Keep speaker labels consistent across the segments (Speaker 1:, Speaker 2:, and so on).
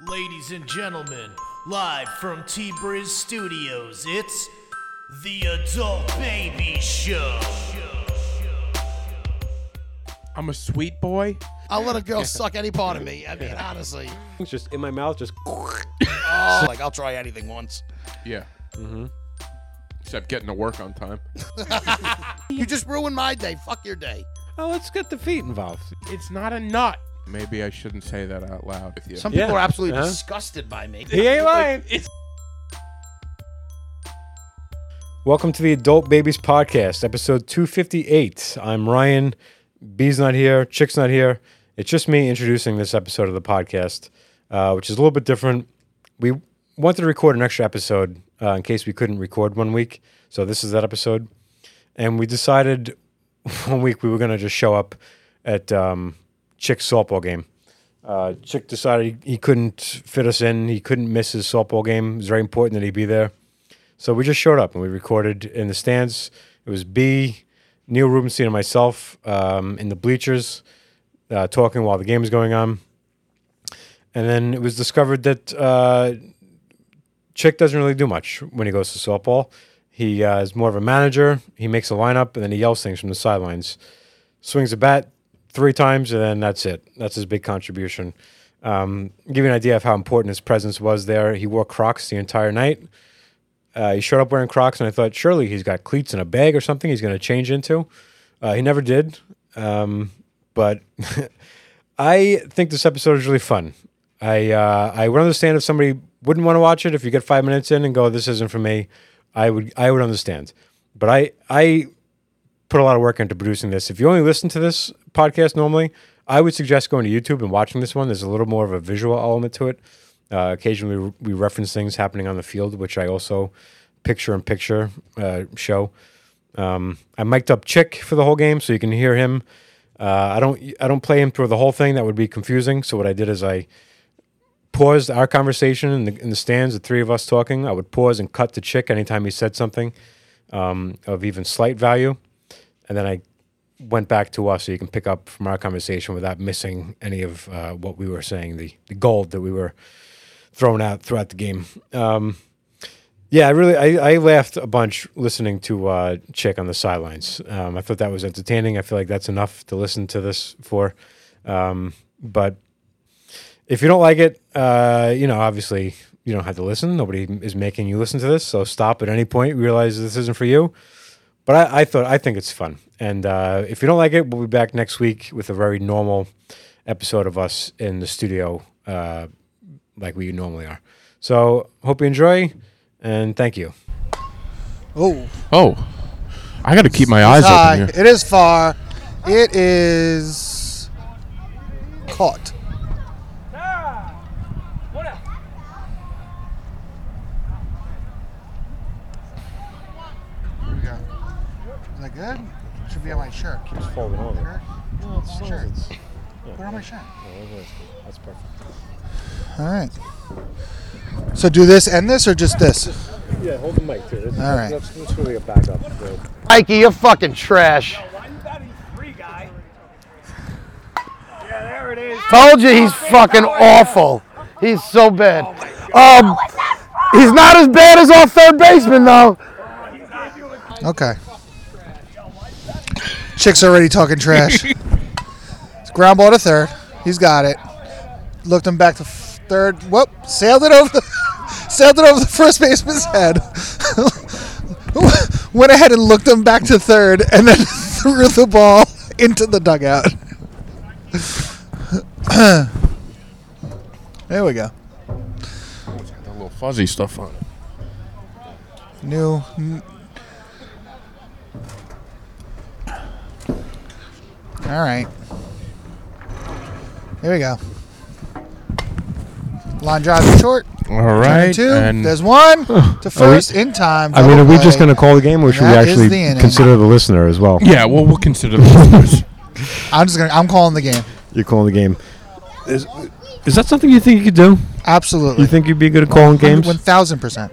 Speaker 1: Ladies and gentlemen, live from T Briz Studios, it's the Adult Baby Show.
Speaker 2: I'm a sweet boy.
Speaker 3: I'll let a girl suck any part of me. I mean, honestly,
Speaker 4: It's just in my mouth, just
Speaker 3: oh, like I'll try anything once.
Speaker 2: Yeah. Mm-hmm. Except getting to work on time.
Speaker 3: You just ruined my day. Fuck your day.
Speaker 4: oh, let's get the feet involved.
Speaker 2: It's not a nut. Maybe I shouldn't say that out loud with you.
Speaker 3: Some
Speaker 4: Yeah,
Speaker 3: people are absolutely
Speaker 4: uh-huh.
Speaker 3: disgusted by me.
Speaker 4: He ain't lying. It's Welcome to the Adult Babies Podcast, episode 258. I'm Ryan. B's not here. Chick's not here. It's just me introducing this episode of the podcast, uh, which is a little bit different. We wanted to record an extra episode uh, in case we couldn't record one week. So this is that episode. And we decided one week we were going to just show up at um, Chick's softball game. Uh, Chick decided he, he couldn't fit us in. He couldn't miss his softball game. It was very important that he be there. So we just showed up and we recorded in the stands. It was B, Neil Rubenstein, and myself um, in the bleachers uh, talking while the game was going on. And then it was discovered that uh, Chick doesn't really do much when he goes to softball. He uh, is more of a manager. He makes a lineup and then he yells things from the sidelines swings a bat three times, and then that's it. That's his big contribution. Um, give you an idea of how important his presence was there. He wore Crocs the entire night. Uh, he showed up wearing Crocs, and I thought, surely he's got cleats in a bag or something he's going to change into. Uh, he never did. Um, but I think this episode is really fun. I uh, I would understand if somebody wouldn't want to watch it if you get five minutes in and go, this isn't for me. I would I would understand. But I I put a lot of work into producing this. If you only listen to this podcast normally, I would suggest going to YouTube and watching this one. There's a little more of a visual element to it. Uh, occasionally, we- we reference things happening on the field, which I also picture in picture uh, show. Um, I mic'd up Chick for the whole game, so you can hear him. Uh, I don't I don't play him through the whole thing. That would be confusing. So what I did is I paused our conversation in the, in the stands, the three of us talking. I would pause and cut to Chick anytime he said something um, of even slight value and then I went back to us so you can pick up from our conversation without missing any of uh, what we were saying, the, the gold that we were throwing out throughout the game. Um, yeah, I really I, I laughed a bunch listening to uh, Chick on the sidelines. Um, I thought that was entertaining. I feel like that's enough to listen to this for. Um, but if you don't like it, uh, you know, obviously you don't have to listen. Nobody is making you listen to this, so stop at any point. Realize this isn't for you. But I, I thought I think it's fun, and uh, if you don't like it, we'll be back next week with a very normal episode of us in the studio, uh, like we normally are. So hope you enjoy, and thank you.
Speaker 5: Oh,
Speaker 2: oh, I got to keep my eyes
Speaker 5: hi.
Speaker 2: open here.
Speaker 5: It is far. It is caught. Here we go. Is that good? Should be on my shirt. Keeps
Speaker 4: folding over.
Speaker 5: my shirt. Put it on my shirt.
Speaker 4: That's perfect.
Speaker 5: All right. So do this and this or just this?
Speaker 4: Yeah, hold the mic too. It's,
Speaker 5: All right.
Speaker 4: That's, that's really a backup.
Speaker 3: Mikey, you're fucking trash. Told you he's fucking awful. He's so bad. Um, he's not as bad as our third baseman though.
Speaker 5: Okay. Chick's already talking trash. it's ground ball to third. He's got it. Looked him back to f- third. Whoop! Sailed it over. The, sailed it over the first baseman's head. Went ahead and looked him back to third, and then threw the ball into the dugout. there we go.
Speaker 2: Got a little fuzzy stuff on it.
Speaker 5: New. All right. Here we go. Line drive to short.
Speaker 2: All right,
Speaker 5: Two.
Speaker 2: and
Speaker 5: There's one to first in time.
Speaker 4: I mean, are we just
Speaker 5: double
Speaker 4: going to call the game, or should we
Speaker 5: That is
Speaker 4: actually
Speaker 5: the inning.
Speaker 4: consider the listener as well?
Speaker 2: yeah, well, we'll consider this.
Speaker 5: play. I'm just gonna. I'm calling the game.
Speaker 4: You're calling the game. Is, is that something you think you could do?
Speaker 5: Absolutely.
Speaker 4: You think you'd be good at calling games?
Speaker 5: One thousand percent.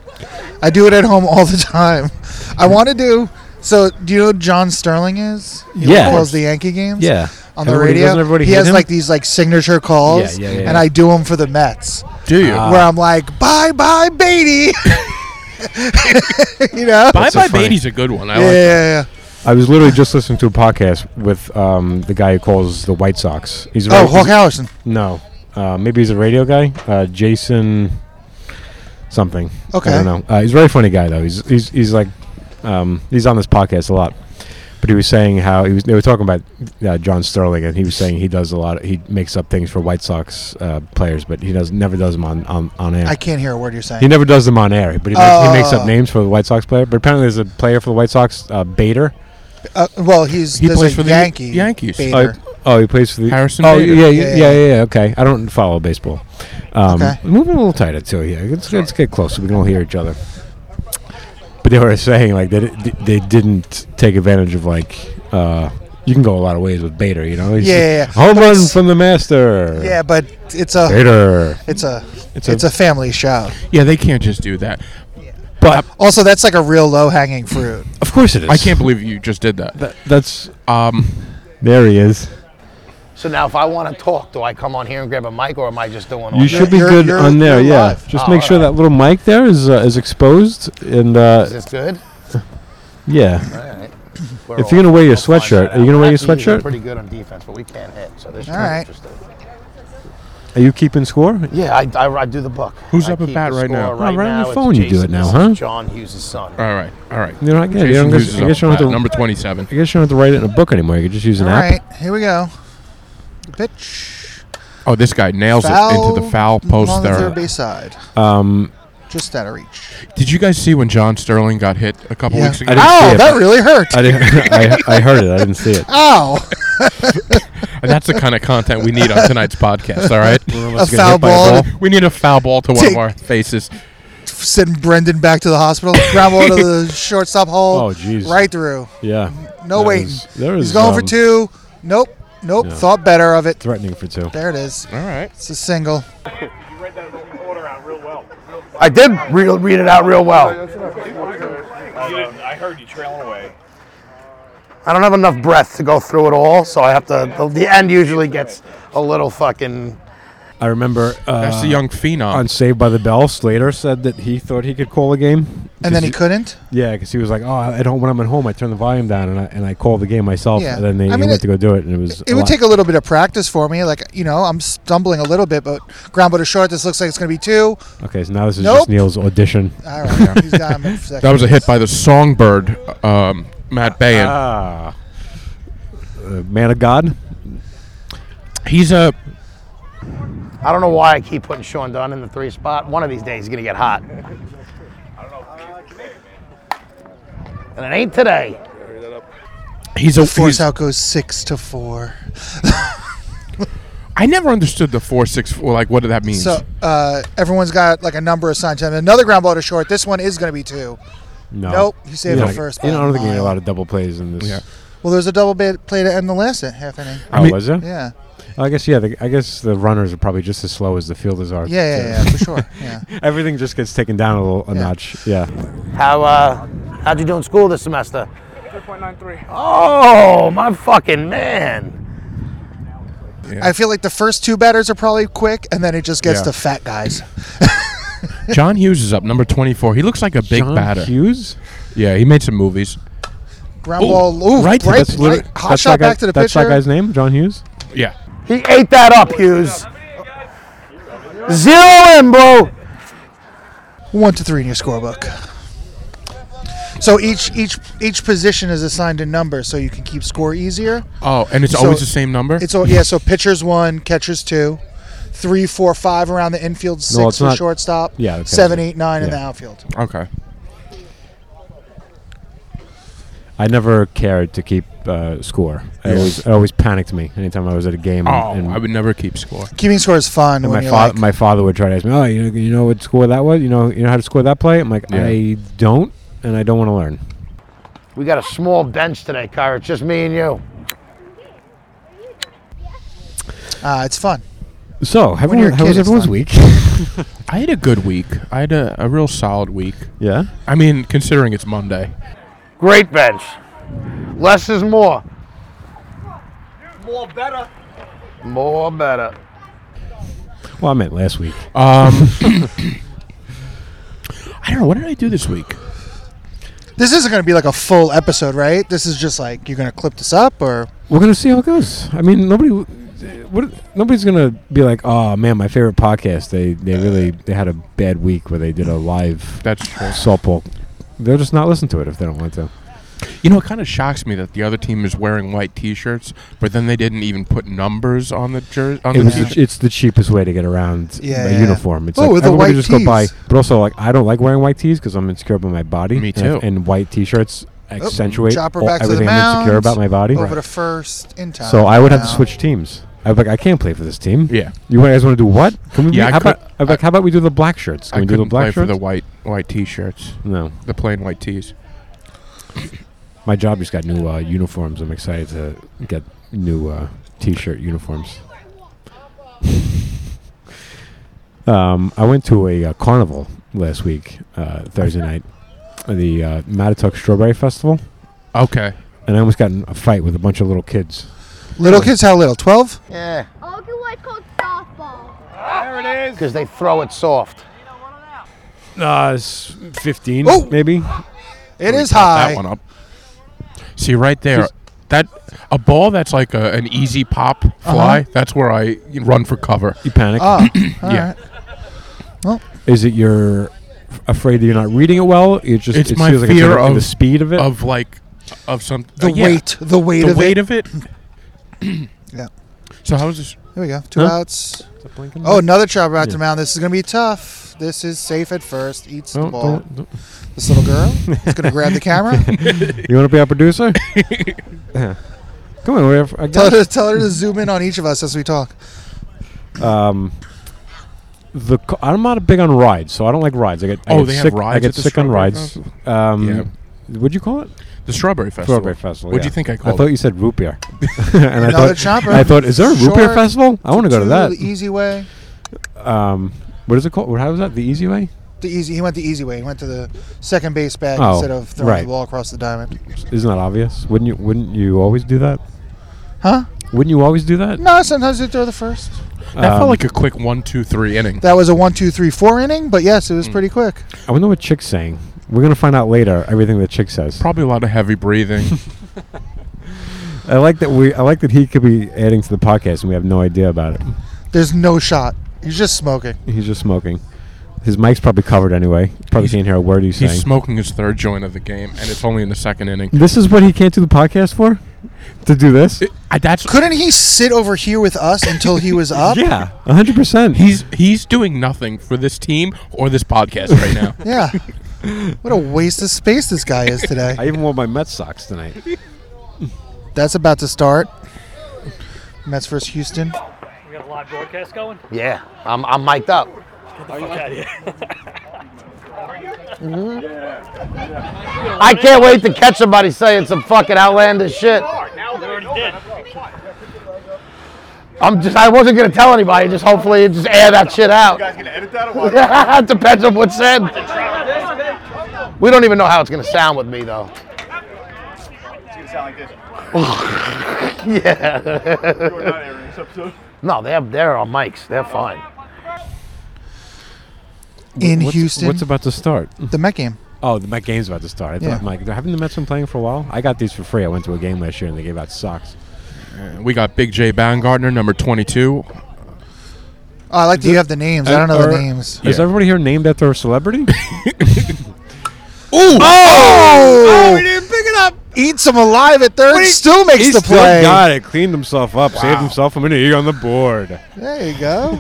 Speaker 5: I do it at home all the time. I want to do. So, do you know who John Sterling is? He
Speaker 4: Yeah.
Speaker 5: Calls the Yankee games.
Speaker 4: yeah.
Speaker 5: on the
Speaker 4: Everybody-
Speaker 5: radio.
Speaker 4: doesn't everybody
Speaker 5: he
Speaker 4: hate
Speaker 5: has
Speaker 4: him?
Speaker 5: like these like signature calls,
Speaker 4: Yeah, Ah. yeah, yeah.
Speaker 5: and I do them for the Mets.
Speaker 2: Do you?
Speaker 5: where I'm like, bye bye, Beatty. you know?
Speaker 2: Bye
Speaker 4: so
Speaker 2: Bye
Speaker 4: funny.
Speaker 2: Baby's a good one. I
Speaker 5: Yeah,
Speaker 2: like that.
Speaker 5: yeah, yeah.
Speaker 4: I was literally just listening to a podcast with um, the guy who calls the White Sox. He's a
Speaker 5: Oh,
Speaker 4: radio-
Speaker 5: Hulk Howerson.
Speaker 4: No, uh, maybe he's a radio guy. Uh, Jason something.
Speaker 5: Okay.
Speaker 4: I don't know. Uh, he's a very funny guy though. He's he's he's like um, he's on this podcast a lot. But he was saying how he was. They were talking about uh, John Sterling, and he was saying he does a lot. He makes up things for White Sox uh, players, but he does never does them on on, on air.
Speaker 5: I can't hear a word you're saying.
Speaker 4: He never does them on air, but he, makes, he makes
Speaker 5: Oh.
Speaker 4: up names for the White Sox player. But apparently, there's a player for the White Sox, uh, Bader.
Speaker 5: uh, well, he's
Speaker 2: He
Speaker 5: there's
Speaker 2: plays
Speaker 5: a
Speaker 2: for the
Speaker 5: Yankee
Speaker 2: Yankees.
Speaker 5: Bader.
Speaker 4: Oh, oh, he plays for the
Speaker 2: Harrison
Speaker 4: Oh,
Speaker 2: Bader.
Speaker 4: yeah,
Speaker 5: Yeah,
Speaker 4: yeah, yeah,
Speaker 5: yeah.
Speaker 4: yeah, Okay, I don't follow baseball. Um,
Speaker 5: Okay.
Speaker 4: Moving a little tighter too. Yeah, let's, let's get close so we can all hear each other. But they were saying like that it- they didn't take advantage of like uh, you can go a lot of ways with Bader. You know, He's
Speaker 5: Yeah, yeah, yeah.
Speaker 4: home
Speaker 5: But
Speaker 4: run
Speaker 5: it's-
Speaker 4: from the
Speaker 2: Oh,
Speaker 4: master.
Speaker 5: yeah, but it's a
Speaker 4: Bader.
Speaker 5: it's a it's
Speaker 4: It's
Speaker 5: a,
Speaker 4: a-
Speaker 5: family show.
Speaker 2: Yeah, they can't just do that.
Speaker 4: But
Speaker 5: Also, that's like a real low hanging fruit.
Speaker 4: of course it is.
Speaker 2: I can't believe you just did that.
Speaker 4: That's
Speaker 2: Um,
Speaker 4: there he is.
Speaker 6: So now, if I want to talk, do I come on here and grab a mic, or am I just doing?
Speaker 4: You
Speaker 6: all
Speaker 4: should be
Speaker 5: Oh, you're-
Speaker 4: good
Speaker 5: you're-
Speaker 4: on there.
Speaker 5: you're
Speaker 4: Yeah,
Speaker 5: live.
Speaker 4: just
Speaker 6: Oh,
Speaker 4: make sure that little mic there is uh, is exposed and uh,
Speaker 6: Is this good?
Speaker 4: yeah.
Speaker 6: All right.
Speaker 4: If you're gonna wear your sweatshirt, are you gonna wear your sweatshirt?
Speaker 6: Pretty good on defense, but we can't hit, so this should
Speaker 5: All
Speaker 6: be
Speaker 5: right.
Speaker 6: interesting.
Speaker 4: Are you keeping score?
Speaker 6: Yeah, I, I, I do the book.
Speaker 2: Who's
Speaker 6: I
Speaker 2: up at
Speaker 6: keep
Speaker 2: bat
Speaker 6: the
Speaker 2: right
Speaker 6: score
Speaker 2: now? Oh,
Speaker 6: Right
Speaker 4: right on
Speaker 6: now,
Speaker 4: your
Speaker 6: it's
Speaker 4: phone you do
Speaker 6: Jason-
Speaker 4: it now,
Speaker 6: this is
Speaker 4: huh?
Speaker 6: John Hughes' son.
Speaker 2: all right, all right.
Speaker 4: You're not good. You
Speaker 2: Jason
Speaker 4: don't-
Speaker 2: Hughes is
Speaker 4: I guess you
Speaker 2: up
Speaker 4: don't have to.
Speaker 2: bat, number twenty-seven.
Speaker 4: I guess you don't have to write it in a book anymore. You could just use
Speaker 5: All
Speaker 4: an app.
Speaker 5: right, here we go. The pitch
Speaker 2: Oh, this guy nails it into the foul post
Speaker 5: along the
Speaker 2: there.
Speaker 5: third base side,
Speaker 4: Um,
Speaker 5: just out of reach.
Speaker 2: Did you guys see when John Sterling got hit a couple
Speaker 5: Yeah.
Speaker 2: weeks
Speaker 4: I
Speaker 2: ago?
Speaker 4: didn't see
Speaker 5: Oh,
Speaker 4: it,
Speaker 5: that
Speaker 4: but-
Speaker 5: really hurt.
Speaker 4: I didn't. I, I heard it. I didn't see it.
Speaker 5: Ow!
Speaker 2: Oh. That's the kind of content we need on tonight's podcast. All right,
Speaker 5: A foul ball,
Speaker 2: we need a foul ball to one
Speaker 5: Take-
Speaker 2: of our faces.
Speaker 5: send Brendan back to the hospital. Ground ball to the shortstop hole.
Speaker 4: Oh, jeez.
Speaker 5: Right through.
Speaker 4: Yeah.
Speaker 5: No
Speaker 4: That
Speaker 5: waiting.
Speaker 4: was- there
Speaker 5: He's
Speaker 4: is,
Speaker 5: going for
Speaker 4: um,
Speaker 5: two. Nope. Nope.
Speaker 4: Yeah.
Speaker 5: Thought better of it.
Speaker 4: Threatening for two.
Speaker 5: There it is.
Speaker 2: All right.
Speaker 5: It's a single.
Speaker 6: I did read, read it out real well.
Speaker 7: I heard you trailing away.
Speaker 6: I don't have enough breath to go through it all, so I have to. The, the end usually gets a little fucking.
Speaker 4: I remember
Speaker 2: That's
Speaker 4: uh,
Speaker 2: the young phenom.
Speaker 4: on Saved by the Bell. Slater said that he thought he could call a game,
Speaker 5: And then he
Speaker 4: Because
Speaker 5: couldn't.
Speaker 4: Yeah, because he was like, "Oh, I don't." When I'm at home, I turn the volume down and I and I call the game myself.
Speaker 5: Yeah.
Speaker 4: And then they
Speaker 5: I
Speaker 4: he
Speaker 5: mean,
Speaker 4: went
Speaker 5: it-
Speaker 4: to go do it, and it was.
Speaker 5: It would take a little bit of practice for me. Like, you know, I'm stumbling a little bit, but ground ball to short. This looks like it's going to be two.
Speaker 4: okay, so now this is
Speaker 5: Nope.
Speaker 4: just Neil's audition.
Speaker 5: All right. He's got him in second.
Speaker 2: that was a hit by the songbird, um, Matt Bayan.
Speaker 4: Ah, Uh, man of God.
Speaker 2: He's a
Speaker 6: I don't know why I keep putting Sean Dunn in the three spot. One of these days, he's gonna get hot. And it ain't today.
Speaker 2: he's a
Speaker 5: Force
Speaker 2: he's,
Speaker 5: out goes six to four.
Speaker 2: I never understood the four six four. Like, what did that mean?
Speaker 5: So uh, everyone's got like a number assigned to them. Another ground ball to short. This one is going to be two.
Speaker 4: No.
Speaker 5: Nope, he saved
Speaker 4: You
Speaker 5: it
Speaker 4: know,
Speaker 5: first
Speaker 4: You know, I
Speaker 5: by a
Speaker 4: don't think you get a
Speaker 5: mile.
Speaker 4: lot of double plays in this.
Speaker 2: Yeah.
Speaker 5: Well, there's a double ba- play to end the last half inning.
Speaker 4: Oh,
Speaker 2: I mean-
Speaker 4: was there?
Speaker 5: Yeah.
Speaker 4: I guess yeah. The, I guess the runners are probably just as slow as the fielders are.
Speaker 5: Yeah, yeah, yeah, for sure. Yeah.
Speaker 4: yeah. Everything just gets taken down a little a
Speaker 5: Yeah.
Speaker 4: notch. Yeah.
Speaker 6: How uh, how'd you do in school this semester?
Speaker 7: 3.93.
Speaker 6: Oh, my fucking man!
Speaker 5: I feel like the first two batters are probably quick, and then it just gets
Speaker 2: Yeah.
Speaker 5: to fat guys.
Speaker 2: John Hughes is up, number twenty four. He looks like a big
Speaker 4: John
Speaker 2: batter.
Speaker 4: Hughes.
Speaker 2: Yeah, he made some movies.
Speaker 5: Ground
Speaker 2: Ooh,
Speaker 5: ball, ooh,
Speaker 2: right,
Speaker 5: right, right,
Speaker 4: that's literally
Speaker 5: hot
Speaker 4: that's
Speaker 5: shot
Speaker 4: that guy-
Speaker 5: back to the
Speaker 4: That's
Speaker 5: pitcher.
Speaker 4: that guy's name, John Hughes.
Speaker 2: Yeah,
Speaker 6: He ate that up, Hughes. Zero in, bro.
Speaker 5: One to three in your scorebook. So each each each position is assigned a number, so you can keep score easier.
Speaker 2: Oh, and it's
Speaker 5: So,
Speaker 2: always the same number.
Speaker 5: It's all yeah. So pitchers one, catchers two, three, four, five around the infield, six
Speaker 4: it's
Speaker 5: for
Speaker 4: not-
Speaker 5: shortstop,
Speaker 4: Yeah, okay.
Speaker 5: seven, eight, nine in
Speaker 4: Yeah.
Speaker 5: the outfield.
Speaker 2: okay.
Speaker 4: I never cared to keep uh, score. It always it always panicked me anytime I was at a game.
Speaker 2: Oh,
Speaker 4: and- and,
Speaker 2: I would never keep score.
Speaker 5: Keeping score is fun
Speaker 4: and
Speaker 5: when
Speaker 4: my
Speaker 5: you're
Speaker 4: father
Speaker 5: like,
Speaker 4: my father would try to ask me, "Oh, you know, you know what score that was? You know you know how to score that play?" I'm like,
Speaker 2: Yeah.
Speaker 4: "I don't." And I don't want to learn.
Speaker 6: We got a small bench today, Kyra. It's just me and you.
Speaker 5: ah, it's fun.
Speaker 4: So, how,
Speaker 5: you're a
Speaker 4: how
Speaker 5: kid,
Speaker 4: was
Speaker 5: it's
Speaker 4: everyone's
Speaker 5: fun.
Speaker 4: week?
Speaker 2: I had a good week. I had a, a real solid week.
Speaker 4: yeah.
Speaker 2: I mean, considering it's Monday.
Speaker 6: Great bench. Less is more. More better. More better.
Speaker 4: Well, I meant last week.
Speaker 2: I don't know. What did I do this week?
Speaker 5: This isn't going to be like a full episode, right? This is just like you're going to clip this up, or
Speaker 4: We're gonna see how it goes. I mean, nobody, what, nobody's gonna be like, oh man, my favorite podcast. They they really they had a bad week where they did a live
Speaker 2: That's true.
Speaker 4: salt poke. They'll just not listen to it if they don't want to.
Speaker 2: You know, it kind of shocks me that the other team is wearing white T-shirts, but then they didn't even put numbers on the jer- on
Speaker 4: It
Speaker 2: the
Speaker 4: was
Speaker 2: T-shirt.
Speaker 4: it's the cheapest way to get around
Speaker 5: Yeah,
Speaker 4: a
Speaker 5: yeah.
Speaker 4: uniform. It's
Speaker 5: Oh,
Speaker 4: like
Speaker 5: with the
Speaker 4: everybody
Speaker 5: white
Speaker 4: just go buy.
Speaker 5: tees.
Speaker 4: But also, like I don't like wearing white tees because I'm insecure about my body.
Speaker 2: Me
Speaker 4: and I-
Speaker 2: too.
Speaker 4: And, white t-shirts accentuate
Speaker 5: Oh, chopper
Speaker 4: all-
Speaker 5: back to the
Speaker 4: everything I'm insecure
Speaker 5: mound,
Speaker 4: about my body.
Speaker 5: over the first in time?
Speaker 4: So I would have to
Speaker 5: Wow.
Speaker 4: switch teams. I was like, I can't play for this team.
Speaker 2: Yeah.
Speaker 4: You guys want to do what? Can we
Speaker 2: Yeah, I
Speaker 4: how,
Speaker 2: could-
Speaker 4: about, I was like, how about we do the black shirts? Can
Speaker 2: I
Speaker 4: we do the
Speaker 2: couldn't
Speaker 4: black
Speaker 2: play for
Speaker 4: shirts?
Speaker 2: the white white T-shirts,
Speaker 4: no.
Speaker 2: the plain white tees.
Speaker 4: My job just got new uh, uniforms. I'm excited to get new uh, t-shirt uniforms. um, I went to a uh, carnival last week, uh, Thursday night, the uh, Mattatuck Strawberry Festival,
Speaker 2: Okay,
Speaker 4: and I almost got in a fight with a bunch of little kids.
Speaker 5: Little kids, how little? Twelve?
Speaker 6: Yeah,
Speaker 8: Look at what's called softball.
Speaker 6: because they throw it soft.
Speaker 4: Uh, s- 15,
Speaker 5: Oh!
Speaker 4: maybe.
Speaker 5: It is
Speaker 2: Pop
Speaker 5: high.
Speaker 2: that one up. See right there, that a ball that's like a, an easy pop
Speaker 4: Uh-huh.
Speaker 2: fly. That's where I run for cover.
Speaker 4: You panic.
Speaker 5: Oh,
Speaker 2: yeah, Uh,
Speaker 4: Is it you're f- afraid that you're not reading it well? It just
Speaker 2: It's
Speaker 4: it
Speaker 2: my
Speaker 4: feels like
Speaker 2: fear
Speaker 4: it's in
Speaker 2: of-
Speaker 4: the speed of it.
Speaker 2: of like of some
Speaker 5: the
Speaker 2: uh, yeah.
Speaker 5: weight, the weight
Speaker 2: the
Speaker 5: of
Speaker 2: weight
Speaker 5: it.
Speaker 2: of it.
Speaker 5: Yeah.
Speaker 2: So how's this?
Speaker 5: Here we go. Two
Speaker 4: Huh?
Speaker 5: outs. Oh, another chopper out to mound. This is going to be tough. This is safe at first. Eats the
Speaker 4: Don't-
Speaker 5: ball.
Speaker 4: don't- don't-
Speaker 5: This little girl is going to grab the camera.
Speaker 4: you want to be our producer? Come on, we're, I
Speaker 5: Tell
Speaker 4: got
Speaker 5: her, to, tell her to zoom in on each of us as we talk.
Speaker 4: the. ca- I'm not big on rides, so I don't like rides. I get I
Speaker 2: Oh,
Speaker 4: get
Speaker 2: they have
Speaker 4: sick, I
Speaker 2: rides
Speaker 4: get
Speaker 2: at the
Speaker 4: sick on
Speaker 2: Strawberry
Speaker 4: rides. Um, What'd you call it?
Speaker 2: The strawberry festival.
Speaker 4: Strawberry festival.
Speaker 2: What'd
Speaker 4: yeah.
Speaker 2: you think I
Speaker 4: I
Speaker 2: called
Speaker 4: thought
Speaker 2: it?
Speaker 4: you said root beer. and I
Speaker 5: Another
Speaker 4: thought
Speaker 5: chopper.
Speaker 4: I thought, is there a root beer
Speaker 5: Short,
Speaker 4: festival? I want to go to
Speaker 5: Two,
Speaker 4: that.
Speaker 5: The easy way.
Speaker 4: um, what is it called? What- How was that? The easy way?
Speaker 5: The easy. He went the easy way. He went to the second base bag
Speaker 4: Oh,
Speaker 5: instead of throwing
Speaker 4: right.
Speaker 5: the ball across the diamond.
Speaker 4: Isn't that obvious? Wouldn't you? Wouldn't you always do that?
Speaker 5: Huh?
Speaker 4: Wouldn't you always do that?
Speaker 5: No, sometimes they throw the first.
Speaker 2: That
Speaker 4: Um,
Speaker 2: felt like a quick one, two, three inning.
Speaker 5: That was a one, two, three, four inning, but yes, it
Speaker 4: Hmm.
Speaker 5: was pretty quick.
Speaker 4: I wonder what Chick's saying. We're gonna find out later everything that Chick says.
Speaker 2: Probably a lot of heavy breathing.
Speaker 4: I like that we. I like that he could be adding to the podcast, and we have no idea about it.
Speaker 5: There's no shot. He's just smoking.
Speaker 4: He's just smoking. His mic's probably covered anyway. Probably
Speaker 2: He's-
Speaker 4: can't hear a word he's,
Speaker 2: He's
Speaker 4: saying.
Speaker 2: smoking his third joint of the game, and it's only in the second inning.
Speaker 4: this is what he can't do the podcast for. To do this.
Speaker 2: I, that's
Speaker 5: Couldn't he sit over here with us until he was up?
Speaker 4: yeah, hundred percent.
Speaker 2: he's he's doing nothing for this team or this podcast right now.
Speaker 5: Yeah. What a waste of space this guy is today.
Speaker 4: I even wore my Mets socks tonight.
Speaker 5: That's about to start. Mets versus Houston.
Speaker 9: We got a live broadcast going?
Speaker 6: Yeah, I'm, I'm mic'd up.
Speaker 9: Are you okay?
Speaker 6: Mm-hmm. I can't wait to catch somebody saying some fucking outlandish shit.
Speaker 9: We already did.
Speaker 6: I'm just, I wasn't gonna tell anybody. Just hopefully, just air that shit out.
Speaker 7: guys gonna edit that or what?
Speaker 6: Depends on what's said. We don't even know how it's gonna sound with me though.
Speaker 7: It's gonna sound like this.
Speaker 6: Yeah.
Speaker 7: You're not airing this episode.
Speaker 6: No, they're they're on mics. They're fine.
Speaker 5: In
Speaker 4: What's-
Speaker 5: Houston,
Speaker 4: What's about to start?
Speaker 5: the Met game.
Speaker 4: Oh, the Met game's about to start. I
Speaker 5: Yeah.
Speaker 4: thought, Mike, haven't the Mets been playing for a while? I got these for free. I went to a game last year and they gave out socks.
Speaker 2: We got Big J Baumgartner, number twenty-two.
Speaker 5: Oh, I like that you have the names. I don't know
Speaker 4: Or-
Speaker 5: the names.
Speaker 4: Is
Speaker 2: Yeah.
Speaker 4: everybody here named after a celebrity?
Speaker 2: Ooh!
Speaker 5: Oh!
Speaker 4: didn't pick it up.
Speaker 5: Eats him alive at third. Still makes
Speaker 4: He
Speaker 5: the
Speaker 4: still
Speaker 5: play.
Speaker 4: got it. Cleaned himself up. Saved himself a minute. He on the board.
Speaker 5: There you go.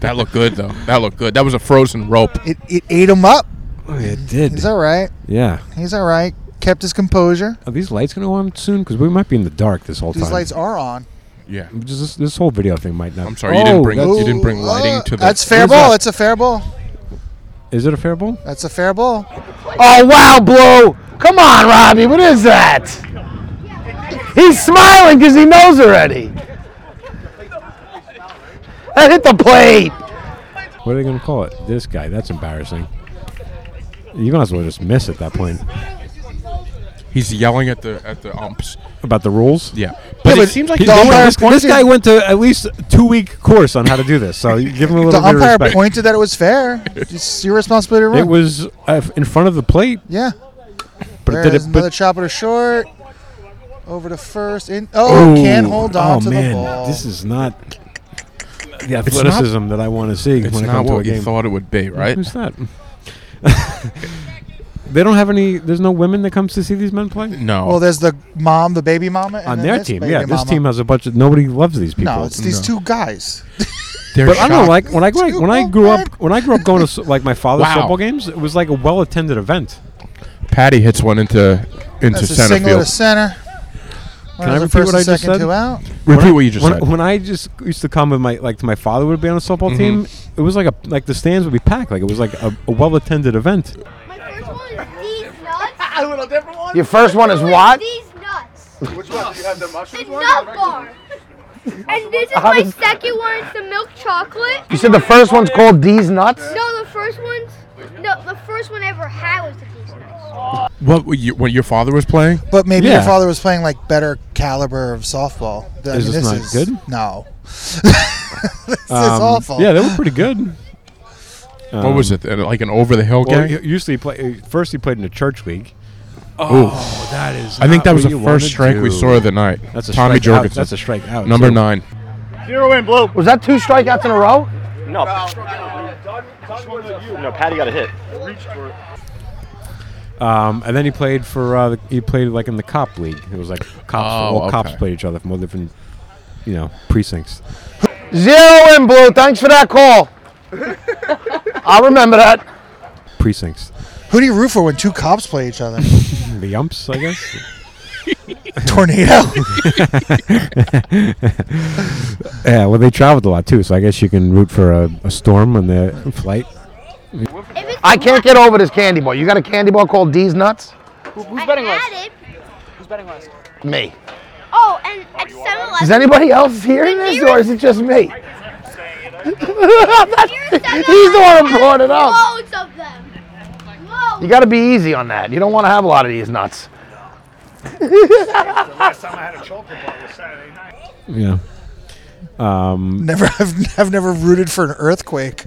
Speaker 2: That looked good though. That looked good. That was a frozen rope.
Speaker 5: It, it ate him up.
Speaker 4: It did.
Speaker 5: He's all right.
Speaker 4: Yeah.
Speaker 5: He's all right. Kept his composure.
Speaker 4: Are these lights going to go on soon? Because we might be in the dark this whole
Speaker 5: These
Speaker 4: time.
Speaker 5: lights are on.
Speaker 2: Yeah.
Speaker 4: Just this, this whole video thing might not. Oh,
Speaker 2: I'm sorry, you didn't bring
Speaker 4: that's-
Speaker 2: You didn't bring
Speaker 5: Ooh,
Speaker 2: lighting
Speaker 5: uh,
Speaker 2: to the-
Speaker 5: That's fair
Speaker 4: Who's
Speaker 5: ball.
Speaker 4: that?
Speaker 5: That's a fair ball.
Speaker 4: Is it a fair ball?
Speaker 5: That's a fair ball.
Speaker 6: Oh wow, Blue! Come on, Robbie. What is that? He's smiling because he knows already. That hit the plate.
Speaker 4: What are they going to call it? This guy. That's embarrassing. You might as well just miss at that point.
Speaker 2: He's yelling at the at the umps.
Speaker 4: About the rules?
Speaker 2: Yeah,
Speaker 4: But
Speaker 5: Yeah,
Speaker 4: it
Speaker 5: but
Speaker 4: seems like
Speaker 5: the
Speaker 4: they-
Speaker 5: umpire
Speaker 4: this, this
Speaker 5: pointed-
Speaker 4: guy went to at least a two week course on how to do this. So you give him a
Speaker 5: The
Speaker 4: little bit of
Speaker 5: umpire
Speaker 4: respect.
Speaker 5: pointed that it was fair. It's your responsibility to
Speaker 4: It
Speaker 5: run.
Speaker 4: was uh, in front of the plate,
Speaker 5: yeah.
Speaker 4: but it
Speaker 5: There's
Speaker 4: did it.
Speaker 5: another
Speaker 4: But,
Speaker 5: chopper to short. Over to first. In, oh, can't hold on
Speaker 4: oh,
Speaker 5: to
Speaker 4: man,
Speaker 5: the ball.
Speaker 4: This is not the
Speaker 2: not-
Speaker 4: athleticism that I want to see
Speaker 2: it's
Speaker 4: when I
Speaker 2: not
Speaker 4: come to a
Speaker 2: what you
Speaker 4: game.
Speaker 2: thought it would be, right?
Speaker 4: Who's that? they don't have any. There's no women that comes to see these men play
Speaker 2: No.
Speaker 5: well, there's the mom, the baby mama. And
Speaker 4: on
Speaker 5: then
Speaker 4: their
Speaker 5: this
Speaker 4: team.
Speaker 5: baby
Speaker 4: Yeah, this
Speaker 5: mama.
Speaker 4: team has a bunch of nobody loves these people.
Speaker 5: No, it's these two guys.
Speaker 2: They're
Speaker 4: But I don't know,
Speaker 2: shocked.
Speaker 4: like when I when I, when I grew up when I grew up going to s- like my father's
Speaker 2: Wow.
Speaker 4: football games, it was like a well attended event.
Speaker 2: Patty hits one into into
Speaker 5: That's a
Speaker 2: center
Speaker 5: single
Speaker 2: field.
Speaker 5: to center. Can
Speaker 4: I repeat
Speaker 5: first
Speaker 4: what
Speaker 5: and
Speaker 4: I just
Speaker 5: second
Speaker 4: said?
Speaker 5: two out.
Speaker 2: Repeat
Speaker 4: when I-
Speaker 2: what you just
Speaker 4: when,
Speaker 2: said.
Speaker 4: When I just used to come with my like to my father would be on a softball team, it was like a like the stands would be packed, like it was like a, a well attended event.
Speaker 8: My first one is these nuts.
Speaker 7: A little different one?
Speaker 6: Your first one is what?
Speaker 8: These nuts.
Speaker 7: Which one? Do you have the
Speaker 8: The
Speaker 7: mushroom one?
Speaker 8: nut bar. And this is my second one. It's the milk chocolate.
Speaker 6: You said the first one's called These Nuts?
Speaker 8: No, the first one's. No, the first one I ever had was the these nuts.
Speaker 2: what were you, when your father was playing?
Speaker 5: But maybe your
Speaker 4: Yeah.
Speaker 5: father was playing like better caliber of softball. Th- I
Speaker 4: Is
Speaker 5: mean,
Speaker 4: this not good? Um,
Speaker 5: No. this is awful.
Speaker 4: Yeah, they were pretty good.
Speaker 2: what was it? uh, Like an over the hill
Speaker 4: Well,
Speaker 2: game?
Speaker 4: u- usually he play uh, first he played in a church league.
Speaker 2: Oh,
Speaker 4: that is.
Speaker 2: I think that was the first strike we saw of the night.
Speaker 4: That's a
Speaker 2: Tommy
Speaker 4: strikeout.
Speaker 2: Jorgensen.
Speaker 4: That's a strikeout.
Speaker 2: Number
Speaker 4: too.
Speaker 2: nine.
Speaker 7: Zero in blue.
Speaker 6: Was that two strikeouts in a row?
Speaker 10: No,
Speaker 7: You
Speaker 10: no, Patty got a hit.
Speaker 7: reached for it.
Speaker 4: Um, and then he played for uh, the, he played like in the cop league. It was like cops.
Speaker 2: Oh,
Speaker 4: all cops
Speaker 2: okay.
Speaker 4: played each other from all different, you know, precincts.
Speaker 6: Zero in blue. Thanks for that call. I'll remember that.
Speaker 4: Precincts.
Speaker 5: Who do you root for when two cops play each other?
Speaker 4: The umps, I guess.
Speaker 5: Tornado.
Speaker 4: yeah. Well, they traveled a lot too, so I guess you can root for a, a storm when they're in flight.
Speaker 8: If it's
Speaker 6: I can't get over this candy bar. You got a candy bar called These Nuts?
Speaker 8: who's betting last? It,
Speaker 6: Me.
Speaker 8: oh, and at 7
Speaker 6: Is anybody else hearing this or is it just me? He's the one who brought it up.
Speaker 8: Loads of them. Loads.
Speaker 6: You got to be easy on that. You don't want to have a lot of these nuts.
Speaker 7: Last time I had a chocolate bar was Saturday night.
Speaker 4: Yeah.
Speaker 5: never, I've, I've never rooted for an earthquake.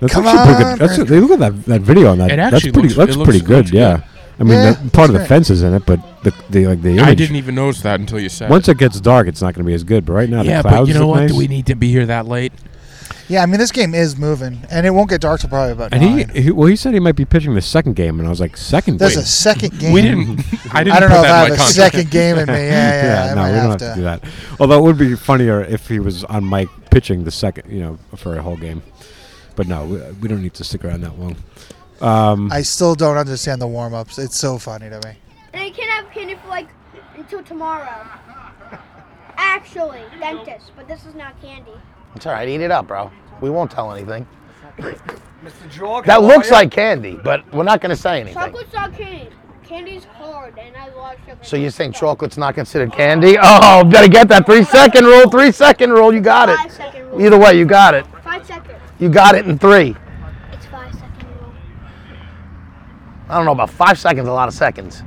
Speaker 4: That's
Speaker 5: Come
Speaker 4: actually pretty good.
Speaker 5: on,
Speaker 4: That's they look at that, that video on that.
Speaker 2: It
Speaker 4: that's
Speaker 2: actually
Speaker 4: pretty.
Speaker 2: looks-
Speaker 4: looks
Speaker 2: it looks-
Speaker 4: pretty good.
Speaker 2: looks good.
Speaker 4: yeah. I mean,
Speaker 5: Yeah,
Speaker 4: that, part of the
Speaker 5: that's
Speaker 4: fence is in it, but the, the like the image.
Speaker 2: I didn't even notice that until you said.
Speaker 4: Once it gets dark, it's not going to be as good. But right now,
Speaker 2: it.
Speaker 4: the
Speaker 2: Yeah,
Speaker 4: clouds
Speaker 2: but you know
Speaker 4: look
Speaker 2: what?
Speaker 4: Nice.
Speaker 2: Do we need to be here that late?
Speaker 5: Yeah, I mean this game is moving, and it won't get dark till probably about
Speaker 4: and
Speaker 5: nine.
Speaker 4: he, he, well, he said he might be pitching the second game, and I was like, second
Speaker 5: There's
Speaker 4: game.
Speaker 5: a second game.
Speaker 2: We didn't. I didn't.
Speaker 5: I don't
Speaker 2: put
Speaker 5: know
Speaker 2: that in
Speaker 5: if I have a
Speaker 2: my contract.
Speaker 5: second game in me. Yeah, yeah, I
Speaker 4: no,
Speaker 5: might
Speaker 4: we don't have
Speaker 5: have
Speaker 4: to
Speaker 5: to.
Speaker 4: do that. Although it would be funnier if he was on Mike pitching the second, you know, for a whole game. But no, we, we don't need to stick around that long.
Speaker 5: I still don't understand the warm ups. It's so funny to me.
Speaker 8: And I can't have candy for like until tomorrow. Actually, dentist, but this is not candy.
Speaker 6: It's all right. Eat it up, bro. We won't tell anything.
Speaker 7: Mr. Jorg.
Speaker 6: That looks like candy, but we're not going to say anything.
Speaker 8: Chocolate's not candy. Candy's hard, and I love sugar.
Speaker 6: So you're saying chocolate's not considered candy? Oh, better get that three second rule. Three second rule. You got
Speaker 8: Five
Speaker 6: it.
Speaker 8: second rule.
Speaker 6: Either way, you got it.
Speaker 8: Five seconds.
Speaker 6: You got it in three.
Speaker 8: It's five second rule.
Speaker 6: I don't know about five seconds. A lot of seconds.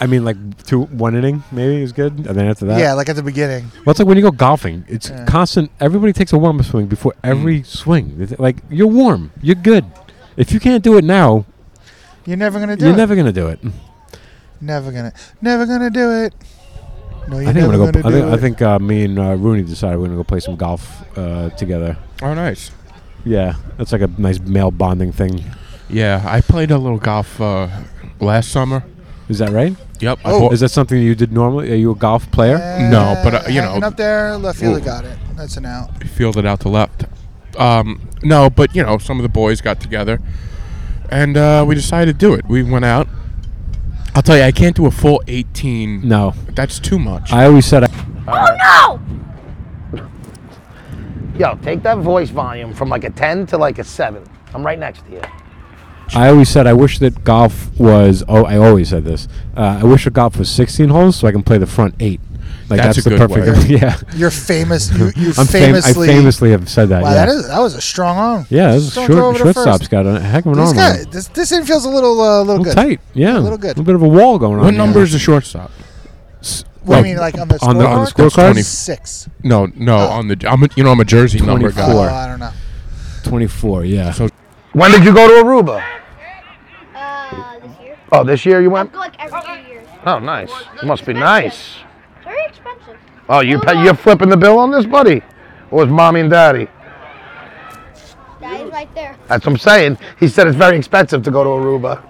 Speaker 4: I mean, like two, one inning maybe is good, and then after that,
Speaker 5: Yeah, like at the beginning.
Speaker 4: Well, it's like when you go golfing. It's constant. Everybody takes a warm up swing before
Speaker 2: Mm.
Speaker 4: every swing. They th- Like you're warm. You're good. If you can't do it now,
Speaker 5: You're never gonna do
Speaker 4: you're
Speaker 5: it.
Speaker 4: never gonna do it.
Speaker 5: never gonna, never gonna do it. No, you're
Speaker 4: I think I'm gonna go.
Speaker 5: never gonna,
Speaker 4: p- I
Speaker 5: do
Speaker 4: think, I
Speaker 5: it.
Speaker 4: think uh, me and uh, Rooney decided we're gonna go play some golf uh, together.
Speaker 2: Oh, nice.
Speaker 4: Yeah, that's like a nice male bonding thing.
Speaker 2: Yeah, I played a little golf uh, last summer.
Speaker 4: Is that right?
Speaker 2: Yep. I
Speaker 5: Oh.
Speaker 2: bought-
Speaker 4: Is that something you did normally? Are you a golf player?
Speaker 2: No, but, uh, you know-
Speaker 5: hanging Eh, up there, left fielder
Speaker 2: Ooh.
Speaker 5: got it. That's an out.
Speaker 2: fielded out to left. Um, no, but you know, some of the boys got together, and uh, we decided to do it. We went out. I'll tell you, I can't do a full eighteen.
Speaker 4: No.
Speaker 2: that's too much.
Speaker 4: I always said I,
Speaker 8: Oh
Speaker 6: Yo, take that voice volume from like a 10 to like a 7. I'm right next to you.
Speaker 4: I always said I wish that golf was. Oh, I always said this. Uh, I wish that golf was 16 holes so I can play the front eight. Like
Speaker 2: That's
Speaker 4: that's,
Speaker 2: a
Speaker 4: the
Speaker 2: good
Speaker 4: perfect.
Speaker 2: word.
Speaker 4: yeah,
Speaker 5: You're famous. You, you
Speaker 4: I'm fam-
Speaker 5: famously.
Speaker 4: I famously have said that.
Speaker 5: Wow,
Speaker 4: yeah.
Speaker 5: that is that was a strong arm.
Speaker 4: yeah, this is
Speaker 5: Just don't throw
Speaker 4: short,
Speaker 5: over to first.
Speaker 4: shortstop's got a heck of an
Speaker 5: This
Speaker 4: arm. on
Speaker 5: guy,
Speaker 4: him.
Speaker 5: this this in feels a little uh, a
Speaker 4: a
Speaker 5: little
Speaker 4: little
Speaker 5: good.
Speaker 4: tight. Yeah,
Speaker 5: A little good.
Speaker 4: bit of a wall going on.
Speaker 2: What
Speaker 4: there.
Speaker 2: number is the shortstop?
Speaker 5: What do
Speaker 4: Like,
Speaker 5: you mean, like on the
Speaker 4: on the- on the
Speaker 5: scorecard?
Speaker 4: scorecard?
Speaker 5: six.
Speaker 2: No, no.
Speaker 4: Oh.
Speaker 2: On the I'm a, you know I'm a jersey number guy.
Speaker 5: Oh,
Speaker 4: 24. Four.
Speaker 5: I don't know.
Speaker 4: Twenty-four. Yeah.
Speaker 2: So-
Speaker 6: When did you go to Aruba?
Speaker 8: Uh, this year.
Speaker 6: Oh, this year you
Speaker 8: I
Speaker 6: went?
Speaker 8: go like every two years.
Speaker 6: Oh, nice. Must be nice.
Speaker 8: It's very expensive.
Speaker 6: Oh, you pa- you're flipping the bill on this, buddy? Or is mommy and daddy?
Speaker 8: That is right there.
Speaker 6: That's what I'm saying. He said it's very expensive to go to Aruba.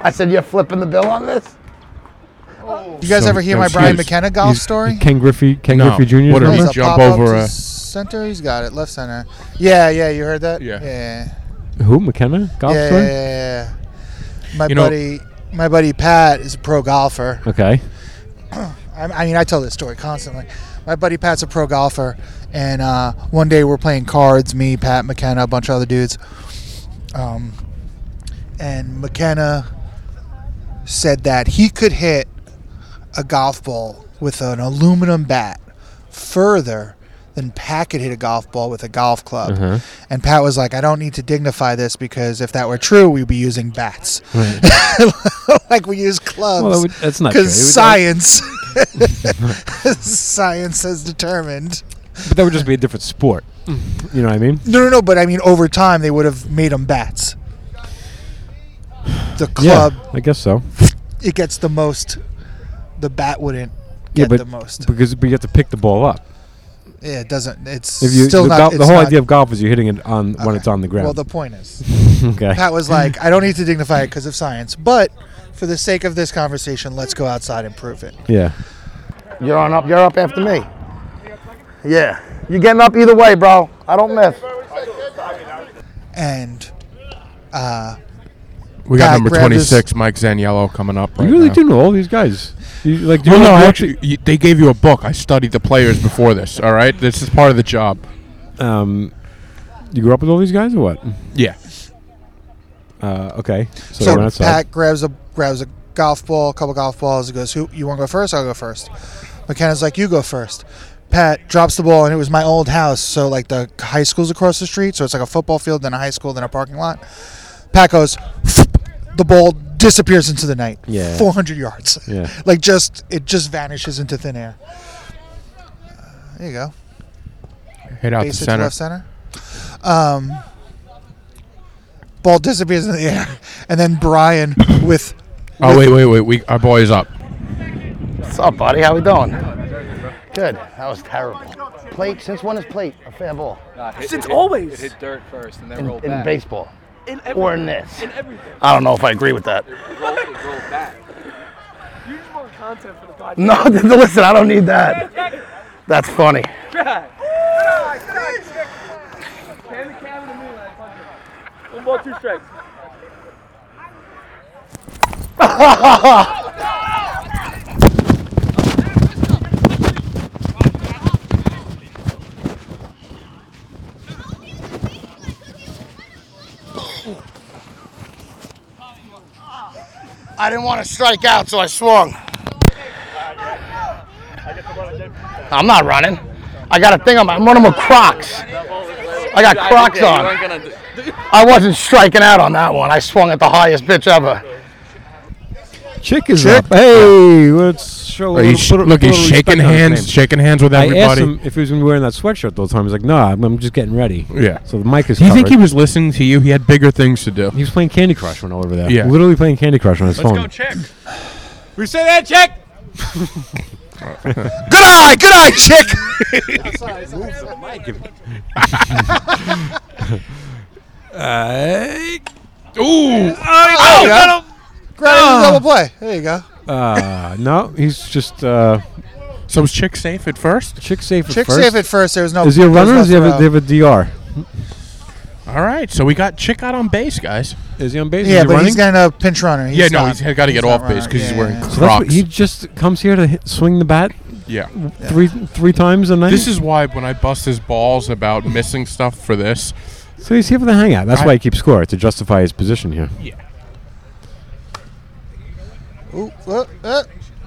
Speaker 6: I said, you're flipping the bill on this?
Speaker 5: You guys
Speaker 2: So-
Speaker 5: ever hear
Speaker 2: no,
Speaker 5: my Brian
Speaker 2: excuse-
Speaker 5: McKenna golf
Speaker 4: He's-
Speaker 5: story?
Speaker 4: Ken Griffey. Ken
Speaker 2: No.
Speaker 4: Griffey Jr.
Speaker 2: What are
Speaker 5: He's
Speaker 2: you
Speaker 5: a
Speaker 2: jump
Speaker 5: pop-up
Speaker 2: over uh,
Speaker 5: to
Speaker 2: a-
Speaker 5: center. He's got it left center. Yeah, yeah. You heard that?
Speaker 2: Yeah.
Speaker 5: Yeah.
Speaker 4: Who? McKenna? Golf
Speaker 5: yeah,
Speaker 4: story?
Speaker 5: yeah, yeah, yeah. My
Speaker 2: You know-
Speaker 5: buddy, my buddy Pat is a pro golfer.
Speaker 4: Okay.
Speaker 5: I, I mean, I tell this story constantly. My buddy Pat's a pro golfer, and uh, one day we're playing cards. Me, Pat, McKenna, a bunch of other dudes. Um, and McKenna said that he could hit a golf ball with an aluminum bat further than Pat could hit a golf ball with a golf club.
Speaker 4: Uh-huh.
Speaker 5: And Pat was like, I don't need to dignify this because if that were true, we'd be using bats. like we use clubs.
Speaker 4: Well, that would- that's not true. It would-
Speaker 5: Because science. science has determined.
Speaker 4: But that would just be a different sport. Mm. You know what I mean?
Speaker 5: No, no, no. But I mean, over time, they would have made them bats. The
Speaker 4: Yeah.
Speaker 5: club,
Speaker 4: I guess so.
Speaker 5: it gets the most. The bat wouldn't get
Speaker 4: yeah, but
Speaker 5: the most.
Speaker 4: because but you have to pick the ball up.
Speaker 5: Yeah, it doesn't. It's
Speaker 4: If you
Speaker 5: still
Speaker 4: the,
Speaker 5: not.
Speaker 4: gol- the
Speaker 5: it's
Speaker 4: whole
Speaker 5: not-
Speaker 4: idea of golf is you're hitting it on when
Speaker 5: Okay.
Speaker 4: it's on the ground.
Speaker 5: Well, the point is,
Speaker 4: okay.
Speaker 5: Pat was like, I don't need to dignify it because of science, but for the sake of this conversation, let's go outside and prove it.
Speaker 4: yeah.
Speaker 6: You're on up. You're up after me. Yeah. You're getting up either way, bro. I don't miss.
Speaker 5: And
Speaker 2: We got
Speaker 5: Pat
Speaker 2: number
Speaker 5: grabbed his-
Speaker 2: 26, Mike Zaniello, coming up. Right
Speaker 4: You really
Speaker 2: now.
Speaker 4: do know all these guys. You, like, do you
Speaker 2: Well, no,
Speaker 4: know-
Speaker 2: I actually, you, they gave you a book. I studied the players before this. All right, this is part of the job.
Speaker 4: Um, you grew up with all these guys or what?
Speaker 2: Yeah,
Speaker 4: Uh, okay. So,
Speaker 5: so
Speaker 4: we're outside.
Speaker 5: Pat grabs a grabs a golf ball, a couple golf balls. He goes, "Who you want to go first? I'll go first. McKenna's like, "You go first. Pat drops the ball, and it was my old house. So like the high school's across the street, so it's like a football field, then a high school, then a parking lot. Pat goes, the ball disappears into the night,
Speaker 4: Yeah.
Speaker 5: 400 yards.
Speaker 4: Yeah.
Speaker 5: like just it just vanishes into thin air. There you go.
Speaker 2: hit out the
Speaker 5: Basic
Speaker 2: center.
Speaker 5: left center. Um, ball disappears in the air, and then Brian with
Speaker 2: Oh wait, wait, wait. We our boy's up.
Speaker 6: What's up, buddy? How we doing? Good. That was terrible. Plate. Since when is plate a fair ball
Speaker 10: Since always. It hit dirt first and then
Speaker 6: in,
Speaker 10: rolled
Speaker 6: in
Speaker 10: back.
Speaker 6: baseball?
Speaker 10: in everything.
Speaker 6: Or in this?
Speaker 10: In everything.
Speaker 6: I don't know if I agree with that.
Speaker 10: It rolled, it rolled back. You just want content for the podcast.
Speaker 6: No, listen, I don't need that. That's funny.
Speaker 10: Try. Hand the camera to me and I punch it. One ball, two strikes.
Speaker 6: I didn't want to strike out, so I swung. I'm not running. I got a thing on my. I'm running with Crocs. I got Crocs on. I wasn't striking out on that one. I swung at the highest pitch ever.
Speaker 4: Chick is up. Hey, let's show. a
Speaker 2: Look, he's,
Speaker 4: little- put a-
Speaker 2: look,
Speaker 4: put a
Speaker 2: he's
Speaker 4: little
Speaker 2: shaking
Speaker 4: respect on his
Speaker 2: hands,
Speaker 4: name.
Speaker 2: shaking hands with
Speaker 4: I asked
Speaker 2: everybody.
Speaker 4: him if he was going to be wearing that sweatshirt the whole time. He's like, "No, I'm, I'm just getting ready."
Speaker 2: Yeah.
Speaker 4: So the mic is.
Speaker 2: Do you think
Speaker 4: covered.
Speaker 2: he was listening to you? He had bigger things to do.
Speaker 4: He was playing Candy Crush when over there.
Speaker 2: Yeah.
Speaker 4: Literally playing Candy Crush on his phone.
Speaker 9: check.
Speaker 4: We say that, check.
Speaker 2: Good eye, good eye, chick. Ooh,
Speaker 5: Granted, it's a
Speaker 4: Ah.
Speaker 5: double play. There you go.
Speaker 4: Uh, no, he's just uh,
Speaker 2: so was chick safe at first?
Speaker 4: chick safe.
Speaker 5: Chick
Speaker 4: first.
Speaker 5: safe at first. There was no.
Speaker 4: Is he a
Speaker 5: there was
Speaker 4: runner? Or does he
Speaker 5: no
Speaker 4: have a,
Speaker 5: throw.
Speaker 4: they have a DR?
Speaker 2: All right, so we got chick out on base, guys.
Speaker 4: Is he on base?
Speaker 5: yeah,
Speaker 4: is he
Speaker 5: but
Speaker 4: running?
Speaker 5: he's getting a pinch runner. He's
Speaker 2: yeah, no,
Speaker 5: not-
Speaker 2: he's got to get
Speaker 5: not
Speaker 2: off base
Speaker 5: runner.
Speaker 2: because he's
Speaker 5: Yeah,
Speaker 2: wearing
Speaker 5: yeah.
Speaker 4: So that's what-
Speaker 2: Crocs.
Speaker 4: he just comes here to hit, swing the bat
Speaker 2: yeah.
Speaker 4: three three times a night.
Speaker 2: This is why when I bust his balls about missing stuff for this,
Speaker 4: so he's here for the hangout. That's
Speaker 2: I-
Speaker 4: why he keeps score to justify his position here.
Speaker 5: Ooh, uh, uh.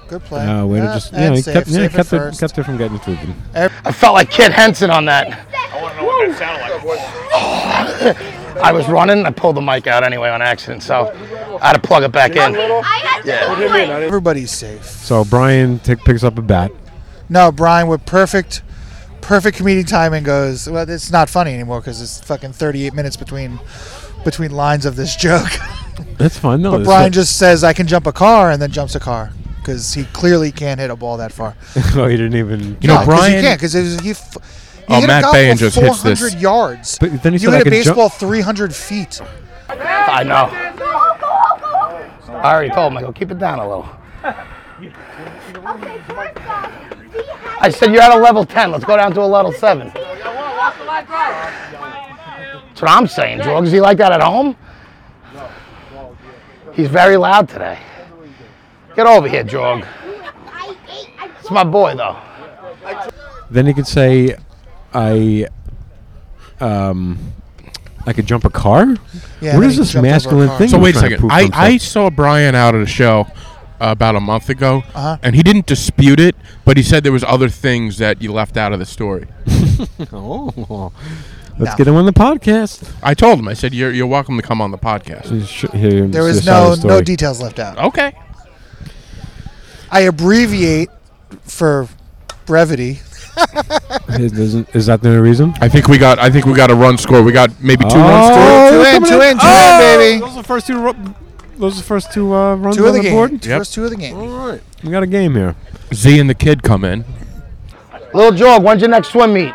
Speaker 5: Good play.
Speaker 4: Uh, way to
Speaker 5: Yeah,
Speaker 4: just yeah,
Speaker 5: and
Speaker 4: he
Speaker 5: safe,
Speaker 4: kept, yeah,
Speaker 5: safe at
Speaker 4: kept, it,
Speaker 5: first.
Speaker 4: kept it from getting through them.
Speaker 6: I felt like Kid Henson on that.
Speaker 7: I want to know what that sounded like.
Speaker 6: I was running. I pulled the mic out anyway on accident, so I had to plug it back in.
Speaker 7: Put him in. I didn't-
Speaker 5: Everybody's safe.
Speaker 4: So Brian take, picks up a bat.
Speaker 5: No, Brian with perfect, perfect comedic timing goes. Well, it's not funny anymore because it's fucking 38 minutes between, between lines of this joke.
Speaker 4: That's fine. No,
Speaker 5: But
Speaker 4: that's
Speaker 5: Brian
Speaker 4: not-
Speaker 5: just says, "I can jump a car," and then jumps a car because he clearly can't hit a ball that far.
Speaker 4: oh, he didn't even.
Speaker 2: You know,
Speaker 5: No, 'cause he
Speaker 2: Brian-
Speaker 5: can't because he. F- he
Speaker 2: Oh,
Speaker 5: hit a
Speaker 2: Matt
Speaker 5: golf ball
Speaker 2: Bayan just hits this.
Speaker 5: 400 yards.
Speaker 4: But then he
Speaker 5: you
Speaker 4: said, "I
Speaker 5: hit a
Speaker 4: can jump-
Speaker 5: baseball 300 feet.
Speaker 6: I know. I already told him. I go keep it down a little.
Speaker 8: Okay, first off, he had
Speaker 6: I said you're at a level 10. Let's go down to a level seven. That's what I'm saying, George. Is he like that at home? He's very loud today. Get over here, Jorg.
Speaker 8: I ate. I
Speaker 6: It's my boy, though.
Speaker 4: Then he could say, "I, um, I could jump a car."
Speaker 5: Yeah,
Speaker 4: what
Speaker 5: then
Speaker 4: is
Speaker 5: he
Speaker 4: this
Speaker 5: jumped over a
Speaker 4: masculine
Speaker 5: car.
Speaker 4: thing?
Speaker 2: So
Speaker 4: he's
Speaker 2: wait a
Speaker 4: trying to
Speaker 2: second.
Speaker 4: prove
Speaker 2: I,
Speaker 4: himself?
Speaker 2: I saw Brian out at a show uh, about a month ago,
Speaker 5: Uh-huh.
Speaker 2: and he didn't dispute it, but he said there was other things that you left out of the story.
Speaker 4: Oh. Let's
Speaker 5: No.
Speaker 4: get him on the podcast.
Speaker 2: I told him. I said, "You're you're welcome to come on the podcast."
Speaker 4: He's sh- here,
Speaker 5: There
Speaker 4: he's the
Speaker 5: was
Speaker 4: side
Speaker 5: no
Speaker 4: of the
Speaker 5: no
Speaker 4: story.
Speaker 5: details left out.
Speaker 2: Okay.
Speaker 5: I abbreviate for brevity.
Speaker 4: Is, isn't- is that the only reason?
Speaker 2: I think we got. I think we got a run score. We got maybe two
Speaker 4: Oh,
Speaker 2: runs.
Speaker 4: we're
Speaker 5: two in,
Speaker 4: coming Oh,
Speaker 5: two in, two in, baby.
Speaker 4: Those are the first two. Ru- those are the first two uh, runs
Speaker 5: Two of
Speaker 4: on
Speaker 5: the
Speaker 4: the,
Speaker 5: game.
Speaker 4: board.
Speaker 2: Yep.
Speaker 5: First two of the game.
Speaker 4: All right, we got a game here.
Speaker 2: Z and the kid come in.
Speaker 6: Little Jorg, when's your next swim meet?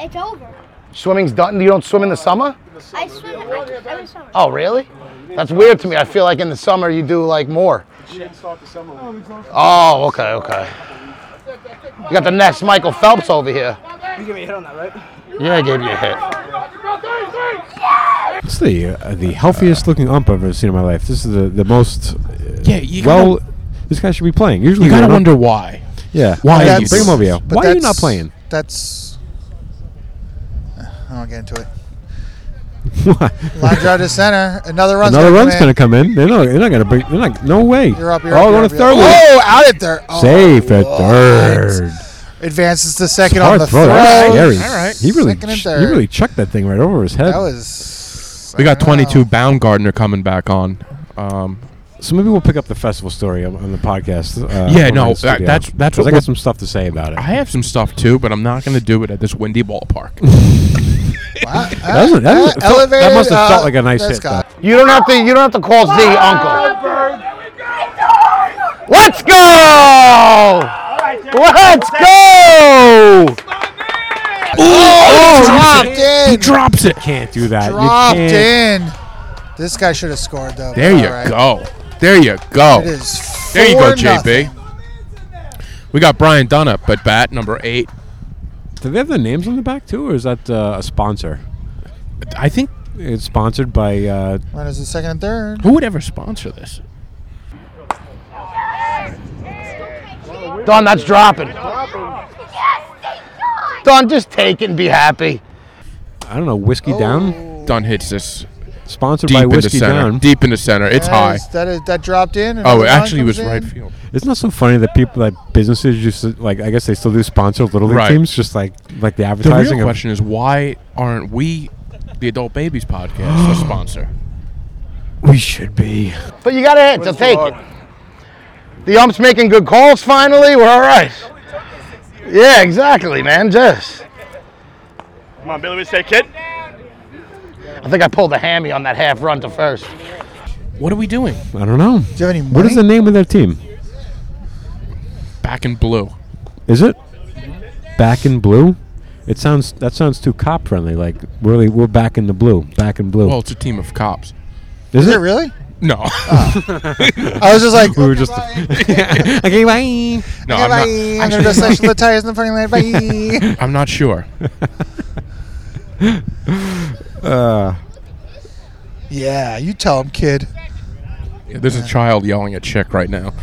Speaker 8: It's over.
Speaker 6: Swimming's done. You don't swim in the summer?
Speaker 8: I swim I- every summer.
Speaker 6: Oh, really? That's weird to me. I feel like in the summer you do like more. Oh, okay, okay. You got the next Michael Phelps over here.
Speaker 10: You give me a hit on that, right?
Speaker 6: Yeah, I gave you a hit.
Speaker 4: It's the uh, the healthiest looking ump I've ever seen in my life. This is the the most. uh,
Speaker 2: Yeah, you gotta-
Speaker 4: well, this guy should be playing. Usually,
Speaker 2: You gotta
Speaker 4: an ump-
Speaker 2: wonder why.
Speaker 4: Yeah,
Speaker 2: why
Speaker 4: Hey,
Speaker 2: you
Speaker 4: Bring him
Speaker 2: do
Speaker 4: over here.
Speaker 5: but
Speaker 4: Why are you not
Speaker 5: that's-
Speaker 4: playing?
Speaker 5: That's. Uh, I don't get into it.
Speaker 4: Why?
Speaker 5: Line drive to center. Another run's
Speaker 4: Another
Speaker 5: gonna
Speaker 4: run's
Speaker 5: come
Speaker 4: going
Speaker 5: in.
Speaker 4: to come in. They're not. They're not going to bring. They're not. No way.
Speaker 5: You're up. You're
Speaker 4: oh,
Speaker 5: up.
Speaker 4: on
Speaker 5: you're
Speaker 4: a
Speaker 5: up,
Speaker 4: third
Speaker 5: you're up.
Speaker 4: one.
Speaker 5: Oh, out at third. Oh,
Speaker 4: Safe at
Speaker 5: what?
Speaker 4: third.
Speaker 5: Advances to second on
Speaker 4: Hard
Speaker 5: the
Speaker 4: throw.
Speaker 5: throw.
Speaker 4: That's scary.
Speaker 5: All right.
Speaker 4: He really.
Speaker 5: Second and
Speaker 4: ch-
Speaker 5: third.
Speaker 4: He really chucked that thing right over his head.
Speaker 5: That was. uh,
Speaker 2: We got
Speaker 5: I don't know.
Speaker 2: 22 Baumgartner coming back on. Um,
Speaker 4: so maybe we'll pick up the festival story on, on the podcast. Uh,
Speaker 2: Yeah,
Speaker 4: on
Speaker 2: no,
Speaker 4: the
Speaker 2: that-
Speaker 4: studio,
Speaker 2: that's- that's
Speaker 4: 'cause
Speaker 2: what
Speaker 4: I got
Speaker 2: we're-
Speaker 4: some stuff to say about it.
Speaker 2: I have some stuff too, but I'm not going to do it at this windy ballpark.
Speaker 5: Wow.
Speaker 4: That, was, that, was, felt-
Speaker 5: Uh,
Speaker 4: that
Speaker 5: elevated,
Speaker 4: must have felt
Speaker 5: uh,
Speaker 4: like a nice
Speaker 5: that's
Speaker 4: hit.
Speaker 5: got-
Speaker 4: though.
Speaker 6: You don't have to. You don't have to call Z uncle. Let's go! Let's go!
Speaker 2: Oh,
Speaker 5: dropped
Speaker 2: He
Speaker 5: in.
Speaker 2: drops it.
Speaker 4: Can't do that. You
Speaker 5: dropped
Speaker 4: can't-
Speaker 5: in. This guy should have scored though.
Speaker 2: There
Speaker 5: but
Speaker 2: you
Speaker 5: all right.
Speaker 2: go. There you go.
Speaker 5: It is.
Speaker 2: There you go,
Speaker 5: four nothing.
Speaker 2: JB. We got Brian Dunn up at bat, number eight.
Speaker 4: Do they have the names on the back too, or is that uh, a sponsor?
Speaker 2: I think
Speaker 4: It's sponsored by. Uh,
Speaker 5: When is the second and third?
Speaker 2: who would ever sponsor this?
Speaker 6: Don, that's dropping. Don, just take it and be happy.
Speaker 4: I don't know.
Speaker 5: Oh.
Speaker 4: Whiskey down.
Speaker 2: Dunn hits this
Speaker 4: Sponsored
Speaker 2: deep
Speaker 4: by
Speaker 2: in the
Speaker 4: Whiskey
Speaker 2: center.
Speaker 4: down.
Speaker 2: Deep in the center. It's
Speaker 5: That
Speaker 2: high.
Speaker 5: is- that is that dropped in.
Speaker 2: Oh,
Speaker 5: another
Speaker 2: it
Speaker 5: line
Speaker 2: actually was
Speaker 5: comes
Speaker 2: right
Speaker 5: in.
Speaker 2: field.
Speaker 4: Isn't that so funny that people like businesses used to like I guess they still do sponsor little league
Speaker 2: Right.
Speaker 4: teams just like like the
Speaker 2: The
Speaker 4: advertising
Speaker 2: real
Speaker 4: of-
Speaker 2: question is why aren't we, the Adult Babies podcast, a sponsor?
Speaker 4: we should be.
Speaker 6: But you gotta hit. Just take it. The ump's making good calls. Finally, we're all right. Yeah, exactly, man. Just.
Speaker 7: Come on, Billy, we say kid.
Speaker 6: I think I pulled a hammy on that half run to first.
Speaker 2: What are we doing?
Speaker 4: I don't know.
Speaker 5: Do you have any money?
Speaker 4: What is the name of their team?
Speaker 2: Back in blue.
Speaker 4: Is it Back in Blue? It sounds that sounds too cop friendly. Like really, we're back in the blue. Back in blue.
Speaker 2: Well, it's a team of cops.
Speaker 4: is
Speaker 5: Is it
Speaker 4: it?
Speaker 5: really?
Speaker 2: No.
Speaker 5: Ah. I was just like,
Speaker 4: We were just okay. Bye.
Speaker 2: no,
Speaker 5: "Yeah,
Speaker 2: I'm
Speaker 5: bye.
Speaker 2: not,
Speaker 5: I'm gonna go slash the tires in the funny land. Bye.
Speaker 2: I'm not sure.
Speaker 5: yeah, you tell him, kid.
Speaker 2: There's a child yelling at Chick right now.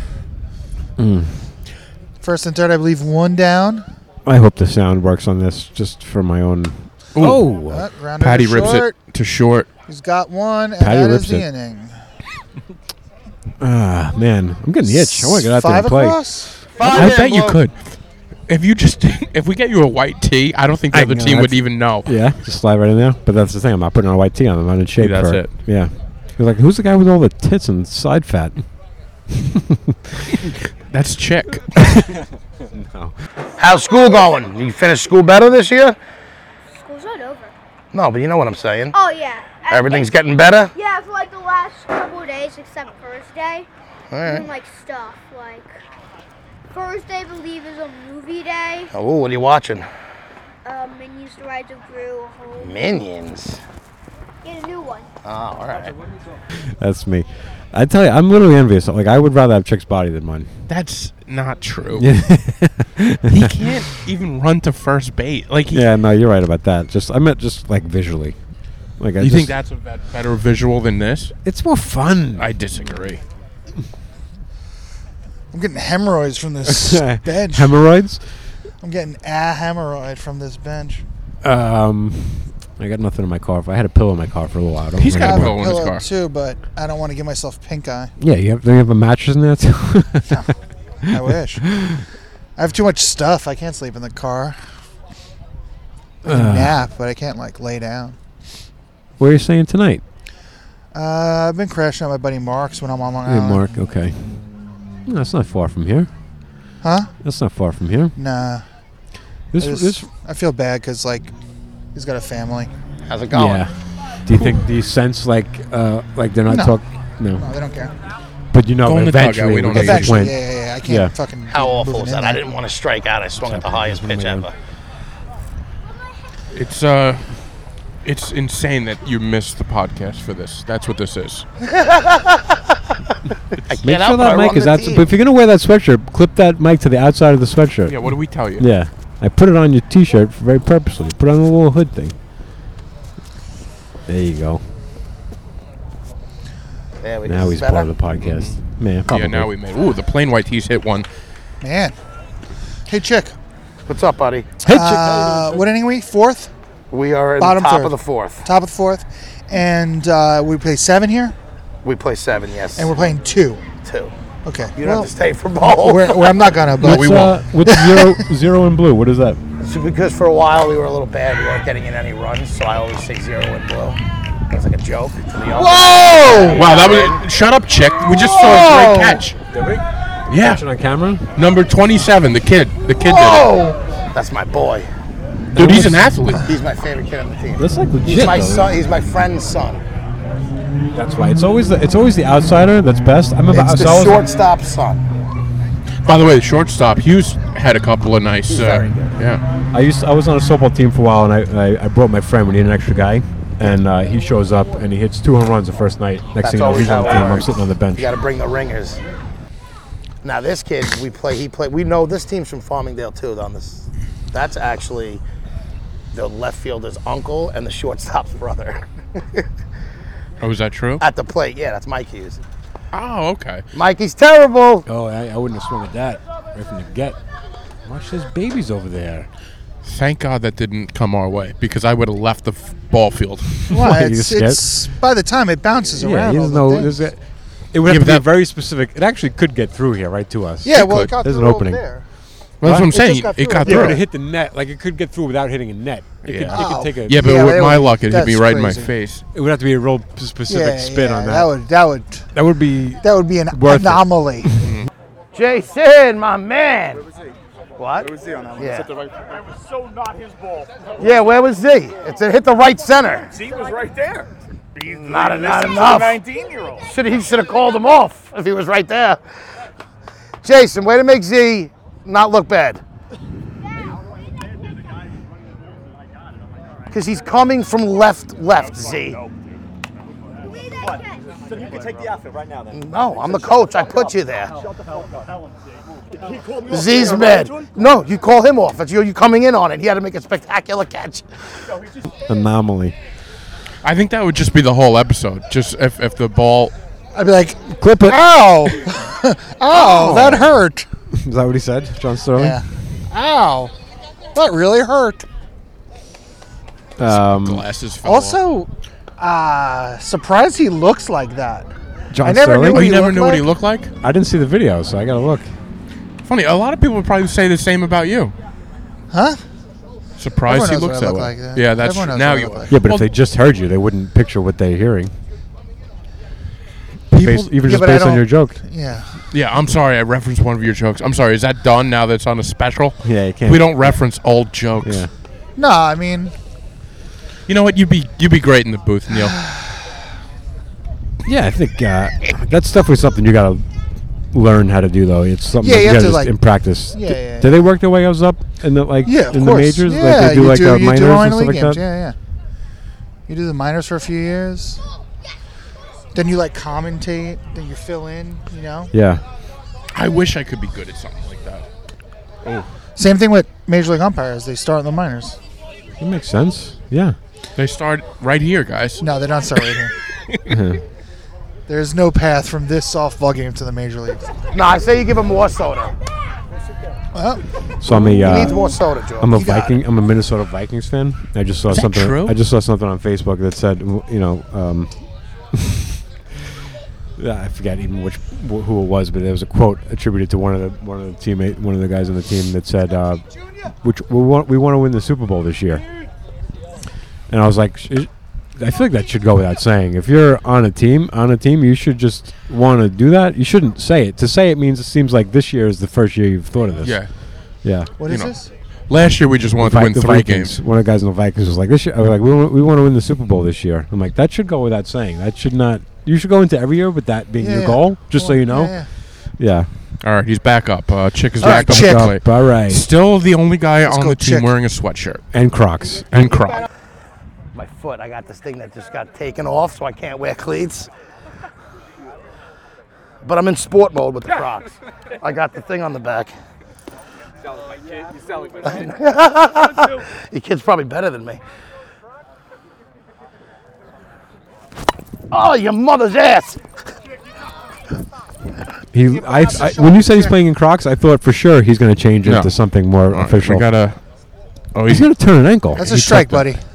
Speaker 5: First and third, I believe, one down.
Speaker 4: I hope the sound works on this, just for my own.
Speaker 2: Ooh.
Speaker 5: Uh, rounded
Speaker 2: Patty
Speaker 5: it
Speaker 2: rips
Speaker 5: short.
Speaker 2: it to short.
Speaker 5: He's got one, and
Speaker 4: Patty
Speaker 5: that
Speaker 4: rips
Speaker 5: is the
Speaker 4: it.
Speaker 5: inning.
Speaker 4: Ah, man, I'm getting the itch. I want to get out
Speaker 5: Five
Speaker 4: there and
Speaker 5: across?
Speaker 4: play.
Speaker 2: I bet you could. If you just if we get you a white tee, I don't think the
Speaker 4: I
Speaker 2: other
Speaker 4: know,
Speaker 2: team would
Speaker 4: that's-
Speaker 2: even know.
Speaker 4: Yeah, just slide right in there. But that's the thing. I'm not putting on a white tee on. I'm not in shape.
Speaker 2: that's
Speaker 4: for
Speaker 2: it.
Speaker 4: Yeah. You're like, who's the guy with all the tits and side fat?
Speaker 2: That's chick.
Speaker 4: no.
Speaker 6: How's school going? You finished school better this year?
Speaker 8: School's not over.
Speaker 6: No, but you know what I'm saying.
Speaker 8: Oh yeah. I-
Speaker 6: Everything's getting better?
Speaker 8: Yeah, for like the last couple of days, except Thursday.
Speaker 6: All
Speaker 8: doing,
Speaker 6: right.
Speaker 8: like stuff like Thursday, I believe is a movie day.
Speaker 6: Oh, what are you watching?
Speaker 8: Uh, Minions: The Rise of Gru. Home.
Speaker 6: Minions.
Speaker 8: Get a new one.
Speaker 6: Oh, all right.
Speaker 4: That's me. I tell you, I'm literally envious. Like, I would rather have Chick's body than mine.
Speaker 2: That's not true. he
Speaker 4: he
Speaker 2: can't even run to first base. Like he,
Speaker 4: Yeah, no, you're right about that. Just I meant just like visually. Like I
Speaker 2: you think
Speaker 4: just-
Speaker 2: that's a bet- better visual than this?
Speaker 4: it's more fun.
Speaker 2: I disagree.
Speaker 5: I'm getting hemorrhoids from this bench.
Speaker 4: Hemorrhoids.
Speaker 5: I'm getting a hemorrhoid from this bench.
Speaker 4: Um, I got nothing in my car. If I had a pillow in my car for a little while. I don't
Speaker 2: He's
Speaker 5: I
Speaker 4: remember.
Speaker 2: got
Speaker 5: have
Speaker 2: a pillow
Speaker 5: a
Speaker 2: in his
Speaker 5: pillow
Speaker 2: car.
Speaker 5: too, but I don't want to give myself pink eye.
Speaker 4: Yeah, you have. Do you have a mattress in there too?
Speaker 5: I wish. I have too much stuff. I can't sleep in the car. I can nap, but I can't like lay down.
Speaker 4: what are you saying tonight?
Speaker 5: Uh, I've been crashing at my buddy Mark's when I'm on Long
Speaker 4: Hey,
Speaker 5: Island.
Speaker 4: Mark. Okay. No, that's not far from here.
Speaker 5: Huh?
Speaker 4: That's not far from here.
Speaker 5: Nah.
Speaker 4: This,
Speaker 5: I, just-
Speaker 4: this,
Speaker 5: I feel bad because like he's got a family.
Speaker 6: How's it going?
Speaker 4: yeah. Do you think? Do you sense like, uh, like they're not
Speaker 5: No.
Speaker 4: talking? No.
Speaker 5: No, Oh, they don't care.
Speaker 4: But you know,
Speaker 2: Go in the dugout,
Speaker 4: eventually,
Speaker 2: we don't
Speaker 4: get
Speaker 2: need you.
Speaker 4: the
Speaker 5: Eventually,
Speaker 4: point.
Speaker 5: yeah, yeah, yeah. I can't
Speaker 4: Yeah.
Speaker 5: fucking.
Speaker 6: How
Speaker 5: keep
Speaker 6: awful
Speaker 5: moving
Speaker 6: is
Speaker 5: in
Speaker 6: that?
Speaker 5: there.
Speaker 6: I didn't want to strike out. I swung at the highest pitch ever.
Speaker 2: It's uh, it's insane that you missed the podcast for this. That's what this is.
Speaker 6: I get
Speaker 4: Make
Speaker 6: out,
Speaker 4: sure
Speaker 6: but I
Speaker 4: that mic
Speaker 6: run
Speaker 4: is
Speaker 6: the
Speaker 4: out.
Speaker 6: team.
Speaker 4: But if you're gonna wear that sweatshirt, clip that mic to the outside of the sweatshirt.
Speaker 2: Yeah. What do we tell you?
Speaker 4: Yeah. I put it on your t-shirt for- very purposely. Put on the little hood thing. There you go.
Speaker 6: There we go.
Speaker 4: Now he's part of the podcast. Man,
Speaker 2: Yeah,
Speaker 4: probably.
Speaker 2: now we made. Ooh, the plain white tees hit one.
Speaker 5: Man. Hey, chick.
Speaker 6: What's up, buddy?
Speaker 4: Hey, chick-
Speaker 5: Uh, what inning are we? Fourth,
Speaker 6: We are in
Speaker 5: Bottom
Speaker 6: the top
Speaker 5: third.
Speaker 6: of the fourth.
Speaker 5: top of the fourth, and uh, we play seven here,
Speaker 6: We play seven, yes.
Speaker 5: and we're playing two.
Speaker 6: two.
Speaker 5: Okay.
Speaker 6: You don't
Speaker 5: well,
Speaker 6: have to stay for both.
Speaker 5: we're, we're- I'm not gonna, but
Speaker 4: what's, uh, what's zero zero in blue? What is that?
Speaker 6: So because for a while we were a little bad, we weren't getting in any runs, so I always say zero and blue. That's like a joke. To the
Speaker 2: Oh! Wow, that was. Shut up, chick. We just saw a great catch.
Speaker 4: Did we?
Speaker 2: Yeah.
Speaker 4: Catching on camera?
Speaker 2: Number 27, the kid. The kid
Speaker 6: Whoa! That's my boy.
Speaker 2: did it. Dude, he's an athlete.
Speaker 6: He's my favorite kid on the team.
Speaker 4: That's like legit.
Speaker 6: He's my
Speaker 4: though.
Speaker 6: son. He's my friend's son.
Speaker 4: That's why it's always the it's always the outsider that's best. I remember I
Speaker 6: It's
Speaker 4: was
Speaker 6: the
Speaker 4: always
Speaker 6: shortstop's son.
Speaker 2: By the way, the shortstop, Hughes had a couple of nice. Uh,
Speaker 6: very good.
Speaker 2: Yeah.
Speaker 4: I used I was on a softball team for a while, and I, I, I brought my friend. We needed an extra guy, and uh, he shows up and he hits two home runs the first night. Next
Speaker 6: That's
Speaker 4: thing you know,
Speaker 6: always
Speaker 4: he's on the
Speaker 6: how it
Speaker 4: team. I'm
Speaker 6: works.
Speaker 4: sitting on the bench.
Speaker 6: You got to bring the ringers. Now this kid, we play. He play. We know this team's from Farmingdale too. On this, that's actually the left fielder's uncle and the shortstop's brother
Speaker 2: Oh, is that true?
Speaker 6: at the plate. Yeah, that's Mike Hughes.
Speaker 2: Oh, okay.
Speaker 6: Mikey's terrible.
Speaker 4: Oh, I, I wouldn't have swung at that right from the get. Watch those babies over there.
Speaker 2: Thank God that didn't come our way because I would have left the f- ball field.
Speaker 5: Well,
Speaker 4: Why, you
Speaker 5: it's,
Speaker 4: scared?
Speaker 5: it's by the time it bounces
Speaker 4: Yeah,
Speaker 5: around. all
Speaker 4: there's
Speaker 5: the
Speaker 4: no.
Speaker 5: things.
Speaker 4: There's a, it would
Speaker 2: Yeah,
Speaker 4: have
Speaker 2: but
Speaker 4: to
Speaker 2: that-
Speaker 4: be very specific. It actually could get through here, right to us.
Speaker 5: yeah, well,
Speaker 2: could.
Speaker 5: it got
Speaker 4: There's an
Speaker 5: through over
Speaker 4: opening.
Speaker 5: there.
Speaker 2: Well, that's what I'm
Speaker 4: It
Speaker 2: saying.
Speaker 5: just got
Speaker 2: It
Speaker 5: through.
Speaker 2: got
Speaker 4: Yeah,
Speaker 2: through.
Speaker 4: but it hit the net. Like it could get through without hitting a net. It
Speaker 2: Yeah.
Speaker 4: could, it
Speaker 5: Oh.
Speaker 4: could take a.
Speaker 2: Yeah, but
Speaker 5: Yeah,
Speaker 2: with
Speaker 5: they
Speaker 2: my
Speaker 5: were-
Speaker 2: luck, it hit me
Speaker 5: that's
Speaker 2: right in my
Speaker 5: crazy.
Speaker 2: face.
Speaker 4: It would have to be a real specific spin on that.
Speaker 5: That would that would
Speaker 4: that would be.
Speaker 5: that would be an
Speaker 4: Worth it.
Speaker 5: anomaly.
Speaker 6: Jason, my man. What? Where was he on that one? Yeah.
Speaker 7: That was so not his ball.
Speaker 6: yeah, where was Z? It's it hit the right center.
Speaker 7: Z was right there. He's
Speaker 6: Not-
Speaker 7: listening
Speaker 6: not
Speaker 7: to the
Speaker 6: enough.
Speaker 7: 19-year-old.
Speaker 6: Should he should have called him off if he was right there. Jason, way to make Z not look bad. Because he's coming from left, left, Z.
Speaker 10: So you can take the outfield right now then.
Speaker 6: No, I'm the coach. I put you there.
Speaker 10: He called me off the
Speaker 6: Z's
Speaker 10: air,
Speaker 6: mad.
Speaker 10: right, Jordan?
Speaker 6: No, you call him off. It's you. You coming in on it. He had to make a spectacular catch.
Speaker 4: Anomaly.
Speaker 2: I think that would just be the whole episode. Just if, if the ball.
Speaker 5: I'd be like, clip it. Ow! Ow!
Speaker 6: Oh.
Speaker 5: That hurt.
Speaker 4: Is that what he said, John Sterling?
Speaker 5: Yeah. Ow! That really hurt.
Speaker 4: Um,
Speaker 2: Glasses fell off.
Speaker 5: Also, uh, surprised he looks like that.
Speaker 4: John
Speaker 3: I never
Speaker 4: Sterling?
Speaker 3: knew
Speaker 2: Oh,
Speaker 3: what
Speaker 2: you
Speaker 3: he
Speaker 2: never
Speaker 3: looked
Speaker 2: knew what he
Speaker 3: like?
Speaker 2: looked like?
Speaker 4: I didn't see the video, so I gotta look.
Speaker 2: Funny, a lot of people would probably say the same about you.
Speaker 5: Huh?
Speaker 2: Surprised
Speaker 5: Everyone
Speaker 2: he
Speaker 5: knows
Speaker 2: looks
Speaker 5: what I
Speaker 2: that
Speaker 5: look
Speaker 2: way.
Speaker 5: like, yeah.
Speaker 2: yeah, that's
Speaker 5: Everyone
Speaker 2: true.
Speaker 5: knows
Speaker 2: Now
Speaker 5: what I
Speaker 2: you.
Speaker 5: look like.
Speaker 4: Yeah, but
Speaker 2: Well,
Speaker 4: if they just heard you, they wouldn't picture what they're hearing. Based, even
Speaker 5: yeah,
Speaker 4: just
Speaker 5: but I
Speaker 4: based on
Speaker 5: don't-
Speaker 4: your joke.
Speaker 5: Yeah.
Speaker 2: yeah, I'm sorry. I referenced one of your jokes. I'm sorry. Is that done now that it's on a special?
Speaker 4: Yeah, you can't-
Speaker 2: We don't reference old jokes.
Speaker 4: Yeah.
Speaker 5: No, I mean,
Speaker 2: You know what? You'd be you'd be great in the booth, Neil.
Speaker 4: Yeah, I think uh, that's definitely something you gotta learn how to do, though. It's something
Speaker 5: Yeah,
Speaker 4: that
Speaker 5: you
Speaker 4: you,
Speaker 5: have
Speaker 4: gotta
Speaker 5: to,
Speaker 4: just
Speaker 5: like-
Speaker 4: in practice.
Speaker 5: Yeah,
Speaker 4: do,
Speaker 5: yeah,
Speaker 4: do
Speaker 5: yeah.
Speaker 4: they work their way else up in the like
Speaker 5: yeah, of
Speaker 4: in
Speaker 5: course.
Speaker 4: the majors?
Speaker 5: yeah,
Speaker 4: like they do
Speaker 5: you
Speaker 4: like
Speaker 5: do,
Speaker 4: the
Speaker 5: you
Speaker 4: minors
Speaker 5: do
Speaker 4: and
Speaker 5: minor
Speaker 4: stuff
Speaker 5: league
Speaker 4: like
Speaker 5: games.
Speaker 4: that.
Speaker 5: Yeah, yeah. You do the minors for a few years. Then you like commentate. Then you fill in. You know.
Speaker 4: yeah.
Speaker 2: I wish I could be good at something like that.
Speaker 5: Same thing with major league umpires. They start in the minors.
Speaker 4: That makes sense. Yeah.
Speaker 2: They start right here, guys.
Speaker 5: No, they don't start right here. There's no path from this softball game to the major leagues.
Speaker 6: No, I say you give him more soda.
Speaker 4: So I'm a
Speaker 6: Needs
Speaker 4: uh,
Speaker 6: more soda, Joe.
Speaker 4: I'm a Viking. I'm a Minnesota Vikings fan. I just saw
Speaker 2: that
Speaker 4: something.
Speaker 2: true?
Speaker 4: I just saw something on Facebook that said, w- you know, um, I forgot even which wh- who it was, but there was a quote attributed to one of the one of the teammate one of the guys on the team that said, uh, "Which we want we want to win the Super Bowl this year." And I was like, "Sh- I feel like that should go without saying. If you're on a team, on a team, you should just want to do that. You shouldn't say it. To say it means it seems like this year is the first year you've thought of this.
Speaker 2: Yeah.
Speaker 4: yeah.
Speaker 5: What
Speaker 2: You
Speaker 5: is
Speaker 2: know.
Speaker 5: this?
Speaker 2: Last year we just wanted to
Speaker 4: Vi-
Speaker 2: win
Speaker 4: the
Speaker 2: three
Speaker 4: Vikings.
Speaker 2: games.
Speaker 4: One of the guys in the Vikings was like, "This year, I was like, we want, we want to win the Super Bowl this year." I'm like, that should go without saying. That should not. You should go into every year with that being your
Speaker 5: Yeah.
Speaker 4: goal, just so
Speaker 5: Well,
Speaker 4: you know.
Speaker 5: yeah,
Speaker 4: Yeah.
Speaker 2: All right, he's back up. Uh, Chick is
Speaker 5: All
Speaker 2: back
Speaker 5: right,
Speaker 2: up.
Speaker 5: Chick.
Speaker 2: All right.
Speaker 4: Up, all right.
Speaker 2: Still the only guy on
Speaker 5: go,
Speaker 2: the team
Speaker 5: Chick.
Speaker 2: wearing a sweatshirt
Speaker 4: And Crocs.
Speaker 2: and crop.
Speaker 6: My foot, I got this thing that just got taken off, so I can't wear cleats. But I'm in sport mode with the Crocs. I got the thing on the back. Your kid's probably better than me. Oh, your mother's ass!
Speaker 4: He. I, I. When you said he's playing in Crocs, I thought for sure he's going to change it
Speaker 2: No.
Speaker 4: to something more
Speaker 2: All right,
Speaker 4: official.
Speaker 2: we gotta. Oh,
Speaker 4: he's
Speaker 2: he's
Speaker 4: going to turn an ankle.
Speaker 5: That's
Speaker 4: He
Speaker 5: a strike,
Speaker 4: tucked it.
Speaker 5: buddy.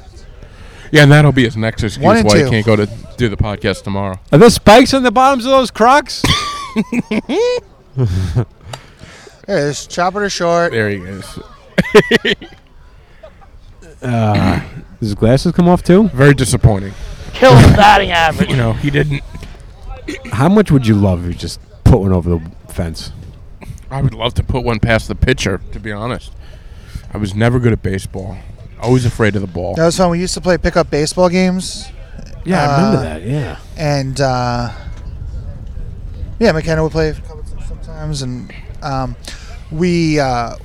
Speaker 2: yeah, and that'll be his next excuse
Speaker 5: One
Speaker 2: why
Speaker 5: and
Speaker 2: he
Speaker 5: two.
Speaker 2: can't go to do the podcast tomorrow.
Speaker 4: Are there spikes on the bottoms of those Crocs?
Speaker 5: Yeah, just chop it or short.
Speaker 2: There he is.
Speaker 4: Does his glasses come off too?
Speaker 2: Very disappointing.
Speaker 6: Kill the batting average.
Speaker 2: You know, he didn't.
Speaker 4: How much would you love if you just put one over the fence?
Speaker 2: I would love to put one past the pitcher. To be honest, I was never good at baseball. Always afraid of the ball.
Speaker 5: That was fun. We used to play pickup baseball games,
Speaker 4: Yeah, I
Speaker 5: Uh,
Speaker 4: remember that. Yeah.
Speaker 5: and uh, yeah, McKenna would play sometimes, and um, we uh,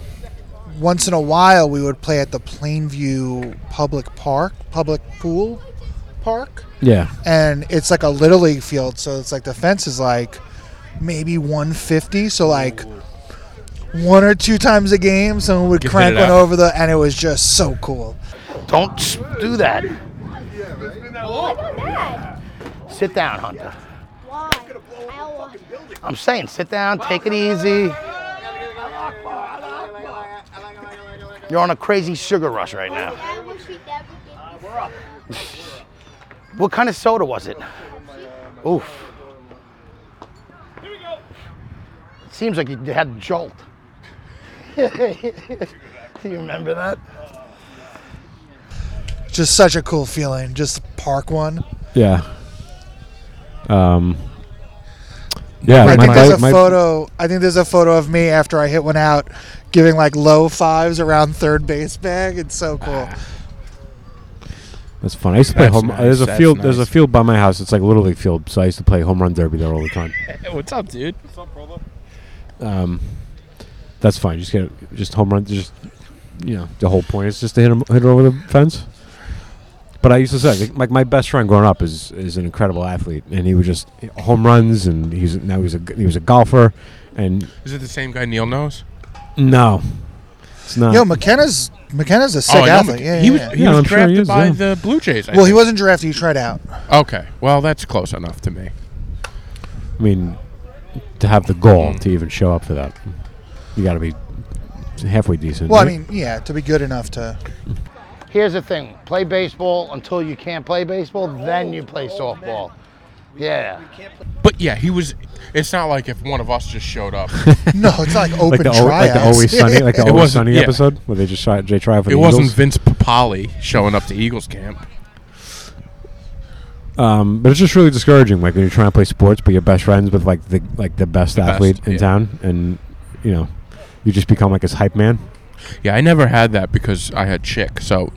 Speaker 5: once in a while we would play at the Plainview Public Park, public pool park,
Speaker 4: Yeah.
Speaker 5: and it's like a little league field, so it's like the fence is like maybe 150, so like. One or two times a game, someone would
Speaker 2: Get hit
Speaker 5: crank
Speaker 2: it
Speaker 5: one
Speaker 2: out.
Speaker 5: over the, and it was just so cool.
Speaker 6: Don't s- do that. Sit down, Hunter.
Speaker 8: Why? I'll watch.
Speaker 6: I'm saying, sit down, take it easy. You're on a crazy sugar rush right now.
Speaker 8: I wish we never did this.
Speaker 6: What kind of soda was it? Oof. Seems like you had a jolt. Do you remember that?
Speaker 5: Just such a cool feeling. Just park one.
Speaker 4: Yeah. Um. Yeah,
Speaker 5: I
Speaker 4: my-
Speaker 5: think there's a
Speaker 4: my- my-
Speaker 5: photo. I think there's a photo of me after I hit one out, giving like low fives around third base bag. It's so cool.
Speaker 4: That's fun. I used to play
Speaker 2: That's
Speaker 4: home.
Speaker 2: nice,
Speaker 4: There's a
Speaker 2: that's
Speaker 4: field. There's a
Speaker 2: nice.
Speaker 4: field by my house. It's like a little league field. So I used to play home run derby there all the time.
Speaker 2: what's up, dude?
Speaker 4: That's fine. Just get just home run. Just you know, the whole point is just to hit 'em- hit it over the fence. But I used to say, like, like my best friend growing up is is an incredible athlete, and he would just hit home runs, and he's now he's a g- he was a golfer, and
Speaker 2: Is it the same guy Neil knows?
Speaker 4: no, it's not.
Speaker 5: Yo, McKenna's McKenna's a sick
Speaker 2: I know
Speaker 5: athlete.
Speaker 2: Mc-
Speaker 5: Yeah,
Speaker 2: Oh, he
Speaker 5: yeah,
Speaker 2: was
Speaker 5: yeah.
Speaker 2: he
Speaker 4: Yeah,
Speaker 2: was
Speaker 4: I'm sure he
Speaker 2: drafted
Speaker 4: is,
Speaker 2: by
Speaker 4: yeah.
Speaker 2: the Blue Jays. I
Speaker 5: Well, he
Speaker 2: think.
Speaker 5: wasn't drafted. He tried out.
Speaker 2: Okay, well that's close enough to me.
Speaker 4: I mean, to have the goal to even show up for that, you got to be halfway decent.
Speaker 5: Well, I
Speaker 4: right?
Speaker 5: mean, yeah, to be good enough to.
Speaker 6: Here's the thing play baseball until you can't play baseball, then you play softball. Yeah.
Speaker 2: But yeah, he was. It's not like if one of us just showed up.
Speaker 5: No, it's not like open
Speaker 4: like the al- like
Speaker 5: tryouts.
Speaker 4: the always sunny, like the
Speaker 2: It
Speaker 4: always
Speaker 2: wasn't-
Speaker 4: sunny
Speaker 2: yeah.
Speaker 4: episode where they just try, they try out for
Speaker 2: it
Speaker 4: the
Speaker 2: wasn't
Speaker 4: Eagles.
Speaker 2: Vince Papali showing up to Eagles camp.
Speaker 4: Um, but it's just really discouraging, like when you're trying to play sports, but you're best friends with like the like the best
Speaker 2: best,
Speaker 4: athlete in
Speaker 2: yeah.
Speaker 4: town, and you know, you just become like his hype man.
Speaker 2: Yeah, I never had that because I had chick. So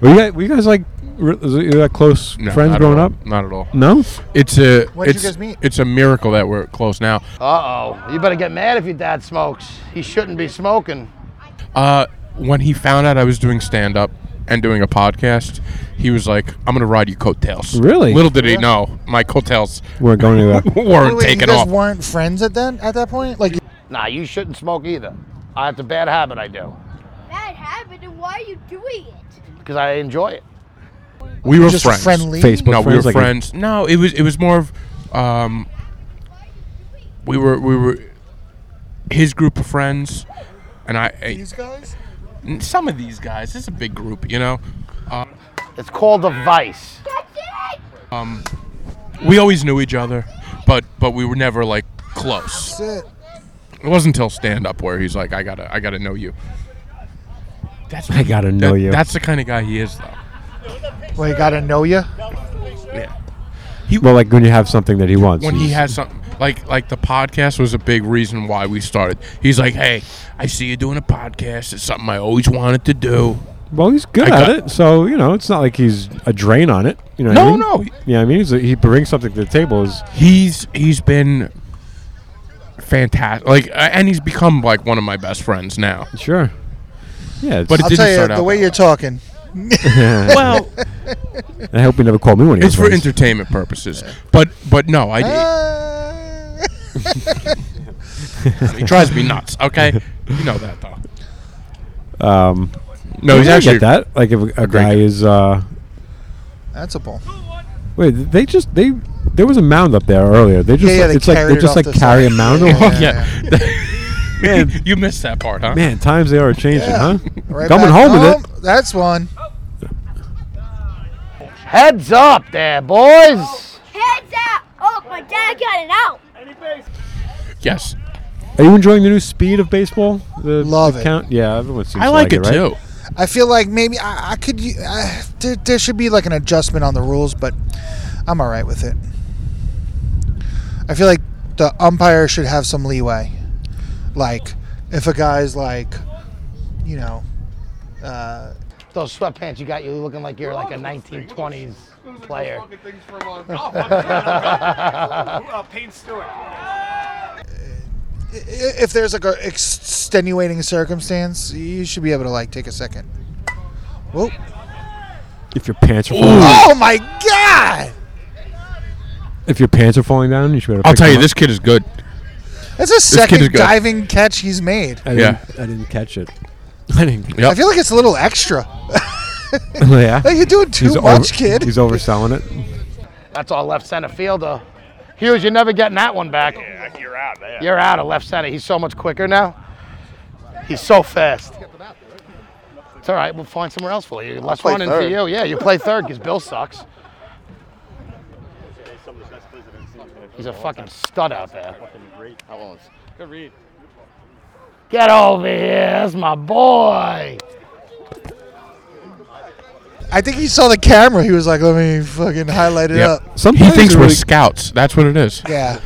Speaker 4: Were you guys, were you guys like re- was it- you that close
Speaker 2: no,
Speaker 4: friends
Speaker 2: not at
Speaker 4: growing
Speaker 2: all.
Speaker 4: up?
Speaker 2: not at all.
Speaker 4: No.
Speaker 2: It's a
Speaker 5: When did you
Speaker 2: it's,
Speaker 5: guys meet?
Speaker 2: it's a miracle that we're close now.
Speaker 6: Uh oh. You better get mad if your dad smokes. He shouldn't be smoking.
Speaker 2: Uh, when he found out I was doing stand up and doing a podcast, he was like, "I'm gonna ride your coattails."
Speaker 4: Really?
Speaker 2: Little did he know my coattails
Speaker 4: Weren't going uh, anywhere.
Speaker 2: weren't
Speaker 5: Wait, wait, you
Speaker 2: taken
Speaker 5: guys
Speaker 2: off.
Speaker 5: weren't friends at that at that point? Like,
Speaker 6: Nah, you shouldn't smoke either. I it's a bad habit I do
Speaker 8: Bad habit, and why are you doing it?
Speaker 6: because I enjoy it.
Speaker 2: we were
Speaker 5: just
Speaker 2: friends.
Speaker 5: friendly.
Speaker 4: Facebook
Speaker 2: No, we were
Speaker 4: friends, like,
Speaker 2: friends. No, it was it was more of, um, we were we were his group of friends, and I,
Speaker 5: These guys.
Speaker 2: I some of these guys. It's a big group, you know.
Speaker 6: It's called a vice.
Speaker 8: That's it!
Speaker 2: We always knew each other, but but we were never like close.
Speaker 5: That's it.
Speaker 2: It wasn't until stand up where he's like, I gotta I gotta know you. That's
Speaker 4: I gotta know
Speaker 2: that-
Speaker 4: you.
Speaker 2: That's the kind of guy he is, though.
Speaker 5: Well, you gotta know you.
Speaker 2: Yeah.
Speaker 4: well, like when you have something that he wants.
Speaker 2: When
Speaker 4: you
Speaker 2: he
Speaker 4: just-
Speaker 2: has something like like the podcast was a big reason why we started. He's like, hey, I see you doing a podcast. It's something I always wanted to do.
Speaker 4: well, he's good
Speaker 2: I
Speaker 4: at
Speaker 2: got-
Speaker 4: it, so you know it's not like he's a drain on it. You know?
Speaker 2: No,
Speaker 4: what I
Speaker 2: no.
Speaker 4: mean? Yeah, I mean he's a, he brings something to the table. Is
Speaker 2: He's he's been fantastic. Like, uh, and he's become like one of my best friends now.
Speaker 4: sure. Yeah, it's,
Speaker 2: But
Speaker 5: I'll
Speaker 2: Didn't
Speaker 5: tell you
Speaker 2: start out
Speaker 5: the way
Speaker 2: that
Speaker 5: you're talking.
Speaker 2: Well,
Speaker 4: I hope he never called me when he
Speaker 2: it's
Speaker 4: was
Speaker 2: for
Speaker 4: friends.
Speaker 2: entertainment purposes. But but no, I.
Speaker 5: Uh,
Speaker 2: He drives me nuts. Okay, you know that though.
Speaker 4: Um,
Speaker 2: No, he's
Speaker 4: I
Speaker 2: actually
Speaker 4: get that. Like if a, a guy
Speaker 2: guy.
Speaker 4: is uh,
Speaker 5: that's a bull.
Speaker 4: wait, they just they there was a mound up there earlier. They just
Speaker 5: Yeah, yeah,
Speaker 4: like-
Speaker 5: they
Speaker 4: it's like
Speaker 5: carried
Speaker 4: they
Speaker 5: it
Speaker 4: just
Speaker 5: off
Speaker 4: like
Speaker 5: the
Speaker 4: carry a
Speaker 5: side.
Speaker 4: mound
Speaker 5: Yeah.
Speaker 4: along.
Speaker 2: Yeah,
Speaker 4: Man.
Speaker 2: you missed that part, huh?
Speaker 4: Man, times they are changing, huh?
Speaker 5: Right
Speaker 4: Coming
Speaker 5: back
Speaker 4: home with it.
Speaker 5: home, That's one.
Speaker 6: Heads up there, boys.
Speaker 8: Heads out! Oh, my dad got it out!
Speaker 2: Yes,
Speaker 4: Are you enjoying the new speed of baseball? The,
Speaker 5: Love
Speaker 4: the
Speaker 5: it.
Speaker 4: count. Yeah, everyone seems
Speaker 2: I
Speaker 4: to
Speaker 2: like, it
Speaker 4: right?
Speaker 2: too.
Speaker 5: I feel like maybe I, I could. u- I, there, there should be like an adjustment on the rules, but I'm all right with it. I feel like the umpire should have some leeway. Like, if a guy's like, you know, uh,
Speaker 6: Those sweatpants you got you looking like you're like a 1920s player.
Speaker 7: Uh, Payne Stewart.
Speaker 5: i- if there's like a extenuating circumstance, you should be able to like take a second. Whoa.
Speaker 4: If your pants are falling,
Speaker 5: Oh my god!
Speaker 4: if your pants are falling down, you should. be able to
Speaker 2: I'll
Speaker 4: pick
Speaker 2: tell
Speaker 4: them
Speaker 2: you,
Speaker 4: up.
Speaker 2: this kid is good.
Speaker 5: That's a
Speaker 2: kid is
Speaker 5: second
Speaker 2: good.
Speaker 5: diving catch he's made.
Speaker 4: I
Speaker 2: Yeah.
Speaker 4: didn't, I didn't catch it. I didn't.
Speaker 5: I feel like it's a little extra.
Speaker 4: Oh, yeah.
Speaker 5: Like you're doing too
Speaker 4: He's
Speaker 5: much,
Speaker 4: over-
Speaker 5: kid.
Speaker 4: He's overselling it.
Speaker 6: That's all left center fielder. Hughes, you're never getting that one back.
Speaker 7: Yeah, you're out there.
Speaker 6: You're out of left center. He's so much quicker now. He's so fast. It's all right. We'll find somewhere else for you. Let's
Speaker 10: play
Speaker 6: run in for
Speaker 10: third.
Speaker 6: you. Yeah, you play third because Bill sucks. He's a fucking stud out there.
Speaker 10: Good read.
Speaker 6: Get over here. That's my boy.
Speaker 5: I think he saw the camera. He was like, "Let me fucking highlight it
Speaker 2: Yeah.
Speaker 5: up."
Speaker 4: Some
Speaker 2: He
Speaker 4: players
Speaker 2: thinks
Speaker 4: are
Speaker 2: we're
Speaker 4: really,
Speaker 2: scouts. That's what it is.
Speaker 5: Yeah.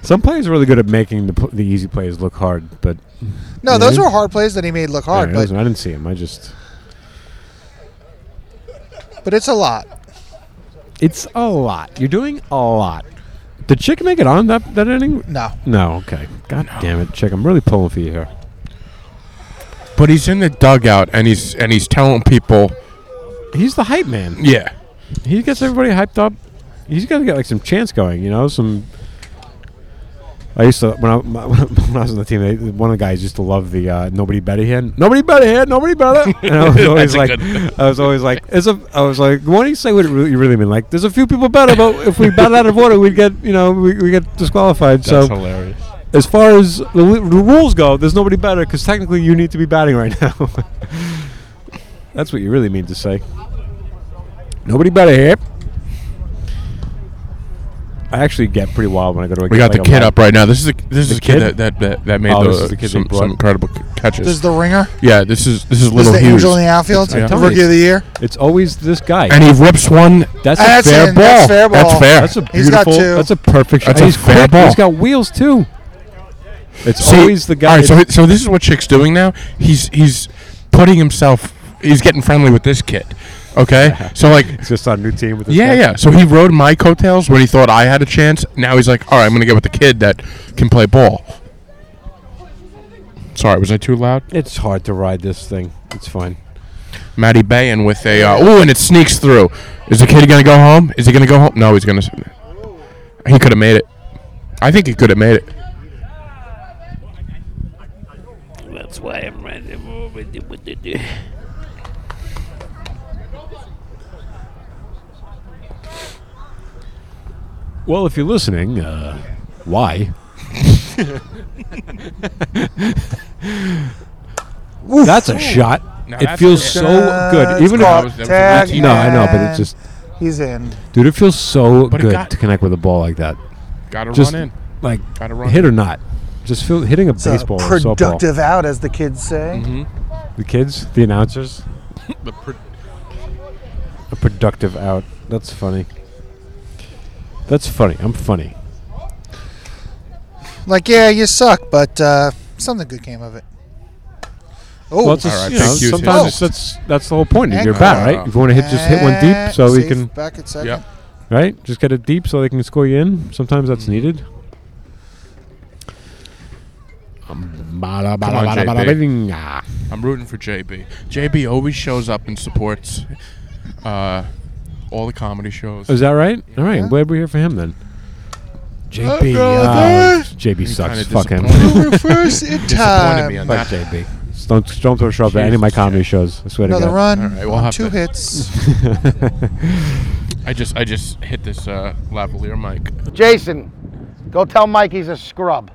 Speaker 4: some players are really good at making the, pl- the easy plays look hard, but
Speaker 5: No, those
Speaker 4: Really?
Speaker 5: were hard plays that he made look hard,
Speaker 4: Yeah,
Speaker 5: but
Speaker 4: listen, I didn't see him. I just
Speaker 5: but it's a lot.
Speaker 4: It's a lot. You're doing a lot. Did Chick make it on that, that inning?
Speaker 5: No,
Speaker 4: No, okay. God damn it, Chick. I'm really pulling for you here.
Speaker 2: But he's in the dugout and he's and he's telling people,
Speaker 4: He's the hype man.
Speaker 2: yeah,
Speaker 4: He gets everybody hyped up. He's got to get like some chance going, you know? Some. I used to, when I, my, when I was on the team, they, one of the guys used to love the uh, nobody better here. Nobody better here. Nobody better. And I was always
Speaker 2: That's a
Speaker 4: like,
Speaker 2: good-
Speaker 4: I was always like, it's a, I was like, why don't you say what it really, you really mean? Like, there's a few people better, but if we bat out of order, we'd get, you know, we, we get disqualified. so,
Speaker 2: that's hilarious.
Speaker 4: as far as the, li- the rules go, there's nobody better because technically you need to be batting right now. That's what you really mean to say. Nobody better here. I actually get pretty wild when I go to. A,
Speaker 2: We got the
Speaker 4: like a
Speaker 2: kid
Speaker 4: live-
Speaker 2: up right now. This is the this is
Speaker 4: The
Speaker 2: the kid,
Speaker 4: kid?
Speaker 2: that, that, that, that made
Speaker 4: Oh,
Speaker 2: the,
Speaker 4: this is the kid they
Speaker 2: some,
Speaker 4: brought.
Speaker 2: some incredible c- catches.
Speaker 5: This is the ringer?
Speaker 2: yeah, this is this is
Speaker 5: This
Speaker 2: little
Speaker 5: the
Speaker 2: Hughes.
Speaker 5: angel in the outfield?
Speaker 2: Yeah.
Speaker 4: telling
Speaker 5: Rookie
Speaker 4: you.
Speaker 5: of the year?
Speaker 4: It's always this guy,
Speaker 2: And he rips one.
Speaker 4: that's,
Speaker 5: That's
Speaker 4: a fair
Speaker 5: in-
Speaker 4: ball.
Speaker 5: that's fair
Speaker 2: That's
Speaker 5: ball.
Speaker 2: fair.
Speaker 4: That's a beautiful.
Speaker 5: He's got two.
Speaker 4: That's a perfect shot.
Speaker 2: That's a
Speaker 4: he's
Speaker 2: fair
Speaker 4: quick.
Speaker 2: ball.
Speaker 4: He's got wheels too. It's
Speaker 2: See,
Speaker 4: always the guy.
Speaker 2: All right, so so this is what Chick's doing now. He's he's putting himself. He's getting friendly with this kid. Okay, so like.
Speaker 4: it's just on a new team with. This
Speaker 2: Yeah,
Speaker 4: guy.
Speaker 2: yeah. So he rode my coattails when he thought I had a chance. Now he's like, "All right, I'm going to get with the kid that can play ball." Sorry, was I too loud?
Speaker 4: It's hard to ride this thing. It's fine.
Speaker 2: Matty Bayan with a uh, oh, and it sneaks through. Is the kid gonna go home? Is he gonna go home? No, he's gonna. s- He could have made it. I think he could have made it.
Speaker 9: That's why I'm running with it. With it.
Speaker 4: Well, if you're listening, uh, why? That's a shot.
Speaker 2: Now
Speaker 4: it
Speaker 2: that's
Speaker 4: feels
Speaker 2: a-
Speaker 4: so
Speaker 2: That
Speaker 4: good. Even if
Speaker 2: was- that was a
Speaker 5: Tag
Speaker 2: routine.
Speaker 4: no, I know, but it's
Speaker 5: and
Speaker 4: just
Speaker 5: He's in.
Speaker 4: dude, it feels so
Speaker 2: But it
Speaker 4: good
Speaker 2: got-
Speaker 4: to connect with a ball like that.
Speaker 2: Gotta
Speaker 4: Just
Speaker 2: run in.
Speaker 4: like
Speaker 2: Gotta run
Speaker 4: hit or not, just feel hitting a baseball or a softball. Mm-hmm.
Speaker 5: productive out, as the kids say.
Speaker 4: The kids, the announcers,
Speaker 2: The pr-
Speaker 4: a productive out. That's funny. That's funny. I'm funny.
Speaker 5: Like, yeah, you suck, but uh, something good came of it. Oh,
Speaker 4: Well, it's just,
Speaker 2: Alright,
Speaker 4: you
Speaker 2: thank
Speaker 4: know,
Speaker 2: you, Oh.
Speaker 4: sometimes
Speaker 2: Jesus.
Speaker 4: that's that's the whole point. You're
Speaker 5: Thank
Speaker 4: bat,
Speaker 2: you.
Speaker 4: right? If you want to hit, just hit one deep, so
Speaker 5: we
Speaker 4: we can
Speaker 5: back at second.
Speaker 2: yeah.
Speaker 4: right? Just get it deep so they can score you in. Sometimes
Speaker 2: Mm.
Speaker 4: that's needed. Um, bada, bada,
Speaker 2: on,
Speaker 4: bada, bada,
Speaker 2: JP.
Speaker 4: bing, ah.
Speaker 2: I'm rooting for JB. JB always shows up and supports uh, all the comedy shows.
Speaker 4: Is that right? All right, I'm glad we're here for him then. JB,
Speaker 5: brother.
Speaker 4: ah, JB sucks.
Speaker 2: Kinda
Speaker 4: Fuck him.
Speaker 2: disappointed-
Speaker 5: First in
Speaker 2: disappointed me
Speaker 5: time.
Speaker 2: on
Speaker 4: Fuck
Speaker 2: that.
Speaker 4: JB. Don't don't throw shrub at any of my
Speaker 2: Jesus,
Speaker 4: comedy
Speaker 2: Jay.
Speaker 4: shows. I swear to
Speaker 5: Another
Speaker 4: God.
Speaker 5: run.
Speaker 2: All right, we'll
Speaker 5: on
Speaker 2: have to-
Speaker 5: two hits.
Speaker 2: I just I just hit this uh, lavalier mic.
Speaker 6: Jason, go tell Mike he's a scrub.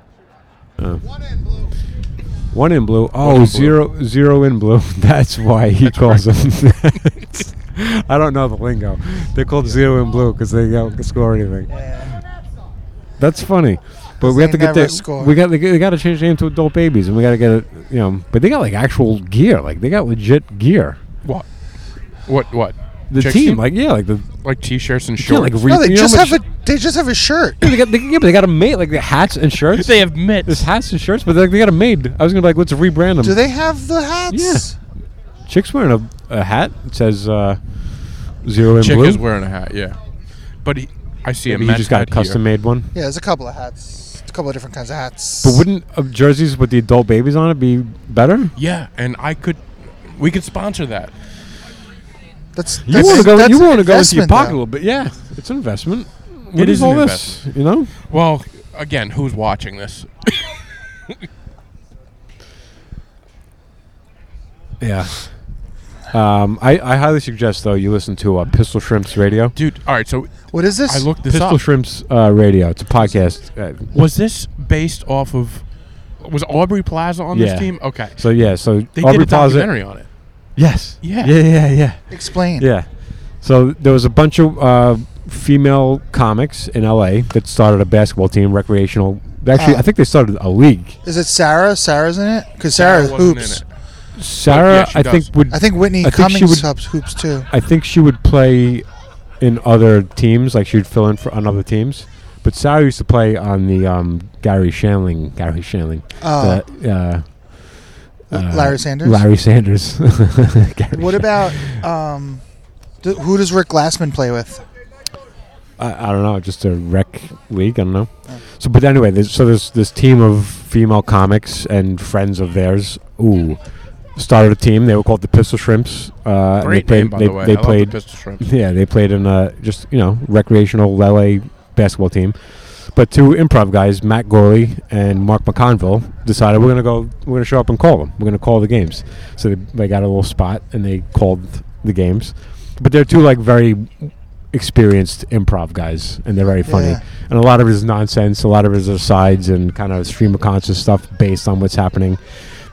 Speaker 4: One in blue.
Speaker 2: in
Speaker 4: Oh,
Speaker 2: blue.
Speaker 4: zero zero in blue. That's why he calls them. that. I don't know the lingo. They're called zero in blue because they don't score anything. That's funny. But we have to
Speaker 5: they
Speaker 4: get
Speaker 5: never
Speaker 4: that.
Speaker 5: score.
Speaker 4: We got. They got to change the name to Adult Babies, and we got to get it. You know, but they got like actual gear. Like they got legit gear.
Speaker 2: What? What? What?
Speaker 4: The
Speaker 2: Chicks
Speaker 4: team, like yeah, like the
Speaker 2: like t-shirts and
Speaker 4: yeah,
Speaker 2: shorts.
Speaker 4: like re-
Speaker 5: No, they
Speaker 4: you know
Speaker 5: just
Speaker 4: how
Speaker 5: have a
Speaker 4: much-
Speaker 5: they just have a shirt.
Speaker 4: They got, they, yeah, but they got a made like the hats and shirts.
Speaker 2: they have mitts.
Speaker 4: There's hats and shirts, but they, they got a made. I was gonna be like, let's rebrand them.
Speaker 5: Do they have the hats?
Speaker 4: Chick's wearing a, a hat. It says uh, zero in
Speaker 2: Chick
Speaker 4: blue.
Speaker 2: is wearing a hat, yeah. But he, I see a
Speaker 4: Maybe he
Speaker 2: Mets
Speaker 4: just got a
Speaker 2: hat
Speaker 4: custom
Speaker 2: here.
Speaker 4: made one.
Speaker 5: Yeah, there's a couple of hats. A couple of different kinds of hats.
Speaker 4: But wouldn't uh, jerseys with the adult babies on it be better?
Speaker 2: Yeah, and I could, we could sponsor that.
Speaker 5: that's, that's
Speaker 4: You want to go?
Speaker 5: that's
Speaker 4: You
Speaker 5: an
Speaker 4: want to go into your
Speaker 5: investment,
Speaker 4: pocket a
Speaker 5: though.
Speaker 4: little bit? Yeah, it's an investment. What
Speaker 2: It
Speaker 4: is
Speaker 2: is
Speaker 4: all
Speaker 2: an
Speaker 4: this? You know,
Speaker 2: Well, again, who's watching this?
Speaker 4: yeah. Um, I, I highly suggest though you listen to uh, Pistol Shrimps Radio.
Speaker 2: Dude, all right, so
Speaker 5: What is this?
Speaker 2: I looked this
Speaker 4: Pistol
Speaker 2: up.
Speaker 4: Shrimps uh, Radio. It's a podcast. Uh,
Speaker 2: was this based off of, was Aubrey Plaza on
Speaker 4: Yeah.
Speaker 2: this team? Okay.
Speaker 4: so yeah, so
Speaker 2: They
Speaker 4: Aubrey
Speaker 2: did a
Speaker 4: Plaza-
Speaker 2: documentary on it.
Speaker 4: Yes.
Speaker 2: Yeah.
Speaker 4: Yeah. Yeah. Yeah.
Speaker 5: Explain.
Speaker 4: Yeah. So there was a bunch of uh, female comics in LA that started a basketball team, recreational. Actually,
Speaker 5: Oh.
Speaker 4: I think they started a league.
Speaker 5: Is it Sarah? Sarah's in it? Because
Speaker 2: Sarah
Speaker 5: Sarah,
Speaker 2: wasn't
Speaker 5: hoops.
Speaker 2: in it.
Speaker 4: Sarah,
Speaker 2: yeah, she
Speaker 4: I
Speaker 2: does.
Speaker 4: think would.
Speaker 5: I think Whitney
Speaker 4: I think she
Speaker 5: Cummings
Speaker 4: would-
Speaker 5: hoops, hoops too.
Speaker 4: I think she would play in other teams, like she'd fill in for on other teams. But Sarah used to play on the um, Gary Shanling, Gary Shanling,
Speaker 5: Oh.
Speaker 4: the, uh, uh,
Speaker 5: Larry Sanders?
Speaker 4: Larry Sanders. Gary
Speaker 5: What about um, th- who does Rick Glassman play with?
Speaker 4: I, I don't know, just a rec league. I don't know. So, but anyway, there's, so there's this team of female comics and friends of theirs. Ooh, started a team. They were called the Pistol Shrimps. Uh, and
Speaker 2: Great
Speaker 4: they
Speaker 2: name,
Speaker 4: played,
Speaker 2: by
Speaker 4: they,
Speaker 2: the way.
Speaker 4: They
Speaker 2: I
Speaker 4: played.
Speaker 2: love the Pistol Shrimp.
Speaker 4: yeah, they played in a just you know recreational LA basketball team. But two improv guys, Matt Gorley and Mark McConville, decided we're gonna go. We're gonna show up and call them. We're gonna call the games. So they, they got a little spot and they called the games. But they're two like very experienced improv guys, and they're very funny.
Speaker 5: Yeah.
Speaker 4: And a lot of it is nonsense. A lot of it is asides and kind of stream of conscious stuff based on what's happening.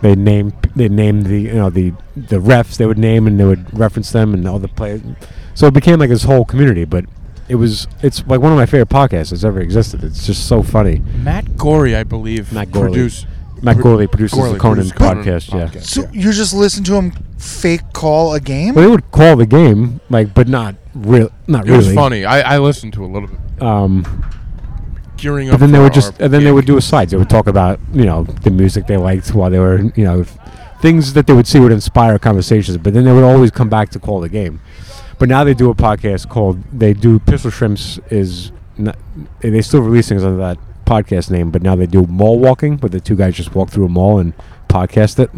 Speaker 4: They name they named the you know the the refs they would name and they would reference them and all the players. So it became like this whole community, but It was. It's like one of my favorite podcasts that's ever existed. It's just so funny.
Speaker 2: Matt Gorey, I believe,
Speaker 4: Matt Gorley.
Speaker 2: produce-
Speaker 4: Matt
Speaker 2: pro-
Speaker 4: Gorley produces
Speaker 2: Gorley
Speaker 4: the Conan
Speaker 2: produces Conan
Speaker 4: podcast. Yeah.
Speaker 2: podcast.
Speaker 5: So you just listen to him fake call a game?
Speaker 4: Well, they would call the game like, but not real. Not
Speaker 2: It
Speaker 4: really.
Speaker 2: was funny. I, I listened to a little bit.
Speaker 4: Um,
Speaker 2: Gearing up.
Speaker 4: but then they
Speaker 2: for
Speaker 4: would just,
Speaker 2: our
Speaker 4: and then they
Speaker 2: gig.
Speaker 4: would do a slides. They would talk about you know the music they liked while they were you know things that they would see would inspire conversations. But then they would always come back to call the game. But now they do a podcast called they do Pistol Shrimps is not, they still release things under that podcast name, but now they do mall walking where the two guys just walk through a mall and podcast it.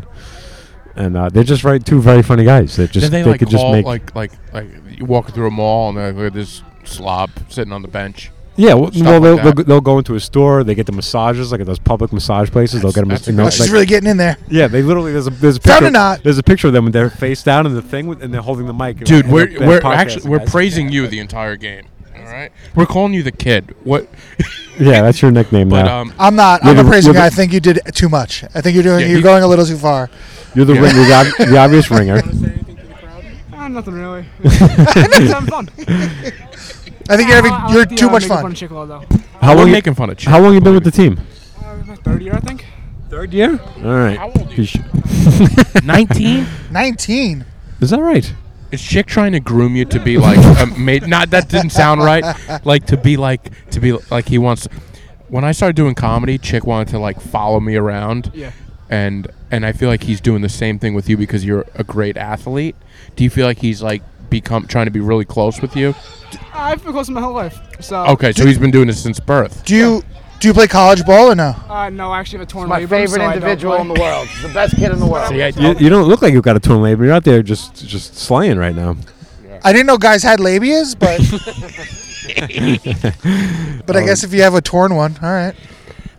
Speaker 4: And uh, they're just very two very funny guys that just
Speaker 2: Did
Speaker 4: they,
Speaker 2: they, like
Speaker 4: could
Speaker 2: call
Speaker 4: just make
Speaker 2: like like like you walk through a mall and they're- they're this slob sitting on the bench.
Speaker 4: Yeah, well,
Speaker 2: Stuff
Speaker 4: well
Speaker 2: like
Speaker 4: they'll,
Speaker 2: that.
Speaker 4: they'll, go- they'll go into a store. They get the massages, like at those public massage places. they'll get them.
Speaker 2: That's-
Speaker 4: and
Speaker 5: Oh,
Speaker 4: they'll,
Speaker 2: that's-
Speaker 5: she's
Speaker 4: like-
Speaker 5: really getting in there.
Speaker 4: yeah, they literally there's a there's a
Speaker 5: Found
Speaker 4: picture.
Speaker 5: a knot.
Speaker 4: There's a picture of them with their face down and the thing, with, and they're holding the mic. and-
Speaker 2: Dude,
Speaker 4: and
Speaker 2: we're
Speaker 4: they're- they're
Speaker 2: we're
Speaker 4: podcasting,
Speaker 2: actually we're
Speaker 4: guys.
Speaker 2: praising you the entire game. All right, we're calling you the kid. What?
Speaker 4: Yeah, that's your nickname
Speaker 2: But
Speaker 4: now.
Speaker 2: um,
Speaker 5: I'm not. I'm
Speaker 4: You're
Speaker 5: not
Speaker 4: the-
Speaker 5: praising
Speaker 4: you're
Speaker 5: you.
Speaker 4: the-
Speaker 5: I think you did too much. I think you're doing.
Speaker 2: Yeah,
Speaker 5: you're
Speaker 2: he-
Speaker 5: going a little too far.
Speaker 4: You're the ring, you're the, ob- the obvious ringer.
Speaker 10: Ah, nothing really. It's having fun.
Speaker 5: I think you're having.
Speaker 10: I like
Speaker 5: You're
Speaker 10: the,
Speaker 5: too
Speaker 10: uh,
Speaker 5: much
Speaker 10: making
Speaker 5: fun.
Speaker 10: of Chick-fil-A,
Speaker 4: How
Speaker 2: we're
Speaker 4: long you,
Speaker 2: making fun of you.
Speaker 4: how long you been with the team?
Speaker 10: though. Uh, my third year, I think.
Speaker 4: Third year. All right.
Speaker 2: How old are you?
Speaker 4: You sh-
Speaker 2: Nineteen.
Speaker 5: Nineteen.
Speaker 4: Is that right?
Speaker 2: Is chick trying to groom you to be like a mate? Not that didn't sound right. Like to be like to be like he wants. When I started doing comedy, chick wanted to like follow me around.
Speaker 10: Yeah.
Speaker 2: And and I feel like he's doing the same thing with you because you're a great athlete. Do you feel like he's like become trying to be really close with you?
Speaker 10: Uh, I've been close my whole life. So.
Speaker 2: Okay, so he's been doing this since birth.
Speaker 5: Do you do you play college ball or no?
Speaker 10: Uh, no, I actually have a torn
Speaker 6: My
Speaker 10: labrum,
Speaker 6: favorite
Speaker 10: so I don't
Speaker 6: individual
Speaker 10: play.
Speaker 6: in the world. The best kid in the world.
Speaker 4: You, you don't look like you've got a torn labrum. You're out there just just slaying right now.
Speaker 5: I didn't know guys had labias, but but I guess if you have a torn one, all right.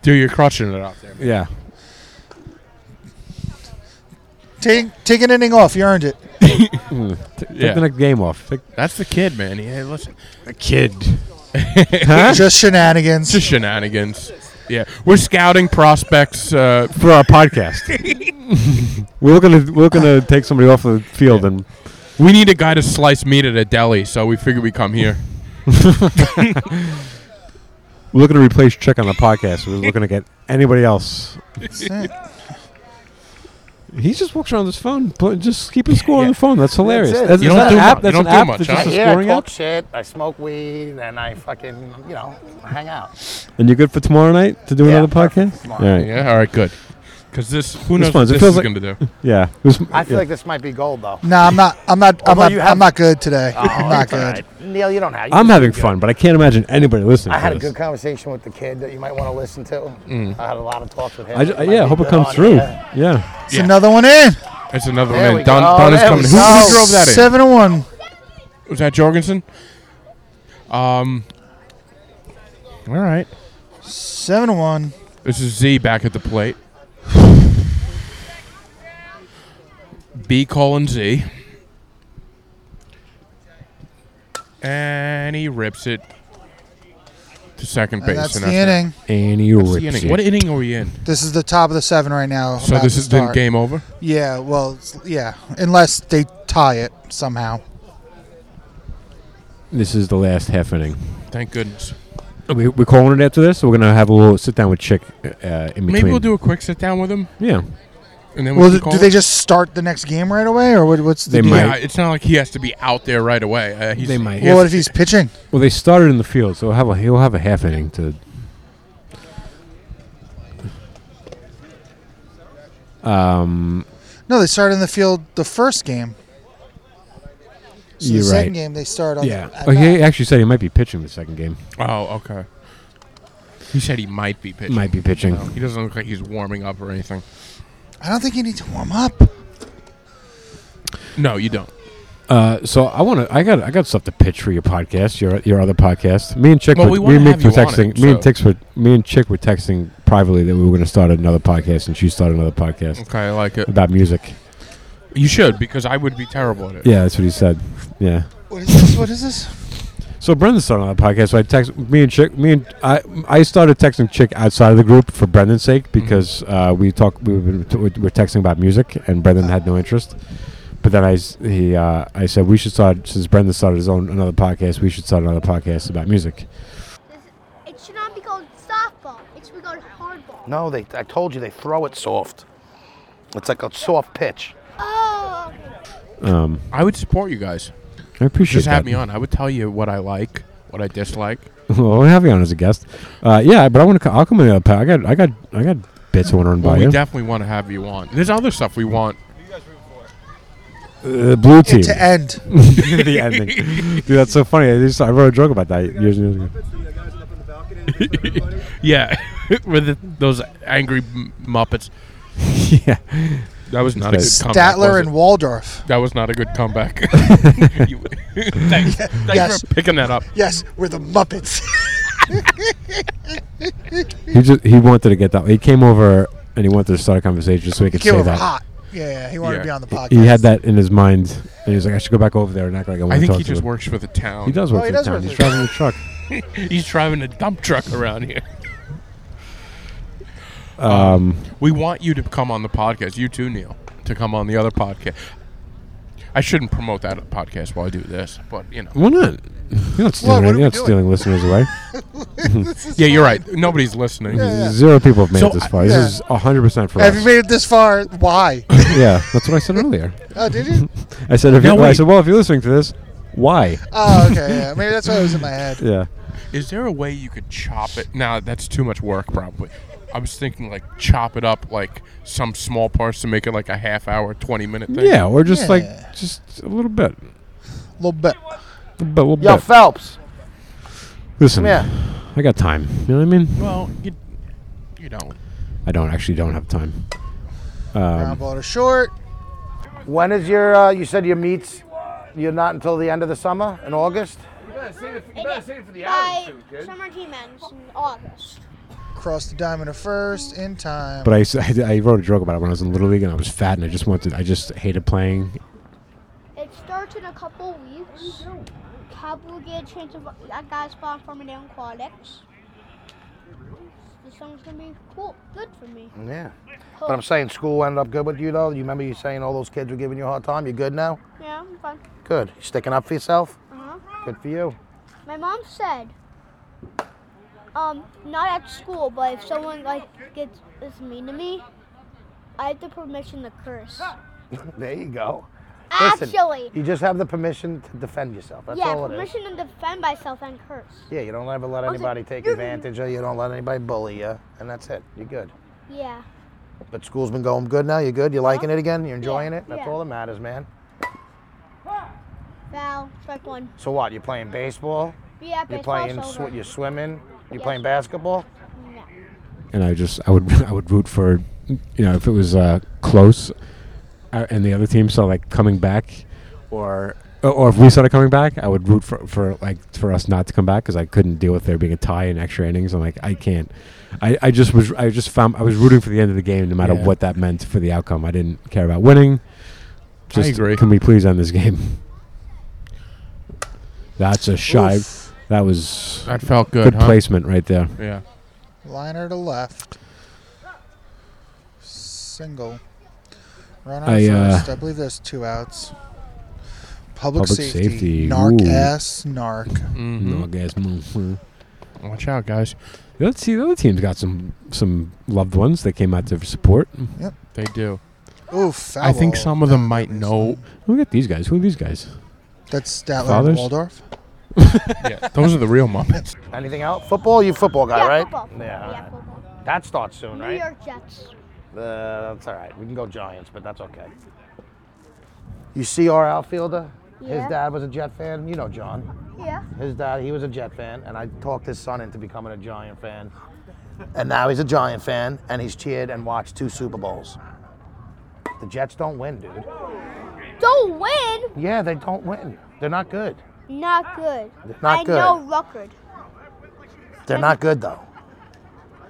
Speaker 2: Dude, you're crushing it out there. man.
Speaker 4: Yeah.
Speaker 5: Take take an inning off. You earned it.
Speaker 4: Take the
Speaker 2: Yeah,
Speaker 4: next game off. Take-
Speaker 2: that's the kid, man. Hey, listen,
Speaker 4: the kid.
Speaker 5: Just shenanigans.
Speaker 2: just shenanigans. Yeah, we're scouting prospects. Uh,
Speaker 4: for our podcast. we're looking to we're looking to take somebody off the field and
Speaker 2: we need a guy to slice meat at a deli, so we figured we come here.
Speaker 4: we're looking to replace Chick on the podcast. We're looking to get anybody else.
Speaker 5: it.
Speaker 4: He just walks around his phone, pl- just keeping score on
Speaker 2: Yeah.
Speaker 4: the phone. That's hilarious.
Speaker 6: That's it.
Speaker 4: That's,
Speaker 2: You
Speaker 4: is
Speaker 2: don't
Speaker 4: that
Speaker 2: do
Speaker 4: an app.
Speaker 2: mu- you
Speaker 4: That's
Speaker 2: don't
Speaker 4: an
Speaker 2: do
Speaker 4: app
Speaker 2: much,
Speaker 4: that's
Speaker 2: huh?
Speaker 6: I
Speaker 4: just a
Speaker 6: hear, I
Speaker 4: scoring
Speaker 6: talk
Speaker 4: app.
Speaker 6: shit, I smoke weed, and I fucking, you know, hang out.
Speaker 4: And you're good for tomorrow night to do
Speaker 6: Yeah,
Speaker 4: another podcast.
Speaker 6: tomorrow.
Speaker 4: All right. Yeah.
Speaker 2: Yeah, all right, good. Because this, who
Speaker 4: This
Speaker 2: knows
Speaker 4: one's-
Speaker 2: what
Speaker 4: it
Speaker 2: this
Speaker 4: feels
Speaker 2: is
Speaker 4: like-
Speaker 2: going to do?
Speaker 4: It was-
Speaker 6: I feel
Speaker 4: yeah.
Speaker 6: like this might be gold, though.
Speaker 5: No, I'm not. I'm not. I'm
Speaker 6: Although
Speaker 5: not.
Speaker 6: you have-
Speaker 5: I'm not good today.
Speaker 2: Oh,
Speaker 5: I'm not
Speaker 6: it's all
Speaker 5: good.
Speaker 6: right. Neil, you don't have. you
Speaker 4: I'm
Speaker 6: just
Speaker 4: having
Speaker 6: do good.
Speaker 4: fun, but I can't imagine anybody listening.
Speaker 6: I had
Speaker 4: to
Speaker 6: a
Speaker 4: this.
Speaker 6: good conversation with the kid that you might want to listen to. I had a lot of talks with him.
Speaker 4: I ju-
Speaker 6: might
Speaker 4: yeah, I
Speaker 6: be
Speaker 4: hope it
Speaker 6: good
Speaker 4: comes
Speaker 6: on
Speaker 4: through.
Speaker 6: air.
Speaker 4: Yeah.
Speaker 5: It's another one in. Oh,
Speaker 2: That's another
Speaker 6: There
Speaker 2: one.
Speaker 6: we
Speaker 2: in. Don,
Speaker 6: go.
Speaker 2: Don is
Speaker 6: There
Speaker 2: coming.
Speaker 6: we
Speaker 2: Who, who
Speaker 6: go.
Speaker 2: drove that in?
Speaker 5: Seven to one.
Speaker 2: Was that Jorgensen? Um. All right.
Speaker 5: Seven to one.
Speaker 2: This is Z back at the plate. B calling Z. And he rips it to second base.
Speaker 5: And that's
Speaker 2: and
Speaker 5: the inning.
Speaker 4: Annie
Speaker 2: it. The inning. What inning are we in?
Speaker 5: This is the top of the seven right now.
Speaker 2: So
Speaker 5: about
Speaker 2: this
Speaker 5: to
Speaker 2: is the
Speaker 5: start.
Speaker 2: game over?
Speaker 5: Yeah. Well. it's- Yeah. Unless they tie it somehow.
Speaker 4: This is the last half inning.
Speaker 2: Thank goodness.
Speaker 4: We, we're calling it after this. We're gonna have a little sit down with Chick uh, in between.
Speaker 2: Maybe we'll do a quick sit down with him.
Speaker 4: Yeah.
Speaker 2: And then we
Speaker 5: Well,
Speaker 2: can
Speaker 5: th-
Speaker 2: call
Speaker 5: do
Speaker 2: it.
Speaker 5: they just start the next game right away, or what, what's the
Speaker 4: They
Speaker 5: deal?
Speaker 4: might.
Speaker 2: Yeah, it's not like he has to be out there right away. Uh, he's,
Speaker 4: They
Speaker 2: he
Speaker 4: might.
Speaker 5: Well,
Speaker 2: has-
Speaker 5: what if he's pitching?
Speaker 4: Well, they started in the field, so he'll have a, he'll have a half inning to. Um,
Speaker 5: No, they started in the field the first game. So
Speaker 4: You're
Speaker 5: the
Speaker 4: right.
Speaker 5: second game they start on.
Speaker 4: yeah.
Speaker 5: The,
Speaker 4: Oh, he actually said he might be pitching the second game.
Speaker 2: oh, okay. He said he might be pitching.
Speaker 4: Might be pitching.
Speaker 5: Oh.
Speaker 2: He doesn't look like he's warming up or anything.
Speaker 5: I don't think you need to warm up.
Speaker 2: No, you don't.
Speaker 4: Uh, so I want to. I got. I got stuff to pitch for your podcast. Your your other podcast. Me and Chick.
Speaker 2: Well,
Speaker 4: were,
Speaker 2: we
Speaker 4: me
Speaker 2: wanna
Speaker 4: and Nick
Speaker 2: have
Speaker 4: were
Speaker 2: you on
Speaker 4: texting.
Speaker 2: it,
Speaker 4: me and
Speaker 2: so-
Speaker 4: Tix were. Me and Chick were texting privately that we were going to start another podcast, and she started another podcast
Speaker 5: Mm.
Speaker 2: Okay, I like it.
Speaker 4: about music.
Speaker 2: You should because I would be terrible at it.
Speaker 4: Yeah, that's what he said. Yeah.
Speaker 5: What is this? What is this?
Speaker 4: So Brendan started on the podcast. So I text me and Chick. Me and I. I started texting Chick outside of the group for Brendan's
Speaker 2: Mm-hmm.
Speaker 4: sake because uh, we talk. We were, we were texting about music, and Brendan had no interest. But then I, s- he, uh, I said we should start since Brendan started his own another podcast. We should start another podcast about music.
Speaker 8: It should not be called softball. It should be called hardball.
Speaker 6: No, they. I told you they throw it soft. It's like a soft pitch.
Speaker 8: Oh, okay.
Speaker 4: Um,
Speaker 2: I would support you guys.
Speaker 4: I appreciate
Speaker 2: Just have
Speaker 4: that.
Speaker 2: me on. I would tell you what I like, what I dislike.
Speaker 4: well, we have you on as a guest. Uh, yeah, but I want to. I'll come in. the other pod- I got. I got. I got bits I want to run
Speaker 2: Well,
Speaker 4: by
Speaker 2: we
Speaker 4: you.
Speaker 2: definitely want to have you on. There's other stuff we want.
Speaker 4: Uh, blue team.
Speaker 5: to end.
Speaker 4: the ending. Dude, that's so funny. I just I wrote a joke about that years and years ago.
Speaker 2: yeah, with the, those angry m- Muppets.
Speaker 4: yeah.
Speaker 2: That was not a good
Speaker 4: It's
Speaker 2: comeback. was
Speaker 5: Statler
Speaker 2: it?
Speaker 5: and Waldorf.
Speaker 2: That was not a good comeback. You- thanks thanks
Speaker 5: Yes.
Speaker 2: for picking that up.
Speaker 5: Yes, we're the Muppets.
Speaker 4: He just he wanted to get that. He came over and he wanted to start a conversation so he could
Speaker 5: Came
Speaker 4: say
Speaker 5: over
Speaker 4: that.
Speaker 5: hot. Yeah, yeah, he wanted
Speaker 2: Yeah.
Speaker 5: to be on the podcast.
Speaker 4: He had that in his mind, and he was like, "I should go back over there and act like I want
Speaker 2: I
Speaker 4: to
Speaker 2: think
Speaker 4: talk
Speaker 2: he
Speaker 4: to
Speaker 2: just
Speaker 4: him."
Speaker 2: works for the town.
Speaker 4: He does work
Speaker 5: Oh,
Speaker 4: for
Speaker 5: he
Speaker 4: the
Speaker 5: does
Speaker 4: town.
Speaker 5: work
Speaker 4: He's
Speaker 5: for the
Speaker 4: driving a truck.
Speaker 2: He's driving a dump truck around here.
Speaker 4: Um,
Speaker 2: We want you to come on the podcast. You too, Neil, to come on the other podcast. I shouldn't promote that podcast while I do this, but you know.
Speaker 4: why not? You're not stealing.
Speaker 5: what
Speaker 4: you're
Speaker 5: are we
Speaker 4: not
Speaker 5: doing?
Speaker 4: stealing listeners away.
Speaker 2: Yeah, you're right. Nobody's listening.
Speaker 4: Zero people have made
Speaker 2: So
Speaker 4: it this
Speaker 2: I-
Speaker 4: far.
Speaker 5: yeah.
Speaker 4: This is hundred percent for
Speaker 5: Have you
Speaker 4: us.
Speaker 5: made it this far? Why?
Speaker 4: yeah, that's what I said earlier.
Speaker 5: oh, did you?
Speaker 4: I said, if
Speaker 2: No,
Speaker 4: you, I
Speaker 2: wait.
Speaker 4: said, well, if you're listening to this, why?
Speaker 5: Oh, okay. Yeah. Maybe that's why it was in my head.
Speaker 4: Yeah.
Speaker 2: Is there a way you could chop it? Now that's too much work, probably. I was thinking like chop it up like some small parts to make it like a half hour, twenty minute thing.
Speaker 4: Yeah, or just
Speaker 5: Yeah.
Speaker 4: like just a little bit,
Speaker 5: A little bit.
Speaker 4: a little
Speaker 6: Yo,
Speaker 4: bit.
Speaker 6: Phelps.
Speaker 4: Listen,
Speaker 6: Come here.
Speaker 4: I got time. You know what I mean?
Speaker 2: Well, you, you don't.
Speaker 4: I don't actually don't have time. Um,
Speaker 5: Brown ball to short.
Speaker 6: When is your? Uh, you said your meets. You're not until the end of the summer in August.
Speaker 8: You better save it for the My summer team ends in August.
Speaker 5: Cross the diamond at first in time.
Speaker 4: But I, s- I wrote a joke about it when I was in little league and I was fat and I just wanted I just hated playing.
Speaker 8: It starts in a couple weeks. Cowboy will get a chance of that guy's spawn from an aquatics. This summer's gonna be cool, good for me.
Speaker 6: Yeah. But I'm saying school ended up good with you though. You remember you saying all those kids were giving you a hard time. You good now?
Speaker 8: Yeah, I'm fine.
Speaker 6: Good. You sticking up for yourself?
Speaker 8: Uh-huh.
Speaker 6: Good for you.
Speaker 8: My mom said, um, not at school, but if someone like gets is mean to me, I have the permission to curse.
Speaker 6: There you go. Listen,
Speaker 8: Actually,
Speaker 6: You just have the permission to defend yourself. That's
Speaker 8: yeah,
Speaker 6: all it is.
Speaker 8: permission to defend myself and curse.
Speaker 6: Yeah, you don't ever let anybody take advantage of you. You don't let anybody bully you, and that's it. You're good.
Speaker 8: Yeah.
Speaker 6: But school's been going good now. You're good. You're liking it again. You're enjoying it. That's
Speaker 8: yeah.
Speaker 6: all that matters, man.
Speaker 8: Foul, strike one.
Speaker 6: So what? You're playing baseball.
Speaker 8: Yeah,
Speaker 6: You're
Speaker 8: baseball's
Speaker 6: playing. Sw-
Speaker 8: over.
Speaker 6: you're swimming. You're
Speaker 8: Yes.
Speaker 6: playing basketball.
Speaker 8: No.
Speaker 4: And I just I would I would root for, you know, if it was uh, close, uh, and the other team saw like coming back, or or if we started coming back, I would root for, for like for us not to come back because I couldn't deal with there being a tie in extra innings. I'm like I can't. I, I just was I just found I was rooting for the end of the game no matter
Speaker 2: Yeah.
Speaker 4: what that meant for the outcome. I didn't care about winning. Just
Speaker 2: agree.
Speaker 4: Can we please end this game? That's a shy.
Speaker 5: Oof.
Speaker 4: That was
Speaker 2: That felt good.
Speaker 4: good
Speaker 2: huh?
Speaker 4: placement right there.
Speaker 2: Yeah.
Speaker 5: Liner to left. Single. Run on
Speaker 4: I, uh,
Speaker 5: first. I believe there's two outs.
Speaker 4: Public
Speaker 5: Public, safety.
Speaker 4: safety,
Speaker 5: Narc
Speaker 4: ooh.
Speaker 5: ass narc.
Speaker 2: Mhm.
Speaker 4: No gas move.
Speaker 2: Mm-hmm. Watch out, guys.
Speaker 4: Let's see. The other team's got some some loved ones that came out to support.
Speaker 2: They do.
Speaker 5: Ooh, foul.
Speaker 2: I think
Speaker 5: ball.
Speaker 2: some of them might know.
Speaker 4: Who got these guys? Who are these guys?
Speaker 5: That's Statler
Speaker 4: Fathers?
Speaker 5: and Waldorf.
Speaker 2: Yeah, those are the real Muppets.
Speaker 6: Anything else? Football? You football guy,
Speaker 8: yeah,
Speaker 6: right?
Speaker 8: football.
Speaker 6: Yeah. all
Speaker 8: yeah
Speaker 6: right.
Speaker 8: football.
Speaker 6: That starts soon,
Speaker 8: New
Speaker 6: right?
Speaker 8: York Jets.
Speaker 6: Uh, that's all right. We can go Giants, but that's okay. You see our outfielder? His
Speaker 8: Yeah.
Speaker 6: dad was a Jet fan. You know John.
Speaker 8: Yeah.
Speaker 6: His dad, he was a Jet fan, and I talked his son into becoming a Giant fan. And now he's a Giant fan, and he's cheered and watched two Super Bowls. The Jets don't win, dude.
Speaker 8: Don't win.
Speaker 6: Yeah, they don't win. They're not good.
Speaker 8: Not good.
Speaker 6: Not
Speaker 8: I
Speaker 6: good.
Speaker 8: know record.
Speaker 6: They're not good, though.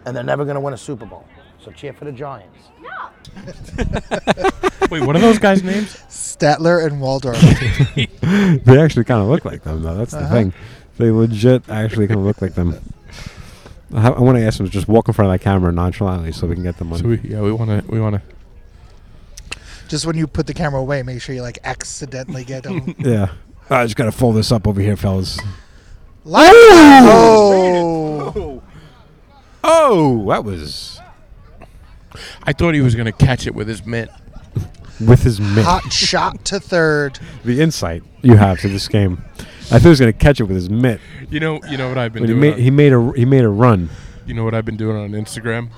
Speaker 6: And they're never going to win a Super Bowl. So cheer for the Giants.
Speaker 8: No.
Speaker 2: Wait, what are those guys' names?
Speaker 5: Statler and Waldorf.
Speaker 4: They actually kind of look like them, though. That's the thing. They legit actually kind of look like them. I, I want to ask them to just walk in front of that camera nonchalantly so we can get them on.
Speaker 2: So we, yeah, we want to. We want to.
Speaker 5: Just when you put the camera away, make sure you like accidentally get them.
Speaker 4: Yeah. I just gotta fold this up over here, fellas.
Speaker 5: Live. Oh.
Speaker 4: Oh, that was
Speaker 2: I thought he was going to catch it with his mitt.
Speaker 4: with his mitt.
Speaker 5: Hot shot to third.
Speaker 4: The insight you have to this game. I thought he was gonna catch it with his mitt.
Speaker 2: You know, you know what I've been
Speaker 4: When he
Speaker 2: doing.
Speaker 4: made
Speaker 2: on-
Speaker 4: he made a he made a run.
Speaker 2: you know what I've been doing on Instagram?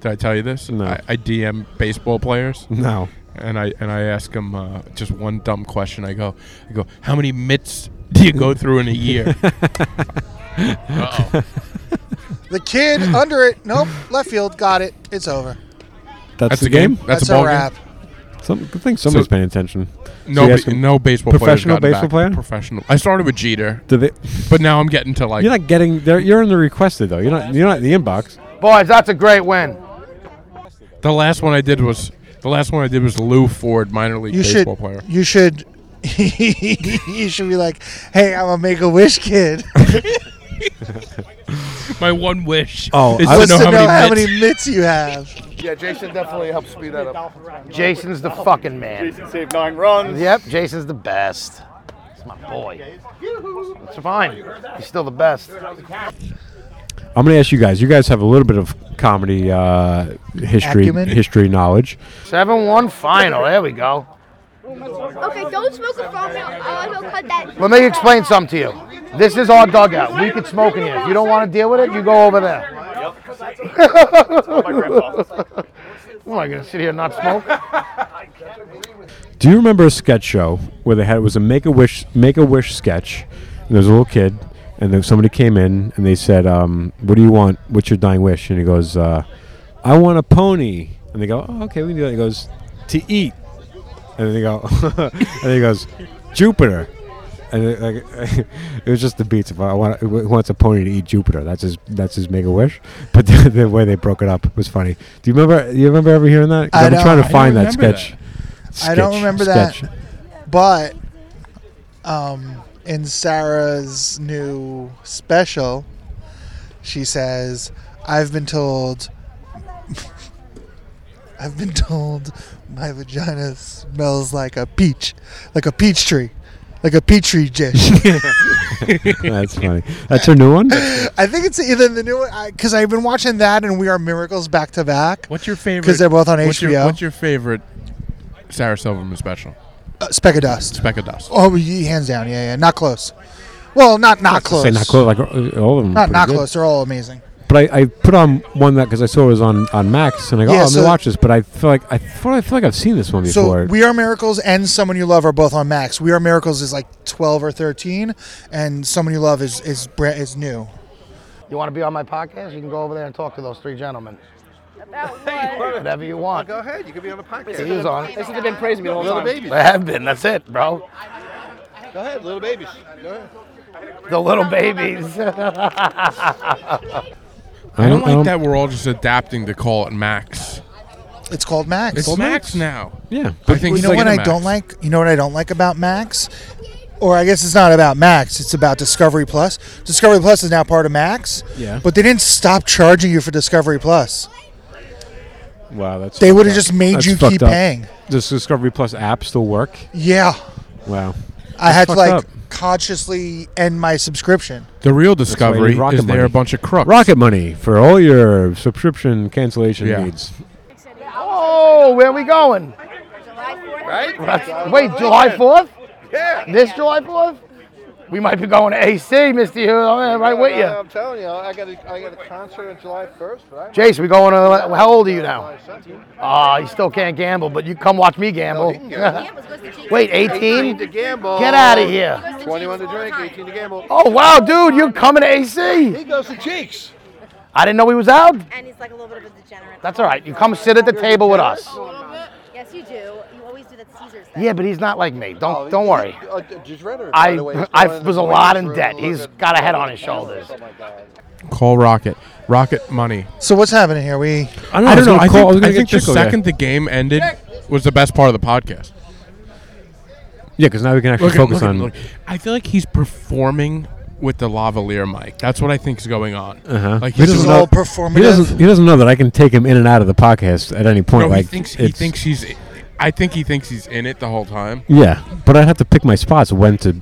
Speaker 2: Did I tell you this?
Speaker 4: No.
Speaker 2: I, I DM baseball players.
Speaker 4: No.
Speaker 2: And I and I ask them uh, just one dumb question. I go, I go, how many mitts do you go through in a year? Uh-oh.
Speaker 5: The kid under it. Nope. Left field. Got it. It's over.
Speaker 4: That's,
Speaker 2: That's
Speaker 4: the
Speaker 2: a game?
Speaker 4: game.
Speaker 2: That's
Speaker 5: That's
Speaker 2: a ball
Speaker 5: a
Speaker 2: game?
Speaker 5: wrap.
Speaker 4: Some, I think somebody's
Speaker 2: So-
Speaker 4: paying attention.
Speaker 2: No,
Speaker 4: you
Speaker 2: ba-
Speaker 4: ask 'em-
Speaker 2: no baseball
Speaker 4: professional
Speaker 2: player's gotten
Speaker 4: baseball player?
Speaker 2: back. Professional. I started with Jeter,
Speaker 4: Do they,
Speaker 2: but now I'm getting to like
Speaker 4: you're not getting. they're- You're in the requested though. You're not. You're not in the inbox.
Speaker 6: Boys, that's a great win.
Speaker 2: the last one I did was the last one I did was Lou Ford, minor league
Speaker 5: You should.
Speaker 2: baseball player.
Speaker 5: You should. you should be like, hey, I'm a make a wish kid.
Speaker 2: My one wish
Speaker 4: Oh,
Speaker 2: is
Speaker 4: I
Speaker 2: to
Speaker 4: was-
Speaker 2: know
Speaker 5: to
Speaker 2: how many,
Speaker 5: know how
Speaker 2: mitts.
Speaker 5: many mitts you have.
Speaker 6: Yeah, Jason definitely helped speed that up. Jason's the fucking man.
Speaker 7: Jason saved nine runs.
Speaker 6: Yep, Jason's the best. It's my boy. It's fine. He's still the best.
Speaker 4: I'm gonna ask you guys. You guys have a little bit of comedy uh, history,
Speaker 5: Acumen?
Speaker 4: history knowledge.
Speaker 6: Seven one final. There we go.
Speaker 8: Okay, don't smoke a phone now. I will cut that.
Speaker 6: Let me explain something to you. This is our dugout. We could smoke in here. If you don't want to deal with it, you go over there.
Speaker 7: My grandpa.
Speaker 6: Am I gonna sit here and not smoke?
Speaker 4: Do you remember a sketch show where they had it was a Make a Wish Make a Wish sketch? And there was a little kid, and then somebody came in and they said, um, "What do you want? What's your dying wish?" And he goes, uh, "I want a pony." And they go, oh, "Okay, we can do that." He goes, "To eat." And then they go, and he goes, "Jupiter." And it, like, it was just the beats of I want who wants a pony to eat Jupiter. That's his that's his make a wish. But the, the way they broke it up was funny. Do you remember? You remember ever hearing that? 'Cause
Speaker 5: I
Speaker 4: I'm
Speaker 5: don't-
Speaker 4: trying to
Speaker 5: I don't
Speaker 4: find that
Speaker 2: remember
Speaker 4: sketch.
Speaker 5: I don't
Speaker 4: Sketch,
Speaker 5: remember that.
Speaker 4: sketch.
Speaker 5: But um, in Sarah's new special, she says, "I've been told, I've been told, my vagina smells like a peach, like a peach tree, like a peach tree dish."
Speaker 4: That's funny. That's her new one.
Speaker 5: I think it's either the new one because I've been watching that and We Are Miracles back to back.
Speaker 2: What's your favorite?
Speaker 5: 'Cause they're both on
Speaker 2: what's Your,
Speaker 5: HBO.
Speaker 2: what's your favorite Sarah Silverman special?
Speaker 5: Uh, Speck of Dust.
Speaker 2: Speck of Dust.
Speaker 5: Oh, ye- hands down, yeah, yeah, not close. Well, not not close.
Speaker 4: Say not close. Like uh, all of them.
Speaker 5: Not
Speaker 4: pretty
Speaker 5: not
Speaker 4: good.
Speaker 5: close. They're all amazing.
Speaker 4: But I, I put on one that because I saw it was on on Max, and I go,
Speaker 5: Yeah,
Speaker 4: oh, I'm
Speaker 5: so-
Speaker 4: gonna watch this. But I feel like I feel, I feel like I've seen this one before.
Speaker 5: So We Are Miracles and Someone You Love are both on Max. We Are Miracles is like twelve or thirteen, and Someone You Love is is bra- is new.
Speaker 6: You want to be on my podcast? You can go over there and talk to those three gentlemen. Whatever you want.
Speaker 10: Go ahead. You could be on the podcast.
Speaker 6: He was on. it.
Speaker 10: This has been praising me the whole
Speaker 6: Little
Speaker 10: time.
Speaker 6: babies. They have been. That's it, bro.
Speaker 10: Go ahead, little babies. Go ahead.
Speaker 6: The little babies.
Speaker 2: I don't, like that we're all just adapting to call it Max.
Speaker 5: It's called Max.
Speaker 2: It's Max now.
Speaker 4: Yeah,
Speaker 2: I think
Speaker 5: you
Speaker 2: it's
Speaker 5: know
Speaker 2: like
Speaker 5: what
Speaker 2: a
Speaker 5: I
Speaker 2: Max.
Speaker 5: don't like? You know what I don't like about Max? Or I guess it's not about Max. It's about Discovery Plus. Discovery Plus is now part of Max.
Speaker 4: Yeah.
Speaker 5: But they didn't stop charging you for Discovery Plus.
Speaker 4: wow, that's
Speaker 5: They
Speaker 4: fucked
Speaker 5: would've
Speaker 4: up.
Speaker 5: just made
Speaker 4: That's
Speaker 5: you
Speaker 4: fucked
Speaker 5: keep
Speaker 4: up.
Speaker 5: paying.
Speaker 4: Does Discovery Plus app still work?
Speaker 5: Yeah.
Speaker 4: Wow,
Speaker 5: I had to
Speaker 4: fucked
Speaker 5: like
Speaker 4: up.
Speaker 5: consciously end my subscription.
Speaker 2: The real
Speaker 4: why you need
Speaker 2: discovery
Speaker 4: Rocket
Speaker 2: is they're
Speaker 4: Money.
Speaker 2: a bunch of crooks.
Speaker 4: Rocket Money for all your subscription cancellation
Speaker 2: Yeah.
Speaker 4: needs.
Speaker 6: oh, where we going?
Speaker 10: Right?
Speaker 6: Wait, July 4th?
Speaker 10: Yeah.
Speaker 6: This July 4th? We might be going to AC, Mr. Hughes. I'm right with you.
Speaker 10: I'm telling you, I got a, I got a concert on July 1st, but I'm
Speaker 6: Jace, we going to. How old are you now?
Speaker 10: July 17th.
Speaker 6: Ah, you still can't gamble, but you come watch me gamble.
Speaker 10: he can gamble.
Speaker 6: Wait, 18?
Speaker 10: 18 to gamble.
Speaker 6: Get out of here.
Speaker 10: 21 to drink, 18 to gamble.
Speaker 6: Oh, wow, dude, you're coming to AC.
Speaker 10: He goes to Cheeks.
Speaker 6: I didn't know he was out.
Speaker 11: And he's like a little bit of a degenerate.
Speaker 6: That's all right. You come sit at the table with us.
Speaker 11: Oh, Yes, you do. You always do that Caesar thing.
Speaker 6: Yeah, but he's not like
Speaker 10: Oh,
Speaker 6: me. Don't don't worry.
Speaker 10: Uh, just read her.
Speaker 6: I
Speaker 10: by the way, it's
Speaker 6: I
Speaker 10: going in
Speaker 6: was
Speaker 10: the
Speaker 6: a lot in
Speaker 10: room,
Speaker 6: debt.
Speaker 10: look
Speaker 6: He's
Speaker 10: at-
Speaker 6: got a head on his shoulders.
Speaker 10: Oh my God.
Speaker 2: Call Rocket. Rocket Money.
Speaker 5: So what's happening here? We
Speaker 4: I don't
Speaker 2: I don't know. I
Speaker 4: was gonna call- I was
Speaker 2: think,
Speaker 4: gonna
Speaker 2: I
Speaker 4: get
Speaker 2: think the
Speaker 4: Chico there.
Speaker 2: second the game ended was the best part of the podcast.
Speaker 4: yeah, because now we can actually
Speaker 2: Look at-
Speaker 4: focus
Speaker 2: look at-
Speaker 4: on.
Speaker 2: look. I feel like he's performing with the lavalier mic. That's what I think is going on.
Speaker 4: Uh-huh.
Speaker 2: Like
Speaker 4: He
Speaker 2: he's
Speaker 4: doesn't
Speaker 5: this is
Speaker 2: just
Speaker 4: know-
Speaker 5: all
Speaker 4: He
Speaker 5: performative.
Speaker 4: doesn't. He doesn't know that I can take him in and out of the podcast at any point.
Speaker 2: No,
Speaker 4: like
Speaker 2: he thinks he
Speaker 4: it's-
Speaker 2: thinks he's I think he thinks he's in it the whole time.
Speaker 4: Yeah, but I'd have to pick my spots when to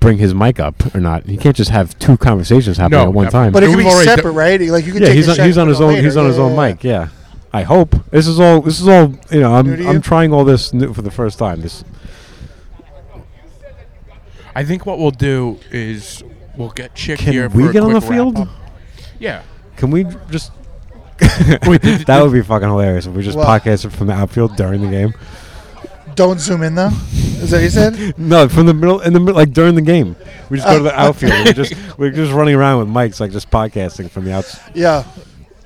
Speaker 4: bring his mic up or not. He can't just have two conversations happening
Speaker 2: No,
Speaker 4: at one
Speaker 2: no.
Speaker 4: time.
Speaker 5: But it could
Speaker 2: We've
Speaker 5: be
Speaker 2: already
Speaker 5: separate,
Speaker 2: done-
Speaker 5: right? Like you could
Speaker 4: yeah,
Speaker 5: take
Speaker 4: he's
Speaker 5: a
Speaker 4: on,
Speaker 5: shot
Speaker 4: he's
Speaker 5: and
Speaker 4: on
Speaker 5: put
Speaker 4: his
Speaker 5: it
Speaker 4: own.
Speaker 5: later.
Speaker 4: He's on
Speaker 5: Yeah,
Speaker 4: his
Speaker 5: yeah,
Speaker 4: own
Speaker 5: yeah.
Speaker 4: mic. Yeah, I hope this is all. This is all. You know, I'm
Speaker 5: New to
Speaker 4: I'm
Speaker 5: you?
Speaker 4: trying all this new for the first time. This
Speaker 2: I think what we'll do is we'll get Chick
Speaker 4: Can
Speaker 2: here.
Speaker 4: we
Speaker 2: for a
Speaker 4: get on
Speaker 2: quick
Speaker 4: the field?
Speaker 2: wrap-up. Yeah.
Speaker 4: can we just.
Speaker 2: Wait, did-
Speaker 4: that would be fucking hilarious if we just
Speaker 5: What?
Speaker 4: podcasted from the outfield during the game.
Speaker 5: Don't zoom in though. Is that what you said?
Speaker 4: No, from the middle in the mid- like during the game, we just go to the outfield. and we just we're just running around with mics, like just podcasting from the outs.
Speaker 5: Yeah,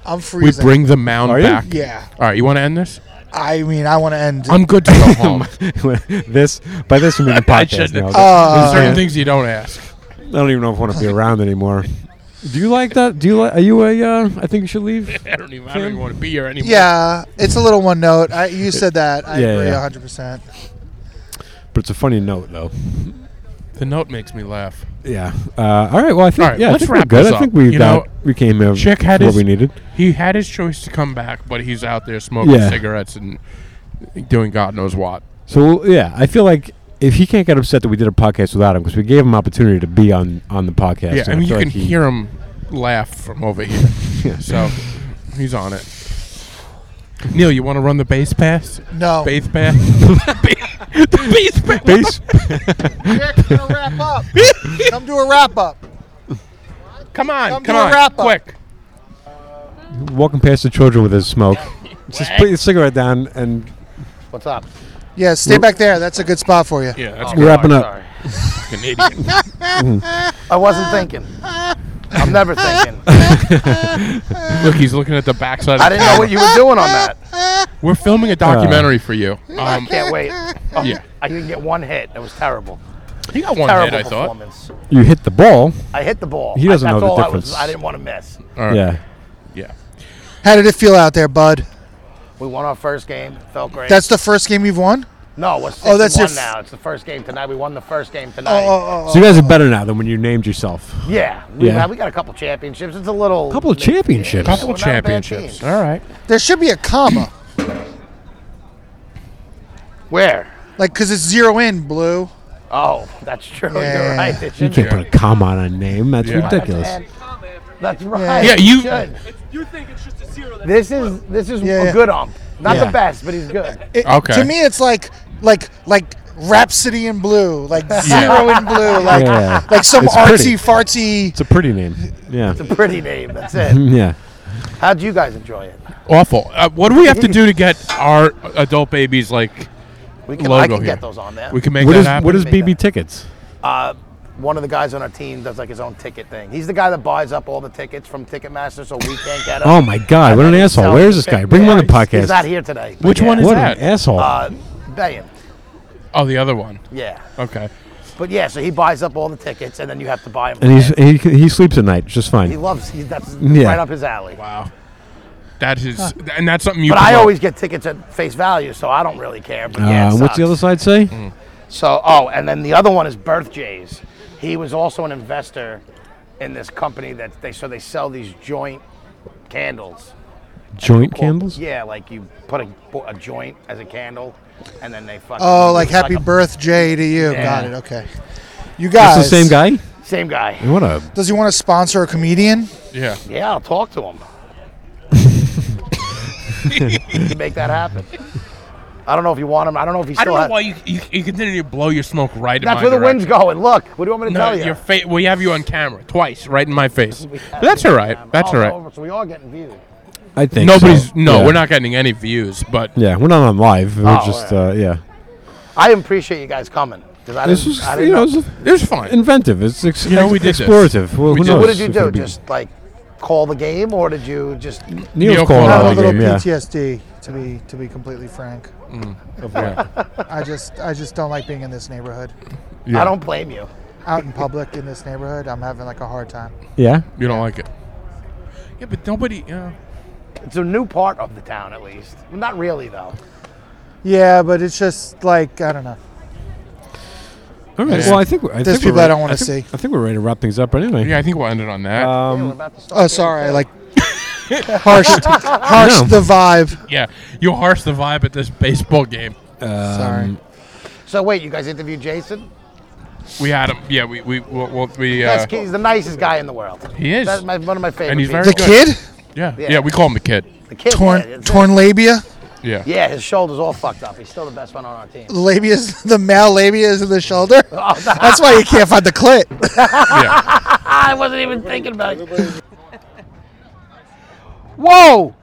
Speaker 5: I'm
Speaker 2: We
Speaker 5: freezing.
Speaker 2: bring the mound
Speaker 4: Are you?
Speaker 2: back.
Speaker 5: Yeah.
Speaker 2: All right, you want to end this?
Speaker 5: I mean, I want to end.
Speaker 2: I'm good to go home.
Speaker 4: this by this we mean the
Speaker 2: I
Speaker 4: podcast
Speaker 2: shouldn't.
Speaker 4: now.
Speaker 2: There's
Speaker 5: Uh,
Speaker 2: certain things you don't ask.
Speaker 4: I don't even know if I want to be around anymore. Do you like that? Do you like? Are you a? Uh, I think you should leave.
Speaker 2: I don't even, I don't even want to be here anymore.
Speaker 5: yeah, it's a little one note. I, you said that. I
Speaker 4: Yeah,
Speaker 5: agree
Speaker 4: yeah.
Speaker 5: 100. percent
Speaker 4: But it's a funny note, though.
Speaker 2: The note makes me laugh.
Speaker 4: Yeah. Uh, all right. Well, I think
Speaker 2: All right,
Speaker 4: yeah. I
Speaker 2: let's
Speaker 4: think we're
Speaker 2: wrap
Speaker 4: good.
Speaker 2: this
Speaker 4: I think
Speaker 2: up.
Speaker 4: we
Speaker 2: You
Speaker 4: got
Speaker 2: know,
Speaker 4: we came here.
Speaker 2: Chick had
Speaker 4: what
Speaker 2: his-
Speaker 4: we needed.
Speaker 2: He had his choice to come back, but he's out there smoking
Speaker 4: Yeah.
Speaker 2: cigarettes and doing God knows what.
Speaker 4: So yeah, I feel like if he can't get upset that we did a podcast without him because we gave him opportunity to be on on the podcast.
Speaker 2: Yeah,
Speaker 4: and
Speaker 2: I mean you
Speaker 4: feel
Speaker 2: can
Speaker 4: like he-
Speaker 2: hear him laugh from over here.
Speaker 4: Yeah.
Speaker 2: So he's on it. Neil, you want to run the base pass?
Speaker 5: No.
Speaker 2: Base pass. Oh. the base pass.
Speaker 4: Base.
Speaker 5: Jack's gonna wrap up. Come do a wrap up.
Speaker 2: Come on,
Speaker 5: Come
Speaker 2: come,
Speaker 5: to a
Speaker 2: on,
Speaker 5: wrap-up.
Speaker 2: quick.
Speaker 4: Walking past the children with his smoke. Just put your cigarette down and
Speaker 3: What's up?
Speaker 5: Yeah, stay back there. That's a good spot for you.
Speaker 2: Yeah, that's
Speaker 4: we're wrapping up.
Speaker 2: an idiot.
Speaker 3: I
Speaker 11: Ah.
Speaker 3: wasn't thinking. I'm never thinking.
Speaker 2: Look, he's looking at the backside. Of
Speaker 3: I didn't know what you were doing on that.
Speaker 2: We're filming a documentary
Speaker 4: Uh.
Speaker 2: for you. Um,
Speaker 3: Can't wait. Oh,
Speaker 2: Yeah.
Speaker 3: I didn't get one hit. That was terrible.
Speaker 2: he got one
Speaker 3: terrible
Speaker 2: hit, I thought.
Speaker 3: performance.
Speaker 4: You hit the ball.
Speaker 3: I hit the ball.
Speaker 4: He doesn't
Speaker 3: I,
Speaker 4: know
Speaker 3: that's
Speaker 4: the
Speaker 3: all I was-
Speaker 4: difference.
Speaker 3: I didn't want to miss.
Speaker 2: All right.
Speaker 4: Yeah.
Speaker 2: Yeah.
Speaker 5: How did it feel out there, bud?
Speaker 3: We won our first game. Felt great.
Speaker 5: That's the first game you've won.
Speaker 3: no. We're six
Speaker 5: Oh, that's your
Speaker 3: one
Speaker 5: f-
Speaker 3: now. It's the first game tonight. We won the first game
Speaker 5: Oh,
Speaker 3: tonight.
Speaker 5: oh, oh,
Speaker 4: So you guys are better now than when you named yourself.
Speaker 3: Yeah, we,
Speaker 4: Yeah.
Speaker 3: yeah. we got a couple championships. It's a little
Speaker 4: A couple of championships.
Speaker 2: Couple
Speaker 3: Well, not a bad
Speaker 2: championships.
Speaker 3: team.
Speaker 2: All right.
Speaker 5: oh. There should be a comma,
Speaker 3: where.
Speaker 5: like because it's zero in blue.
Speaker 3: Oh, that's true.
Speaker 5: Yeah.
Speaker 3: You're right. They
Speaker 4: You
Speaker 3: should
Speaker 4: can't
Speaker 3: be.
Speaker 4: put a comma on a name. That's
Speaker 2: Yeah.
Speaker 4: ridiculous.
Speaker 3: That's right.
Speaker 2: Yeah, you-
Speaker 3: should.
Speaker 12: You think it's just a zero? That's
Speaker 3: This is this is
Speaker 5: Yeah,
Speaker 3: a
Speaker 5: yeah.
Speaker 3: good ump. Not
Speaker 4: Yeah.
Speaker 3: the best, but he's good.
Speaker 5: It-
Speaker 2: Okay.
Speaker 5: To me, it's like like like Rhapsody in Blue, like zero in blue, like
Speaker 4: Yeah.
Speaker 5: like some
Speaker 4: It's pretty.
Speaker 5: artsy fartsy.
Speaker 4: It's a pretty name. Yeah.
Speaker 3: It's a pretty name. That's it.
Speaker 4: yeah.
Speaker 3: How'd you guys enjoy it?
Speaker 2: Awful. Uh, what do we have to do to get our adult babies like?
Speaker 3: We can. I
Speaker 2: Logo
Speaker 3: can
Speaker 2: here.
Speaker 3: get those on there.
Speaker 2: We can make
Speaker 4: What
Speaker 2: that
Speaker 4: is
Speaker 2: happen.
Speaker 4: what is
Speaker 3: Make that.
Speaker 4: BB tickets?
Speaker 3: uh, one of the guys on our team does like his own ticket thing. He's the guy that buys up all the tickets from Ticketmaster, so we can't get them.
Speaker 4: Oh my God!
Speaker 3: And
Speaker 4: What an
Speaker 3: then he
Speaker 4: asshole!
Speaker 3: sells
Speaker 4: Where's
Speaker 3: the
Speaker 4: this guy?
Speaker 3: ticket-
Speaker 4: Bring him on the
Speaker 3: Yeah, He's not
Speaker 4: podcast.
Speaker 3: here today. but
Speaker 2: Which
Speaker 3: yeah.
Speaker 2: one is
Speaker 4: What
Speaker 2: that?
Speaker 4: an asshole!
Speaker 3: Uh, Bayon.
Speaker 2: oh, the other one.
Speaker 3: Yeah.
Speaker 2: Okay.
Speaker 3: But yeah, so he buys up all the tickets, and then you have to buy them.
Speaker 4: and he's he, he sleeps at night just
Speaker 3: he
Speaker 4: fine. Uh,
Speaker 3: loves. He, that's
Speaker 4: Yeah.
Speaker 3: right up his alley.
Speaker 2: Wow. That is, and that's something you.
Speaker 3: But I
Speaker 2: promote.
Speaker 3: always get tickets at face value, so I don't really care. But yeah, it
Speaker 4: Uh, what's the
Speaker 3: sucks.
Speaker 4: other side say?
Speaker 3: So, oh, and then the other one is Birth Jays. He was also an investor in this company that they so they sell these joint candles.
Speaker 4: Joint candles?
Speaker 3: Yeah, like you put a, bo- a joint as a candle, and then they fucking.
Speaker 5: Oh, like
Speaker 3: it's
Speaker 5: Happy
Speaker 3: a-
Speaker 5: Birthday to you.
Speaker 3: Yeah.
Speaker 5: Got it. Okay. You guys.
Speaker 4: It's the same guy.
Speaker 3: Same guy.
Speaker 4: What a
Speaker 5: Does he want to sponsor a comedian?
Speaker 2: Yeah.
Speaker 3: Yeah, I'll talk to him. you can make that happen. I don't know if you want him. I don't know if he
Speaker 2: I don't
Speaker 3: still.
Speaker 2: know
Speaker 3: has-
Speaker 2: why you, you, you continue to blow your smoke right.
Speaker 3: That's
Speaker 2: in my
Speaker 3: where the wind's
Speaker 2: direction.
Speaker 3: going. Look, what do you want me to
Speaker 2: No,
Speaker 3: tell you?
Speaker 2: your face. We have you on camera twice, right in my face. But that's all right. That's all
Speaker 3: Oh, so
Speaker 2: right.
Speaker 3: over- So we are getting viewed.
Speaker 4: I think
Speaker 2: Nobody's.
Speaker 4: so.
Speaker 2: No,
Speaker 4: Yeah.
Speaker 2: we're not getting any views, but
Speaker 4: Yeah, we're not on live. We're
Speaker 3: Oh,
Speaker 4: just
Speaker 3: yeah.
Speaker 4: uh, yeah.
Speaker 3: I appreciate you guys coming because I
Speaker 4: This
Speaker 3: didn't.
Speaker 4: was
Speaker 3: I didn't
Speaker 4: you know
Speaker 3: know.
Speaker 4: it's
Speaker 2: it's fine.
Speaker 4: inventive. It's ex-
Speaker 2: You know, we did this.
Speaker 4: explorative. Well,
Speaker 2: We
Speaker 4: who
Speaker 2: did.
Speaker 4: knows
Speaker 3: What did you
Speaker 4: if it'll
Speaker 3: do?
Speaker 4: be-
Speaker 3: Just like call the game, or did you just?
Speaker 4: Neil's
Speaker 2: Neil
Speaker 4: calling
Speaker 2: called Oh,
Speaker 5: I have
Speaker 4: out
Speaker 5: a
Speaker 4: the
Speaker 5: little
Speaker 4: game. Yeah.
Speaker 5: PTSD, to be to be completely frank. I just I just don't like being in this neighborhood.
Speaker 2: Yeah.
Speaker 3: I don't blame you.
Speaker 5: Out in public in this neighborhood, I'm having like a hard time.
Speaker 4: Yeah.
Speaker 2: you don't like it. Yeah, but nobody. Uh,
Speaker 3: It's a new part of the town, at least. Not really, though.
Speaker 5: Yeah, but it's just like I don't know.
Speaker 4: All right.
Speaker 2: Yeah.
Speaker 4: Well, I think I think
Speaker 5: There's
Speaker 4: we're
Speaker 5: people I
Speaker 4: re-
Speaker 5: don't wanna
Speaker 4: think-
Speaker 5: see.
Speaker 4: I think we're ready to wrap things up anyway.
Speaker 2: yeah, I think we'll end it on that.
Speaker 3: Yeah, we're
Speaker 4: Um,
Speaker 3: about to start
Speaker 5: Oh,
Speaker 3: getting
Speaker 5: sorry. I
Speaker 3: set.
Speaker 5: like harshed harshed the vibe.
Speaker 2: yeah, you harsh the vibe at this baseball game.
Speaker 4: Um,
Speaker 3: So wait, you guys interviewed Jason?
Speaker 2: We had him. Yeah, we we we, we, we
Speaker 3: Nice
Speaker 2: uh,
Speaker 3: kid. he's the nicest guy in the world.
Speaker 2: He is.
Speaker 3: That's my, one of my favorite.
Speaker 2: and he's very
Speaker 3: people.
Speaker 2: good. Yeah. yeah, We call him the kid.
Speaker 3: The kid,
Speaker 5: torn
Speaker 3: yeah.
Speaker 5: torn labia.
Speaker 2: Yeah.
Speaker 3: Yeah, his shoulder's all fucked up. He's still the best one on our team.
Speaker 5: Labia's the male labia is in the shoulder.
Speaker 3: Oh, no.
Speaker 5: That's why you can't find the clit.
Speaker 3: I wasn't even thinking about it. Whoa!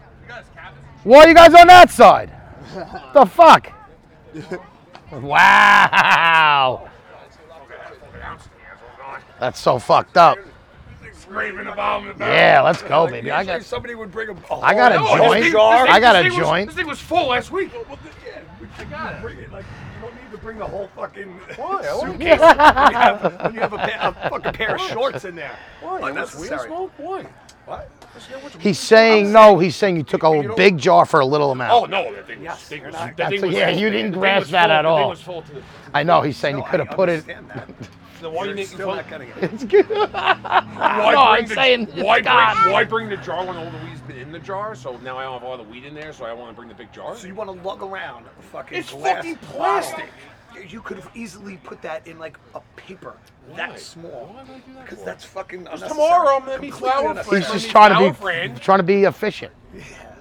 Speaker 3: Why are you guys on that side? the fuck? Wow! That's so fucked up.
Speaker 13: Screaming about him.
Speaker 3: Yeah, let's go, baby. I got-
Speaker 13: somebody would bring him.
Speaker 3: I got a joint. I got a joint.
Speaker 13: This thing was full last week. Well, well, yeah, we- I got it. Bring it. Like, you don't need to bring the whole fucking suitcase. when you have, when you have a, pa- a fucking pair of shorts in there. Why? Unnecessary. Why? What?
Speaker 3: He's saying no. He's saying you took a big jar for a little amount.
Speaker 13: Oh no, that thing was. Thing was that
Speaker 3: That's
Speaker 13: thing
Speaker 3: a-
Speaker 13: was
Speaker 3: yeah,
Speaker 13: full.
Speaker 3: you didn't
Speaker 13: That thing
Speaker 3: grasp
Speaker 13: was
Speaker 3: that
Speaker 13: full.
Speaker 3: at
Speaker 13: That thing
Speaker 3: all.
Speaker 13: was full to the-
Speaker 3: I know. He's saying you
Speaker 13: No,
Speaker 3: could have
Speaker 13: I
Speaker 3: put it.
Speaker 13: understand that. So why are you making fun? Not getting it.
Speaker 3: It's good.
Speaker 13: Why
Speaker 3: No,
Speaker 13: bring
Speaker 3: I'm
Speaker 13: the,
Speaker 3: saying
Speaker 13: why bring,
Speaker 3: it's gone.
Speaker 13: why bring the jar when all the weed's been in the jar? So now I don't have all the weed in there, so I want to bring the big jar.
Speaker 7: So you want to lug around a fucking
Speaker 13: It's
Speaker 7: glass
Speaker 13: fucking
Speaker 7: bottle.
Speaker 13: plastic.
Speaker 7: You- You could have easily put that in like a paper that small. Because that's fucking unnecessary.
Speaker 13: tomorrow I'm gonna be
Speaker 7: Completely
Speaker 13: flower
Speaker 7: unnecessary.
Speaker 3: He's just trying to be
Speaker 13: Our friend.
Speaker 3: trying to be efficient.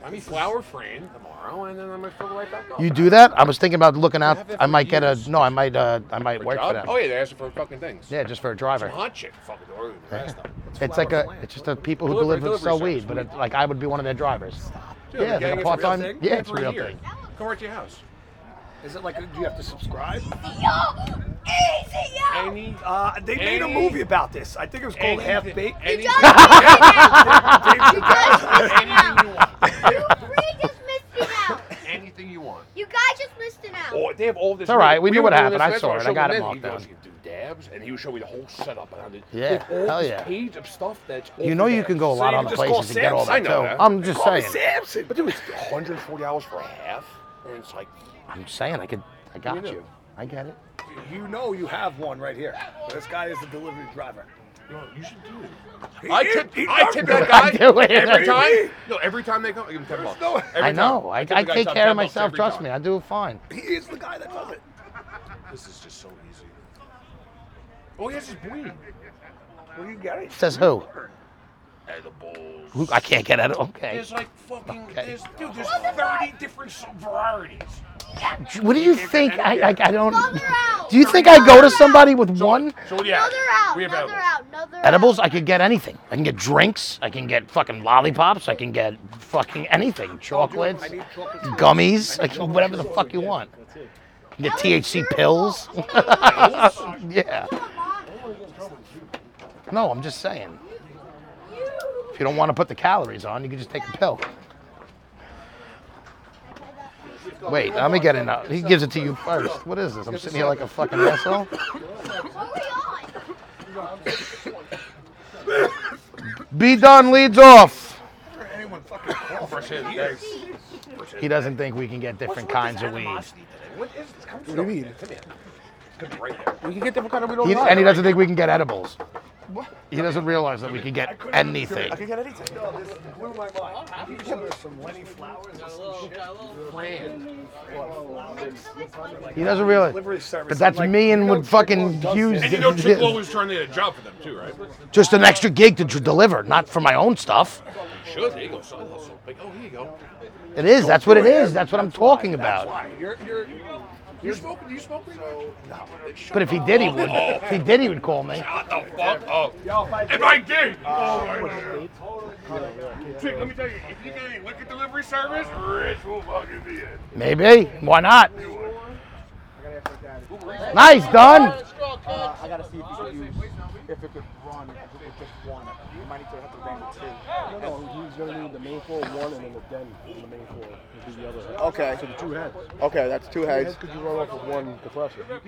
Speaker 13: I mean flower frame tomorrow, and then I'm gonna fill it right back up.
Speaker 3: You do that? I was thinking about looking out. I might get a no. I might. Uh, I might work for
Speaker 13: Job?
Speaker 3: them.
Speaker 13: Oh yeah, they're asking for fucking things.
Speaker 3: Yeah, just for a driver.
Speaker 13: Some hot chick, fucking or the rest of them.
Speaker 3: It's like a. It's just the people who
Speaker 13: Delivery-
Speaker 3: deliver and sell
Speaker 13: delivery
Speaker 3: weed, but
Speaker 13: service,
Speaker 3: it, like I would be one of their drivers.
Speaker 13: Dude, they're
Speaker 3: Yeah, it's like
Speaker 13: getting
Speaker 3: a
Speaker 13: it
Speaker 3: part
Speaker 13: for real
Speaker 3: time.
Speaker 13: thing?
Speaker 3: Yeah, it's a
Speaker 13: For a
Speaker 3: real
Speaker 13: year.
Speaker 3: thing.
Speaker 13: Come right to your house.
Speaker 7: Is it like, a, do you have to subscribe?
Speaker 13: Any,
Speaker 7: uh, they made a
Speaker 13: any-
Speaker 7: movie about this. I think it was called Half Baked.
Speaker 13: Any, anything you want.
Speaker 8: You guys just missed it out.
Speaker 13: Or they have all this.
Speaker 3: It's all right, we knew
Speaker 13: were
Speaker 3: what
Speaker 13: doing
Speaker 3: happened,
Speaker 13: this
Speaker 3: I
Speaker 13: event,
Speaker 3: saw
Speaker 13: so
Speaker 3: it, I
Speaker 13: showed
Speaker 3: got
Speaker 13: him
Speaker 3: it
Speaker 13: in,
Speaker 3: marked
Speaker 13: He goes,
Speaker 3: down.
Speaker 13: you do dabs, and he would show me the whole setup behind it.
Speaker 3: Yeah,
Speaker 13: They have all
Speaker 3: hell
Speaker 13: this
Speaker 3: yeah.
Speaker 13: Page of stuff that's. all
Speaker 3: You know
Speaker 13: for
Speaker 3: you
Speaker 13: dabs.
Speaker 3: can go a
Speaker 13: So
Speaker 3: lot
Speaker 13: you
Speaker 3: of
Speaker 13: can
Speaker 3: other
Speaker 13: just call
Speaker 3: places and get all
Speaker 13: Sam's.
Speaker 3: that
Speaker 13: I know
Speaker 3: too.
Speaker 13: that.
Speaker 3: I'm just
Speaker 13: Call me
Speaker 3: saying.
Speaker 13: Samson, but dude, it's 140 hours for a half, and it's like
Speaker 3: I'm just saying, I could. I got you. I get it.
Speaker 7: You know you have one right here. This guy is the delivery driver.
Speaker 13: No, you should do it.
Speaker 7: He
Speaker 13: I
Speaker 7: is-
Speaker 13: tip,
Speaker 7: he
Speaker 13: I
Speaker 7: does
Speaker 13: tip
Speaker 7: do
Speaker 13: that
Speaker 7: it.
Speaker 13: guy
Speaker 7: I do it.
Speaker 13: every
Speaker 7: He
Speaker 13: time.
Speaker 7: is.
Speaker 13: No, every time they come, I give him ten bucks. Every
Speaker 3: I
Speaker 13: time.
Speaker 3: know. I,
Speaker 13: tip the
Speaker 3: I
Speaker 13: guy
Speaker 3: take
Speaker 13: top
Speaker 3: care of
Speaker 13: 10 bucks
Speaker 3: myself.
Speaker 13: every
Speaker 3: Trust
Speaker 13: time.
Speaker 3: me, I do fine.
Speaker 7: He is the guy that does it.
Speaker 13: This is just so easy. Oh, he has his weed.
Speaker 7: Where you get it?
Speaker 3: Says who?
Speaker 13: Edibles.
Speaker 3: Who- I can't get at it. Okay.
Speaker 13: There's like fucking, there's, dude, there's 30 different s- varieties.
Speaker 3: What do you think? I, I, I don't.
Speaker 8: out.
Speaker 3: Do you think I go to somebody with one?
Speaker 13: So yeah,
Speaker 8: Another out.
Speaker 13: we have
Speaker 8: Another
Speaker 13: edibles.
Speaker 8: out. Another
Speaker 3: Edibles, I could get anything. I can get drinks. I can get fucking lollipops. I can get fucking anything. Chocolates, gummies. I can whatever the fuck you want. You get THC pills. yeah. No, I'm just saying. If you don't want to put the calories on, you can just take a pill. Wait, let me get it out. He gives it to you first. What is this? I'm sitting here like a fucking asshole. Be done leads off.
Speaker 7: Anyone fucking call for
Speaker 13: shit,
Speaker 3: He doesn't think we can get different kinds of weed.
Speaker 13: What is this? Come what do you mean? Come here. Come right here. We can get different kind of we don't
Speaker 3: He,
Speaker 13: like.
Speaker 3: and he doesn't think we can get edibles.
Speaker 7: What?
Speaker 3: He doesn't realize that we could get anything.
Speaker 7: I could get anything. No, this blew my mind. You could get some Lenny Flowers or some shit. Bland.
Speaker 3: He doesn't realize.
Speaker 7: Delivery service.
Speaker 3: But that's
Speaker 7: Like,
Speaker 3: me and
Speaker 7: you know
Speaker 3: would fucking
Speaker 7: Chick-fil-A does
Speaker 3: use
Speaker 13: And you know Chick was trying to get a job for them too, right?
Speaker 3: just an extra gig to d- deliver, not for my own stuff.
Speaker 13: Sure, there you go. Side hustle. Like, oh, here you go.
Speaker 3: It is. That's what it is. That's what I'm talking about.
Speaker 13: Why? You're, you're, you smoke, do you smoke weed? No.
Speaker 3: But if he did, he would.
Speaker 13: Oh.
Speaker 3: If he did, he would call me.
Speaker 13: Shut the fuck up. If I did.
Speaker 7: Uh,
Speaker 13: Oh, my God. Chick, let me tell you, if you get any liquor delivery service, Rich will fucking be it.
Speaker 3: Maybe. Why not? Nice, done.
Speaker 10: Uh, I gotta see if you could use if it could run with just one. You might need to have to run with two. No, no, he's gonna need the main floor one and then the den in the main floor would be the other.
Speaker 14: Okay.
Speaker 10: So the two heads.
Speaker 14: Okay, that's two heads.
Speaker 10: Could you run off with one compressor?